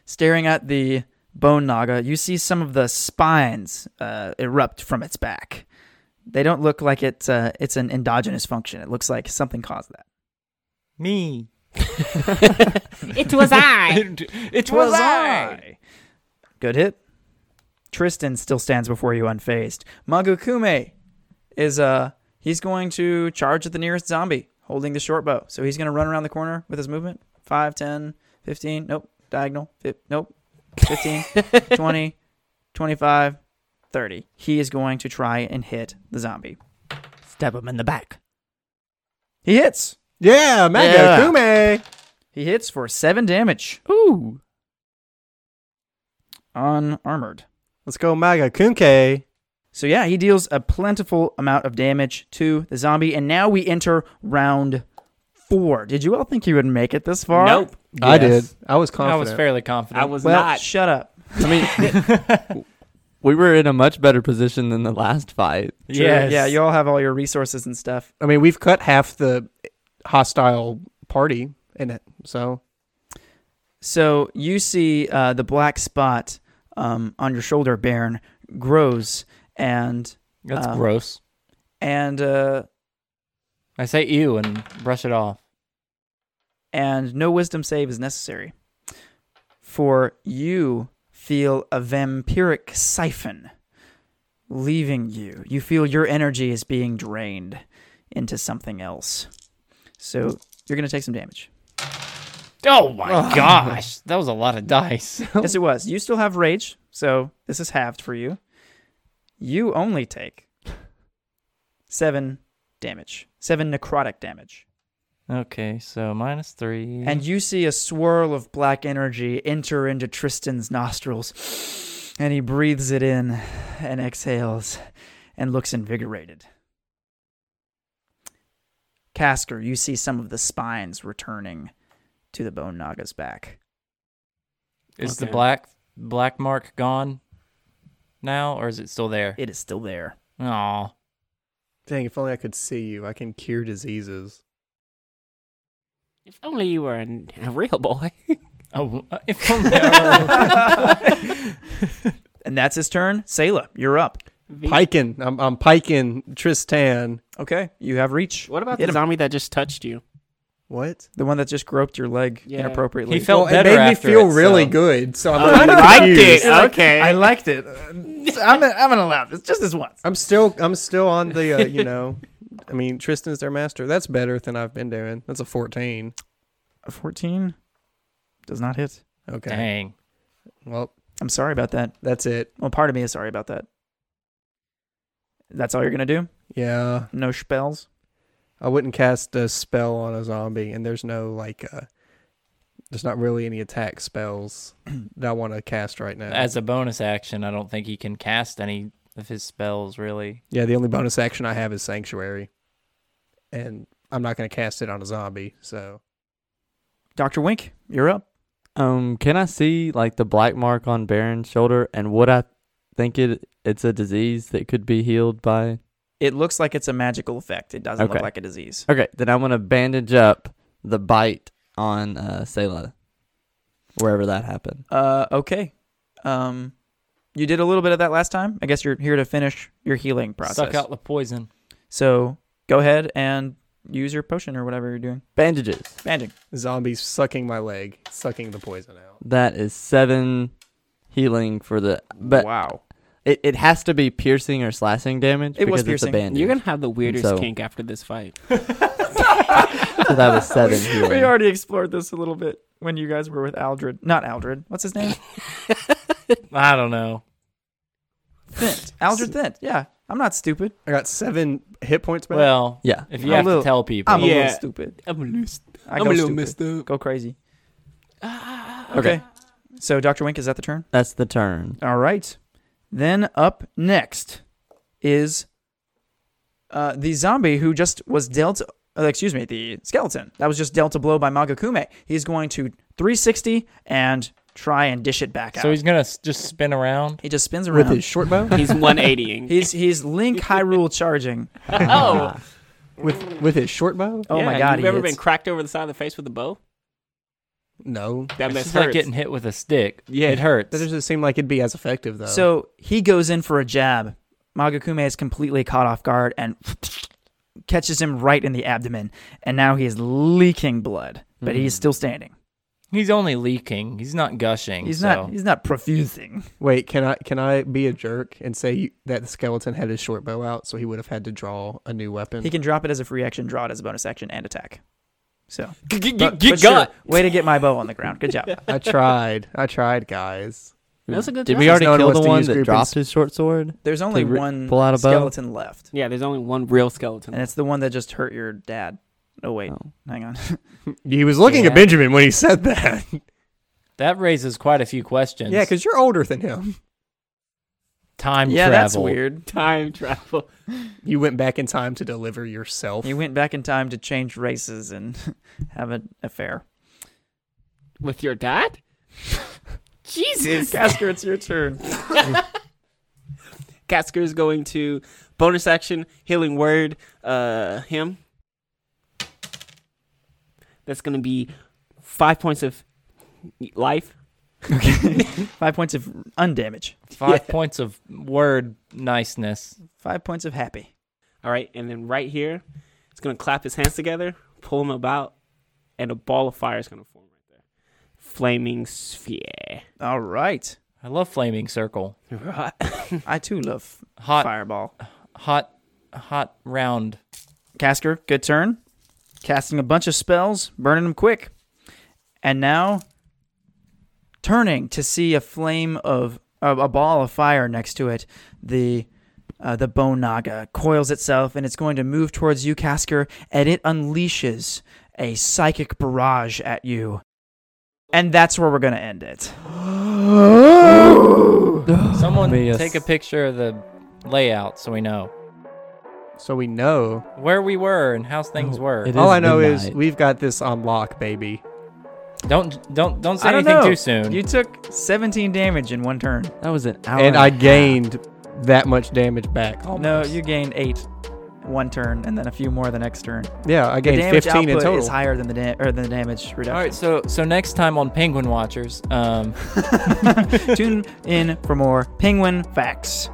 Speaker 2: Staring at the bone naga, you see some of the spines uh, erupt from its back. They don't look like it's uh, it's an endogenous function. It looks like something caused that.
Speaker 4: Me.
Speaker 6: It was I.
Speaker 4: it, it was I.
Speaker 2: Good hit. Tristan still stands before you unfazed. Magukume is uh he's going to charge at the nearest zombie holding the short bow. So he's going to run around the corner with his movement. 5 10 15 nope, diagonal. Fi- nope. 15 20 25 30. He is going to try and hit the zombie.
Speaker 6: Stab him in the back.
Speaker 2: He hits.
Speaker 3: Yeah, Mago Kume.
Speaker 2: He hits for 7 damage
Speaker 6: Ooh.
Speaker 2: unarmored.
Speaker 3: Let's go, Mago Kunke.
Speaker 2: So yeah, he deals a plentiful amount of damage to the zombie, and now we enter round four. Did you all think you would make it this far?
Speaker 7: Nope.
Speaker 3: I did.
Speaker 4: Yes.
Speaker 3: I was
Speaker 4: I
Speaker 3: confident.
Speaker 4: was fairly confident.
Speaker 7: I was
Speaker 2: Well,
Speaker 7: not.
Speaker 2: shut up.
Speaker 5: I mean, we were in a much better position than the last fight.
Speaker 4: Yes.
Speaker 2: Yeah, you all have all your resources and stuff.
Speaker 3: I mean, we've cut half the hostile party in it. So
Speaker 2: So you see uh, the black spot um, on your shoulder, Baron, grows, and
Speaker 4: That's
Speaker 6: Uh,
Speaker 2: Um,
Speaker 4: gross.
Speaker 2: and uh,
Speaker 4: I say ew and brush it off.
Speaker 2: and no wisdom save is necessary. For you feel a vampiric siphon leaving you. You feel your energy is being drained into something else. So you're going to take some damage.
Speaker 4: Oh my gosh, that was a lot of dice.
Speaker 2: Yes, it was. You still have rage, so this is halved for you. You only take seven damage, seven necrotic damage.
Speaker 4: Okay, so minus three.
Speaker 2: and you see a swirl of black energy enter into Tristan's nostrils, and he breathes it in and exhales and looks invigorated. Casker, you see some of the spines returning to the bone naga's back.
Speaker 4: is the
Speaker 7: Okay.
Speaker 4: black black mark gone now, or is it still there?
Speaker 2: It is still there.
Speaker 4: Oh,
Speaker 3: dang, if only I could see you, I can cure diseases.
Speaker 7: If only you were a, a real boy.
Speaker 4: oh, if only I were-
Speaker 2: And that's his turn. Selah, you're up.
Speaker 3: Piking, I'm, I'm piking Tristan.
Speaker 2: Okay, you have reach.
Speaker 7: What about
Speaker 2: Hit
Speaker 7: the
Speaker 2: him.
Speaker 7: zombie that just touched you?
Speaker 3: What?
Speaker 2: The one that just groped your leg
Speaker 7: Yeah.
Speaker 2: inappropriately.
Speaker 4: He felt
Speaker 3: it
Speaker 4: better
Speaker 3: made
Speaker 4: after
Speaker 3: me feel
Speaker 4: it,
Speaker 3: really
Speaker 4: so-
Speaker 3: good, so I'm,
Speaker 7: Oh,
Speaker 3: kind
Speaker 7: you
Speaker 3: of
Speaker 7: liked
Speaker 3: confused.
Speaker 7: it. Okay.
Speaker 2: I liked it. Uh, I'm, I'm gonna allow this just this once.
Speaker 3: I'm still, I'm still on the, uh, you know, I mean, Tristan's their master. That's better than I've been doing. That's a 14.
Speaker 2: A 14 does not hit.
Speaker 3: Okay.
Speaker 4: dang.
Speaker 3: Well,
Speaker 2: I'm sorry about that.
Speaker 3: that's it.
Speaker 2: Well, part of me is sorry about that. That's all you're gonna do?
Speaker 3: Yeah.
Speaker 2: No spells?
Speaker 3: I wouldn't cast a spell on a zombie, and there's no like, uh, there's not really any attack spells that I want to cast right now.
Speaker 4: As a bonus action, I don't think he can cast any of his spells really.
Speaker 3: yeah, the only bonus action I have is sanctuary, and I'm not going to cast it on a zombie. So
Speaker 2: Doctor Wink, you're up.
Speaker 5: Um, can I see like the black mark on Baron's shoulder and what I think it it's a disease that could be healed by?
Speaker 2: It looks like it's a magical effect. It doesn't
Speaker 5: Okay.
Speaker 2: look like a disease.
Speaker 5: Okay, then I'm gonna bandage up the bite on uh, Selah, wherever that happened.
Speaker 2: Uh, okay. Um, you did a little bit of that last time. I guess you're here to finish your healing process.
Speaker 4: Suck out the poison.
Speaker 2: So go ahead and use your potion or whatever you're doing.
Speaker 5: Bandages.
Speaker 2: Banding.
Speaker 3: Zombies sucking my leg, sucking the poison out.
Speaker 5: That is seven healing for the. But
Speaker 2: wow.
Speaker 5: it, it has to be piercing or slashing damage
Speaker 2: It was
Speaker 5: because it's a
Speaker 2: piercing.
Speaker 5: bandage.
Speaker 7: You're gonna have the weirdest
Speaker 5: So-
Speaker 7: kink after this fight.
Speaker 5: so that was seven healing.
Speaker 2: We already explored this a little bit when you guys were with Aldred. Not Aldred. What's his name?
Speaker 4: I don't know.
Speaker 2: Thint. Aldred Thint. Yeah. I'm not stupid.
Speaker 3: I got seven hit points back.
Speaker 4: Well,
Speaker 5: Yeah.
Speaker 4: if
Speaker 2: I'm
Speaker 4: you
Speaker 2: a
Speaker 4: have
Speaker 2: little-
Speaker 4: to tell people,
Speaker 2: I'm a
Speaker 7: Yeah.
Speaker 2: little stupid.
Speaker 7: I'm loose.
Speaker 2: I
Speaker 7: I'm
Speaker 2: go
Speaker 7: a little
Speaker 2: stupid.
Speaker 7: messed up.
Speaker 2: Go crazy.
Speaker 5: Okay.
Speaker 2: Okay. So Dr. Wink, is that the turn?
Speaker 5: That's the turn.
Speaker 2: All right. Then up next is uh, the zombie who just was dealt. Uh, excuse me, the skeleton that was just dealt a blow by Magakume. He's going to 360 and try and dish it back out.
Speaker 4: so he's gonna s- just spin around.
Speaker 2: he just spins
Speaker 3: With
Speaker 7: Um,
Speaker 2: around.
Speaker 3: his short bow?
Speaker 7: He's 180ing.
Speaker 2: he's he's Link Hyrule charging.
Speaker 7: oh,
Speaker 3: with with his short bow?
Speaker 2: Oh
Speaker 7: Yeah,
Speaker 2: my god!
Speaker 7: You've
Speaker 2: he
Speaker 7: ever
Speaker 2: hits.
Speaker 7: been cracked over the side of the face with a bow?
Speaker 3: No.
Speaker 7: That
Speaker 4: It's
Speaker 7: mess
Speaker 4: just like
Speaker 7: hurts.
Speaker 4: getting hit with a stick.
Speaker 3: Yeah.
Speaker 4: it hurts.
Speaker 3: That doesn't seem like it'd be as effective though.
Speaker 2: So he goes in for a jab. Magakume is completely caught off guard and catches him right in the abdomen, and now he is leaking blood, but he's
Speaker 5: Mhm.
Speaker 2: still standing.
Speaker 4: He's only leaking. He's not gushing.
Speaker 2: He's
Speaker 4: so.
Speaker 2: not. He's not profusing.
Speaker 3: wait, can I can I be a jerk and say you, that the skeleton had his short bow out, so he would have had to draw a new weapon?
Speaker 2: He can drop it as a free action, draw it as a bonus action, and attack. So
Speaker 4: G- g-
Speaker 2: but-
Speaker 4: g-
Speaker 2: but
Speaker 4: got.
Speaker 2: sure, way to get my bow on the ground. Good job.
Speaker 3: I tried. I tried, guys.
Speaker 7: That's a good.
Speaker 5: Did
Speaker 7: job.
Speaker 5: we already
Speaker 3: No one
Speaker 5: kill
Speaker 3: wants
Speaker 5: the
Speaker 3: to
Speaker 5: one
Speaker 3: use
Speaker 5: that
Speaker 3: groupings.
Speaker 5: dropped his short sword?
Speaker 2: There's only
Speaker 5: re-
Speaker 2: one
Speaker 5: pull out a bow?
Speaker 2: skeleton left,
Speaker 7: Yeah, there's only one real
Speaker 2: and
Speaker 7: skeleton.
Speaker 2: it's the one that just hurt your dad. Oh wait, hang on.
Speaker 3: He was looking
Speaker 4: Yeah.
Speaker 3: at Benjamin when he said that.
Speaker 4: That raises quite a few questions.
Speaker 3: yeah, because you're older than him.
Speaker 4: time
Speaker 2: yeah,
Speaker 4: travel.
Speaker 2: that's weird.
Speaker 7: Time travel.
Speaker 3: You went back in time to deliver yourself.
Speaker 2: He went back in time to change races and have an affair.
Speaker 7: With your dad? Jesus.
Speaker 2: Casker, it's your turn.
Speaker 7: Casker is going to bonus action, healing word, uh, him. That's going to be five points of life.
Speaker 2: Okay, five points of undamage,
Speaker 4: Five points of word niceness.
Speaker 2: five points of happy.
Speaker 7: All right. And then right here, it's going to clap his hands together, pull him about, and a ball of fire is going to form right there. Flaming sphere.
Speaker 2: All right,
Speaker 4: I love flaming circle.
Speaker 7: Right.
Speaker 2: Hmm. I too love
Speaker 4: Hot,
Speaker 2: fireball.
Speaker 4: hot, hot round.
Speaker 2: Casker, good turn. Casting a bunch of spells, burning them quick. And now turning to see a flame of a, a ball of fire next to it. The uh, the bone naga coils itself and it's going to move towards you, Casker, and it unleashes a psychic barrage at you. And that's where we're going to end it.
Speaker 4: Someone
Speaker 5: Yes.
Speaker 4: take a picture of the layout so we know
Speaker 3: so we know.
Speaker 4: where we were and how things
Speaker 5: Oh,
Speaker 4: were.
Speaker 5: it
Speaker 3: All
Speaker 5: is
Speaker 3: I know is
Speaker 5: midnight.
Speaker 3: we've got this on lock, baby.
Speaker 4: Don't don't don't say
Speaker 2: I don't
Speaker 4: anything
Speaker 2: know.
Speaker 4: too soon.
Speaker 2: You took 17 damage in one turn.
Speaker 5: That was an hour.
Speaker 3: and
Speaker 5: a
Speaker 3: I
Speaker 5: half.
Speaker 3: gained that much damage back.
Speaker 5: Oh,
Speaker 2: No, you gained 8 one turn and then a few more the next turn.
Speaker 3: Yeah, I
Speaker 2: The
Speaker 3: gained
Speaker 2: damage
Speaker 3: 15
Speaker 2: output
Speaker 3: in
Speaker 2: is
Speaker 3: total.
Speaker 2: higher than the da- or than the damage reduction.
Speaker 4: All right, so so next time on Penguin Watchers, um,
Speaker 2: Tune in for more penguin facts.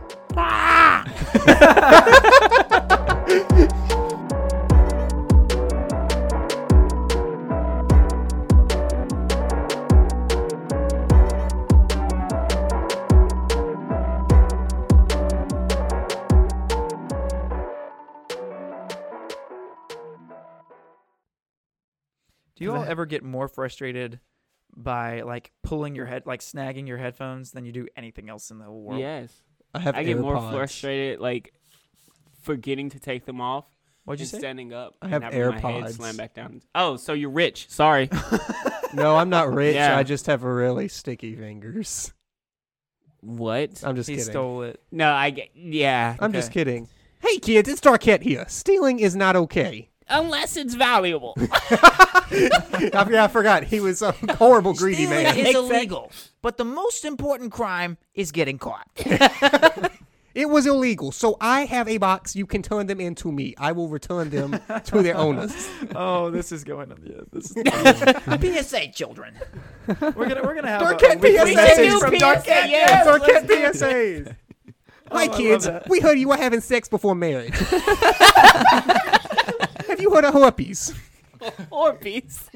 Speaker 2: Do you all ever get more frustrated by like pulling your head, like snagging your headphones than you do anything else in the whole world?
Speaker 7: Yes.
Speaker 3: I have
Speaker 7: I get more
Speaker 3: AirPods.
Speaker 7: frustrated, like forgetting to take them off
Speaker 2: What'd you
Speaker 7: and
Speaker 2: say?
Speaker 7: standing up.
Speaker 3: I have
Speaker 7: and having My head
Speaker 3: AirPods.
Speaker 7: slam back down. Oh, so you're rich? Sorry.
Speaker 3: No, I'm not rich.
Speaker 7: Yeah.
Speaker 3: I just have really sticky fingers.
Speaker 7: what?
Speaker 3: I'm just
Speaker 2: he
Speaker 3: kidding.
Speaker 2: stole it.
Speaker 7: No, I get. Yeah.
Speaker 3: I'm just
Speaker 2: Okay.
Speaker 3: kidding. Hey, kids, it's Darkette here. Stealing is not okay.
Speaker 7: Unless it's valuable.
Speaker 3: I, forgot- I forgot. He was a horrible, greedy man.
Speaker 7: is illegal,
Speaker 2: but the most important crime is getting caught.
Speaker 3: It was illegal. So I have a box. You can turn them into me. I will return them to their owners.
Speaker 2: oh, this is going on. Yeah, this is PSA children. We're gonna we're gonna have
Speaker 3: Dark
Speaker 2: a, a
Speaker 3: Cat
Speaker 2: weekly
Speaker 3: PSAs.
Speaker 2: message
Speaker 3: We
Speaker 2: from
Speaker 3: can do
Speaker 2: Dark Cat.
Speaker 3: PSAs. Dark Cat PSAs. Hi,
Speaker 2: Oh, I love
Speaker 3: kids.
Speaker 2: that.
Speaker 3: We heard you were having sex before marriage. have you heard of herpes?
Speaker 8: Or beats.